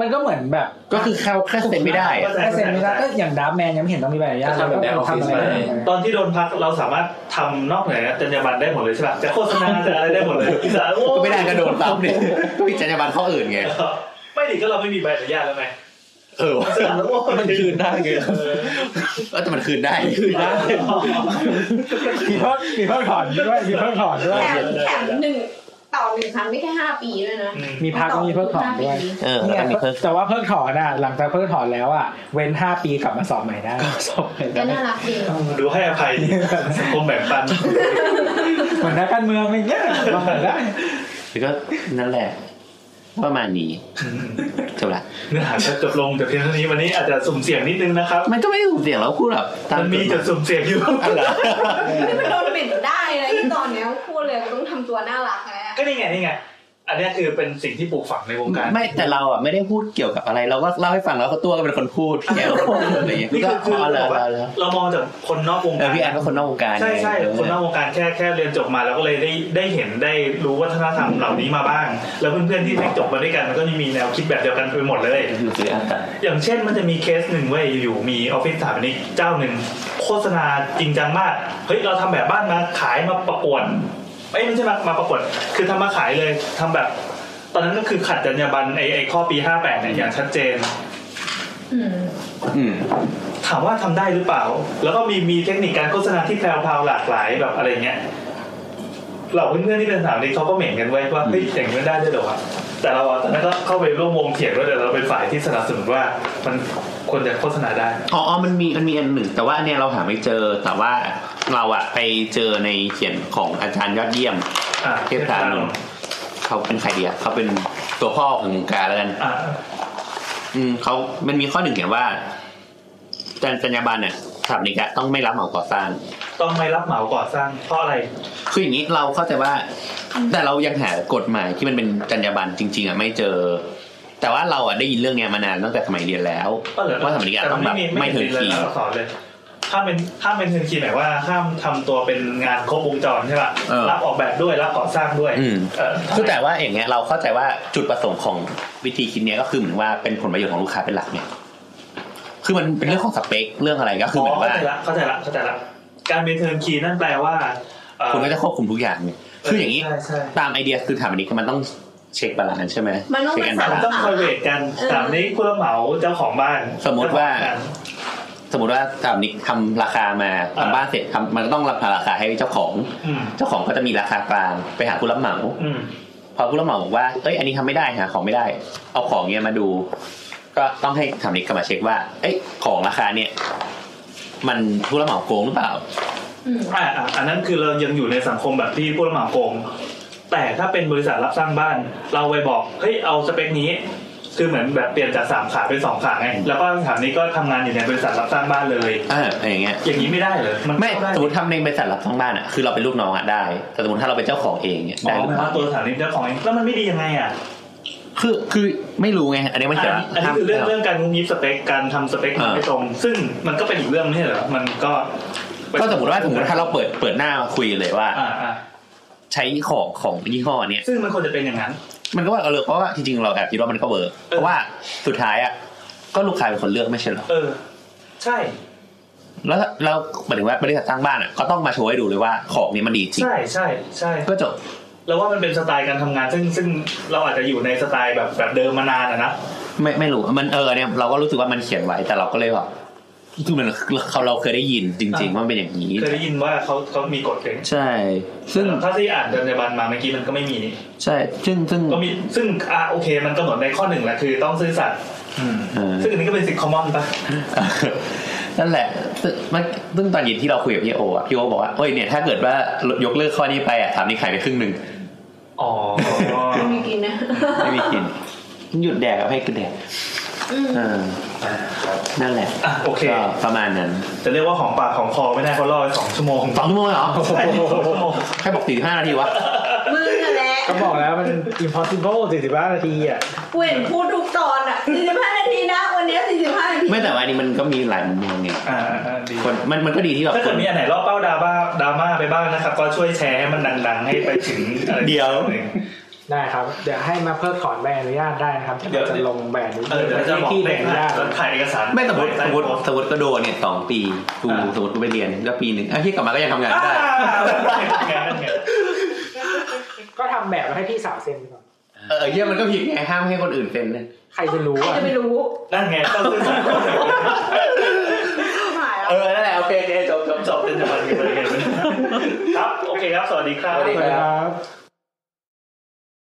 มันก็เหมือนแบบ
ก็คือเขาแค่เซ็นไม่ได้อะ
แค่เซ็นไม่ได้ก็อย่างดาร์แมนยังไม่เห็นต้องมีใบอนุญาตเลยก็ทำอะไรไม่ได้
ตอนที่โดนพักเราสามารถทำนอกเหนือจรรยาบรรณได้หมดเลยใช่ป่ะจะโฆษณาจะอะไรได้หมดเลยอิสระโอ้
ก็ไม่ได้ก็โดนซ้ำเนี่ยก็มีจรรยาบรรณข้ออื่นไง
ไม่ดิก็เราไม่มีใบอนุญาตแล้วไง
เออ
อิสระโอ้
มันคืนได้ไง
เออ
เออแต่มันคืนได้คืนได้
มีเพิ่มมีเพิ่มถอนด้วยมีเพิ่มถอนด้วย
แถมแถมหนึ่งต่อหนึ่งครั้งไม่แค่ห้าปีด้วยนะ
มีพักก็มีเพิกถอนด้วย
เออแล้วก็มีเพิก
แต่ว่าเพิกถอนอ่ะหลังจากเพิกถอนแล้วอ่ะเว้นห้าปีกลับมาสอบใหม่ได้สอบใหม่
ก็
ได้
น่ารักดี
ดูให้อภัยสังคมแบ่งปัน
เหมือนนักการเมืองอะไรเงี้ยมาได้
แล้วก็นั่นแหละ ประมาณนี้จบละ
เนื้อหาจะจบลงแต่เพียงเท่านี้วันนี้อาจจะสุ่มเสี่ยงนิดนึงนะครับ
มันก็ไม่ได้สุ่มเสี่ยงแล้วพูดแบบตา
มันมีจุดสุ่มเสี่ยงอยู่
ไม่ไปโดนเหม็นได้อะไรที่ตอนเนี้ยพูดเลยกูต้องทำตัวน่ารักนะ
ก็นี่ไงนี่ไง อันเนี้ยคือเป็นสิ่งที่ปลูกฝังในวงการ
ไม่แต่เราอ่ะไม่ได้พูดเกี่ยวกับอะไร เราก็เล่าให้ฟังแล้วก็ตัวก็เป็นคนพูดพี่แอนก็คนพูดอะไรอย่างเงี้ย
นี่
ก็
คือคือ
อ๋อเหรอ
เราบอกว่า
เหรอ
เรามองจากคนนอกวง
เอ
การ
อพี่แอนก็คนนอกวงการ
ใช่ใช่
ไง
คนนอกวงการแค่แค่เรียนจบมาแล้วก็เลยได้ได้เห็นได้รู้วัฒนธรรมเหล่านี้มาบ้าง แล้วเพื่อนๆที่ได้จบมาด้วยกันมันก็จะมีแนวคิดแบบเดียวกันไปหมดเลย อย่างเช่นมันจะมีเคสหนึ่งเว้ยอยู่ๆมีออฟฟิศสถาปนิกเจ้าหนึ่งโฆษณาจริงจังมากเฮ้ยเราทำแบบบ้านมาขายมาประกวดเอ้ยไม่ใช่มามาประกวดคือทำมาขายเลยทำแบบ ตอนนั้นก็คือขัดจรรยาบรรณไอไอข้อปี 58เนี่ยอย่างชัดเจน
อืม
ถามว่าทำได้หรือเปล่า แล้วก็มีมีเทคนิคการโฆษณาที่แพรวๆหลากหลายแบบอะไรเงี้ย เหล่าเพื่อนๆที่เป็นสถามนี้เขาก็เหม่งกันไว้ว่าเฮ้ยอย่างนี้มันได้ด้วยเหรอวะ แต่เราอะตอนนั้นก็เข้าไปร่วมวงเถียงด้วยแต่เราเป็นฝ่ายที่สนับสนุนว่ามันควรจะโฆษณาได้
อ๋ออ๋อมันมีมันมีอันหนึ่ง แต่ว่าอันเนี้ยเราหาไม่เจอ แต่ว่าเราอะไปเจอในเขียนของอาจารย์ยอดเยี่ยม
อ่ะ
เทพธารนนท์เขาเป็นใครดีอะเขาเป็นตัวพ่อของวงการแล้วกัน
อ่ะ
อืมเขามันมีข้อหนึ่งเขียนว่าจรรจัญญาบันเนี่ยสถาปนิกอะต้องไม่รับเหมาก่อสร้าง
ต้องไม่รับเหมาก่อสร้างเพราะอะไร
คืออย่างนี้เราเข้าใจว่า แต่เรายังหากฎหมายที่มันเป็นจรรยาบรรณจริง ๆอ่ะไม่เจอ แต่ว่าเราอ่ะได้ยินเรื่องเนี้ยมานานตั้งแต่สมัยเรียนแล้ว
ก็เหลือ
ว่าสถาปนิกอะต้องแบบไม่ถึง
เลย
ขี
นะสอนเลย ถ้าเป็นถ้าเป็นเทิร์นคีย์หมายว่าห้ามทำตัวเป็นงานครบวงจรใช่ป่ะ
เออ
รับออกแบบด้วยรับก่อสร้างด้วย
อืม
เออ
คือแต่ว่าอย่างเงี้ยเราเข้าใจว่าจุดประสงค์ของวิธีคิดเนี้ยก็คือเหมือนว่าเป็นผลประโยชน์ของลูกค้าเป็นหลักเนี่ย คือมันเป็นเรื่องของสเปคเรื่องอะไรก็คือเหมือนว่า
เข้าใจละเข้าใจละเข้าใจละการเป็นเทิร์นคีย์นั่นแปลว่าเอ่อ
คุณก็จะควบคุมทุกอย่างเนี่ยคืออย่างนี้
ใช่ใช่
ตามไอเดียคือถามอันนี้มันต้องเช็คบาลานซ์ใช่ไหม
มันต้อง
เช็ค
เป็น
แอน
สา
บาม ลาน
ต้
ซ์
องคอยเวทกันตามนี้คุณรับเหมาเจ้าของบ้าน
สมมุติว่า
เจ้ของบ้น
สมมติว่าสถาปนิกทำราคามา
อ่า
ทำบ้านเสร็จทำมันก็ต้องรับราคาให้เจ้าของ
อืม
เจ้าของก็จะมีราคากลางไปหาผู้รับเหมา
อืม
พอผู้รับเหมาบอกว่าเอ้ยอันนี้ทำไม่ได้หาของไม่ได้ เอาของเนี้ยมาดู ก็ต้องให้ทำนิกกลับมาเช็คว่า เอ้ยของราคาเนี่ย มันผู้รับเหมาโกงหรือเปล่า
อืม
อ่าอ่าอันนั้นคือเรายังอยู่ในสังคมแบบที่ผู้รับเหมาโกงแต่ถ้าเป็นบริษัทรับสร้างบ้าน เราไปบอกเฮ้ยเอาสเปคนี้ คือเหมือนแบบเปลี่ยนจากสามขาเป็นสองขาไงแล้วก็ถามนี้ก็ทำงานอยู่ในบริษัทรับสร้างบ้านเลย
อ่าอะไรอย่างเงี้ย
อย่างนี้ไม่ได้เหรอ
ไม่
เข้าด้
สมมติทำในบริษัทรับทั้งบ้านอ่ะคือเราเป็นลูกน้องอ่ะได้ แต่สมมติถ้าเราเป็นเจ้าของเองเนี่ย
อ๋
ได้
อ
หรื
หมา
อย เปล่าว
คามตัวสถานีเจ้าของเองแล้วมันไม่ดียังไงอ่ะ
คือคือไม่รู้ไงอันนี้ไม่
อัน
เกี่ยว
นี้อันนี้คือเรื่องเรื่องการงุ้มยิบสเปคการทำสเปคมันไม่ตรง ซึ่งมันก็เป็นอีกเรื่องไม่ใช่เหรอมันก็
ก็สมมติว่าสมมติถ้าเราเปิดเปิดหน้ามาคุยเลยว่า
อ่าอ่า
ใช้ของของยี่ห้อเนี้ย
ซึ่งมันควรจะเป็นอย่างนั้น
มันก็ว่าเออเพราะว่าจริงๆเราแอบคิดว่ามันก็เวิร์กเพราะว่าสุดท้ายอ่ะก็ลูกค้าเป็นคนเลือกไม่ใช่เหรอ
เออ ใช่
แล้วเราหมายถึงว่าบริษัทตั้างบ้านอ่ะก็ต้องมาโชว์ให้ดูเลยว่าของนี้มันดีจริง
ใช่ใช่ใช่
ก็จบ
แล้วว่ามันเป็นสไตล์การทำงาน ซึ่งซึ่งเราอาจจะอยู่ในสไตล์แบบแบบเดิมมานานอะนะ
ไม่ไม่รู้มันเออเนี่ยเราก็รู้สึกว่ามันเขียนไว้แต่เราก็เลยแบบคือมันเขาเราเคยได้ยินจริง ๆ ว่ามันเป็นอย่างนี้
เคยได้ยินว่าเขาเขามีกฎเอง
ใช่ ซึ่ง
ถ้าที่อ่านจรรยาบรรณมาเมื่อกี้มันก็ไม่มีนี่
ใช่ซึ่งซึ่ง
ก็มีซึ่งอ่าโอเค มันกำหนดในข้อหนึ่งแหละคือต้องซื่อสัตย์
เออ
ซึ่งอันนี้ก็เป็นสิทธิคอมมอนปะ
นั่นแหละซึ่งมันซึ่งตอนเย็นที่เราคุยกับพี่โออ่ะพี่โอบอกว่าเอ้ยเนี่ยถ้าเกิดว่ายกเลิกข้อนี้ไปอ่ะถามนี่ขายไปครึ่งหนึ่ง
อ๋อ
ไม่มีกินนะ
ไม่มีกิน หยุดแดกเอาให้กินแดก
อืม
เออนั่นแหละ
อ่ะโอเค
ก็ประมาณนั้น
จะเรียกว่าของปากของคอไม่ได้เพราะรอไปสองชั่วโมง
สองชั่ (laughs) วโมงเหรอ
ใช่สองชั่วโมง
ใครบอกสี่ห้านาทีวะ
มึงนั่นแหละ
ก็บอกแล้วมัน impossible 45นาทีอ่ะ
กูเห็นพูดทุกตอนอ่ะ45นาทีนะ วันเนี้ย45นาที
ไม่แต่ว่าอันนี้มันก็มีหลายมุมมองไง
อ่าอ่าอ่าดี
คนมันมันก็ดีที่แบบ
ถ้า
ค
เกิด
น
มีอันไหนล่อเป้าดราม่าดราม่าไปบ้างนะครับ ก็ช่วยแชร์ให้มันดังๆ ให้ไปถึงอะไร
เดี๋ยว
ได้ครับ เดี๋ยวให้มาเพิกถอนใบอนุญาตได้นะครับเดี๋ยวจะลงใบอนุญา
เอ
ต
อเดี๋ยวจะบอก
ที่ใบ
เลข
อนุญาต
ถ่ายเอกสาร
ไม่สมมติ
ใต้
สมมติ
โพสต์
สมมติก็โดนเนี่ยสองปีกูสมมติกูไปเรียนก็ปีหนึ่งอ่ะที่กลับมาก็ยังทำงาน
อ่า
ได้
นั่นไงนั่นไง
ก็ทำแบบมาให้พี่สาวเซ็นก่อน
เออเยี่ยมันก็ผิดไงห้ามให้คนอื่นเป็นเนี่ย
ใครจะรู้
ใคร
อ่ะ
จะไปรู้
นั่นไงต้องซื้อสองคน
หายแล้ว
เออนั่นแหละโอเคโอเคจบจบจบ
เป็นจังหวะนี้เลยครับ โอเคครับ สวัสดีครับ
สวัสดีครับ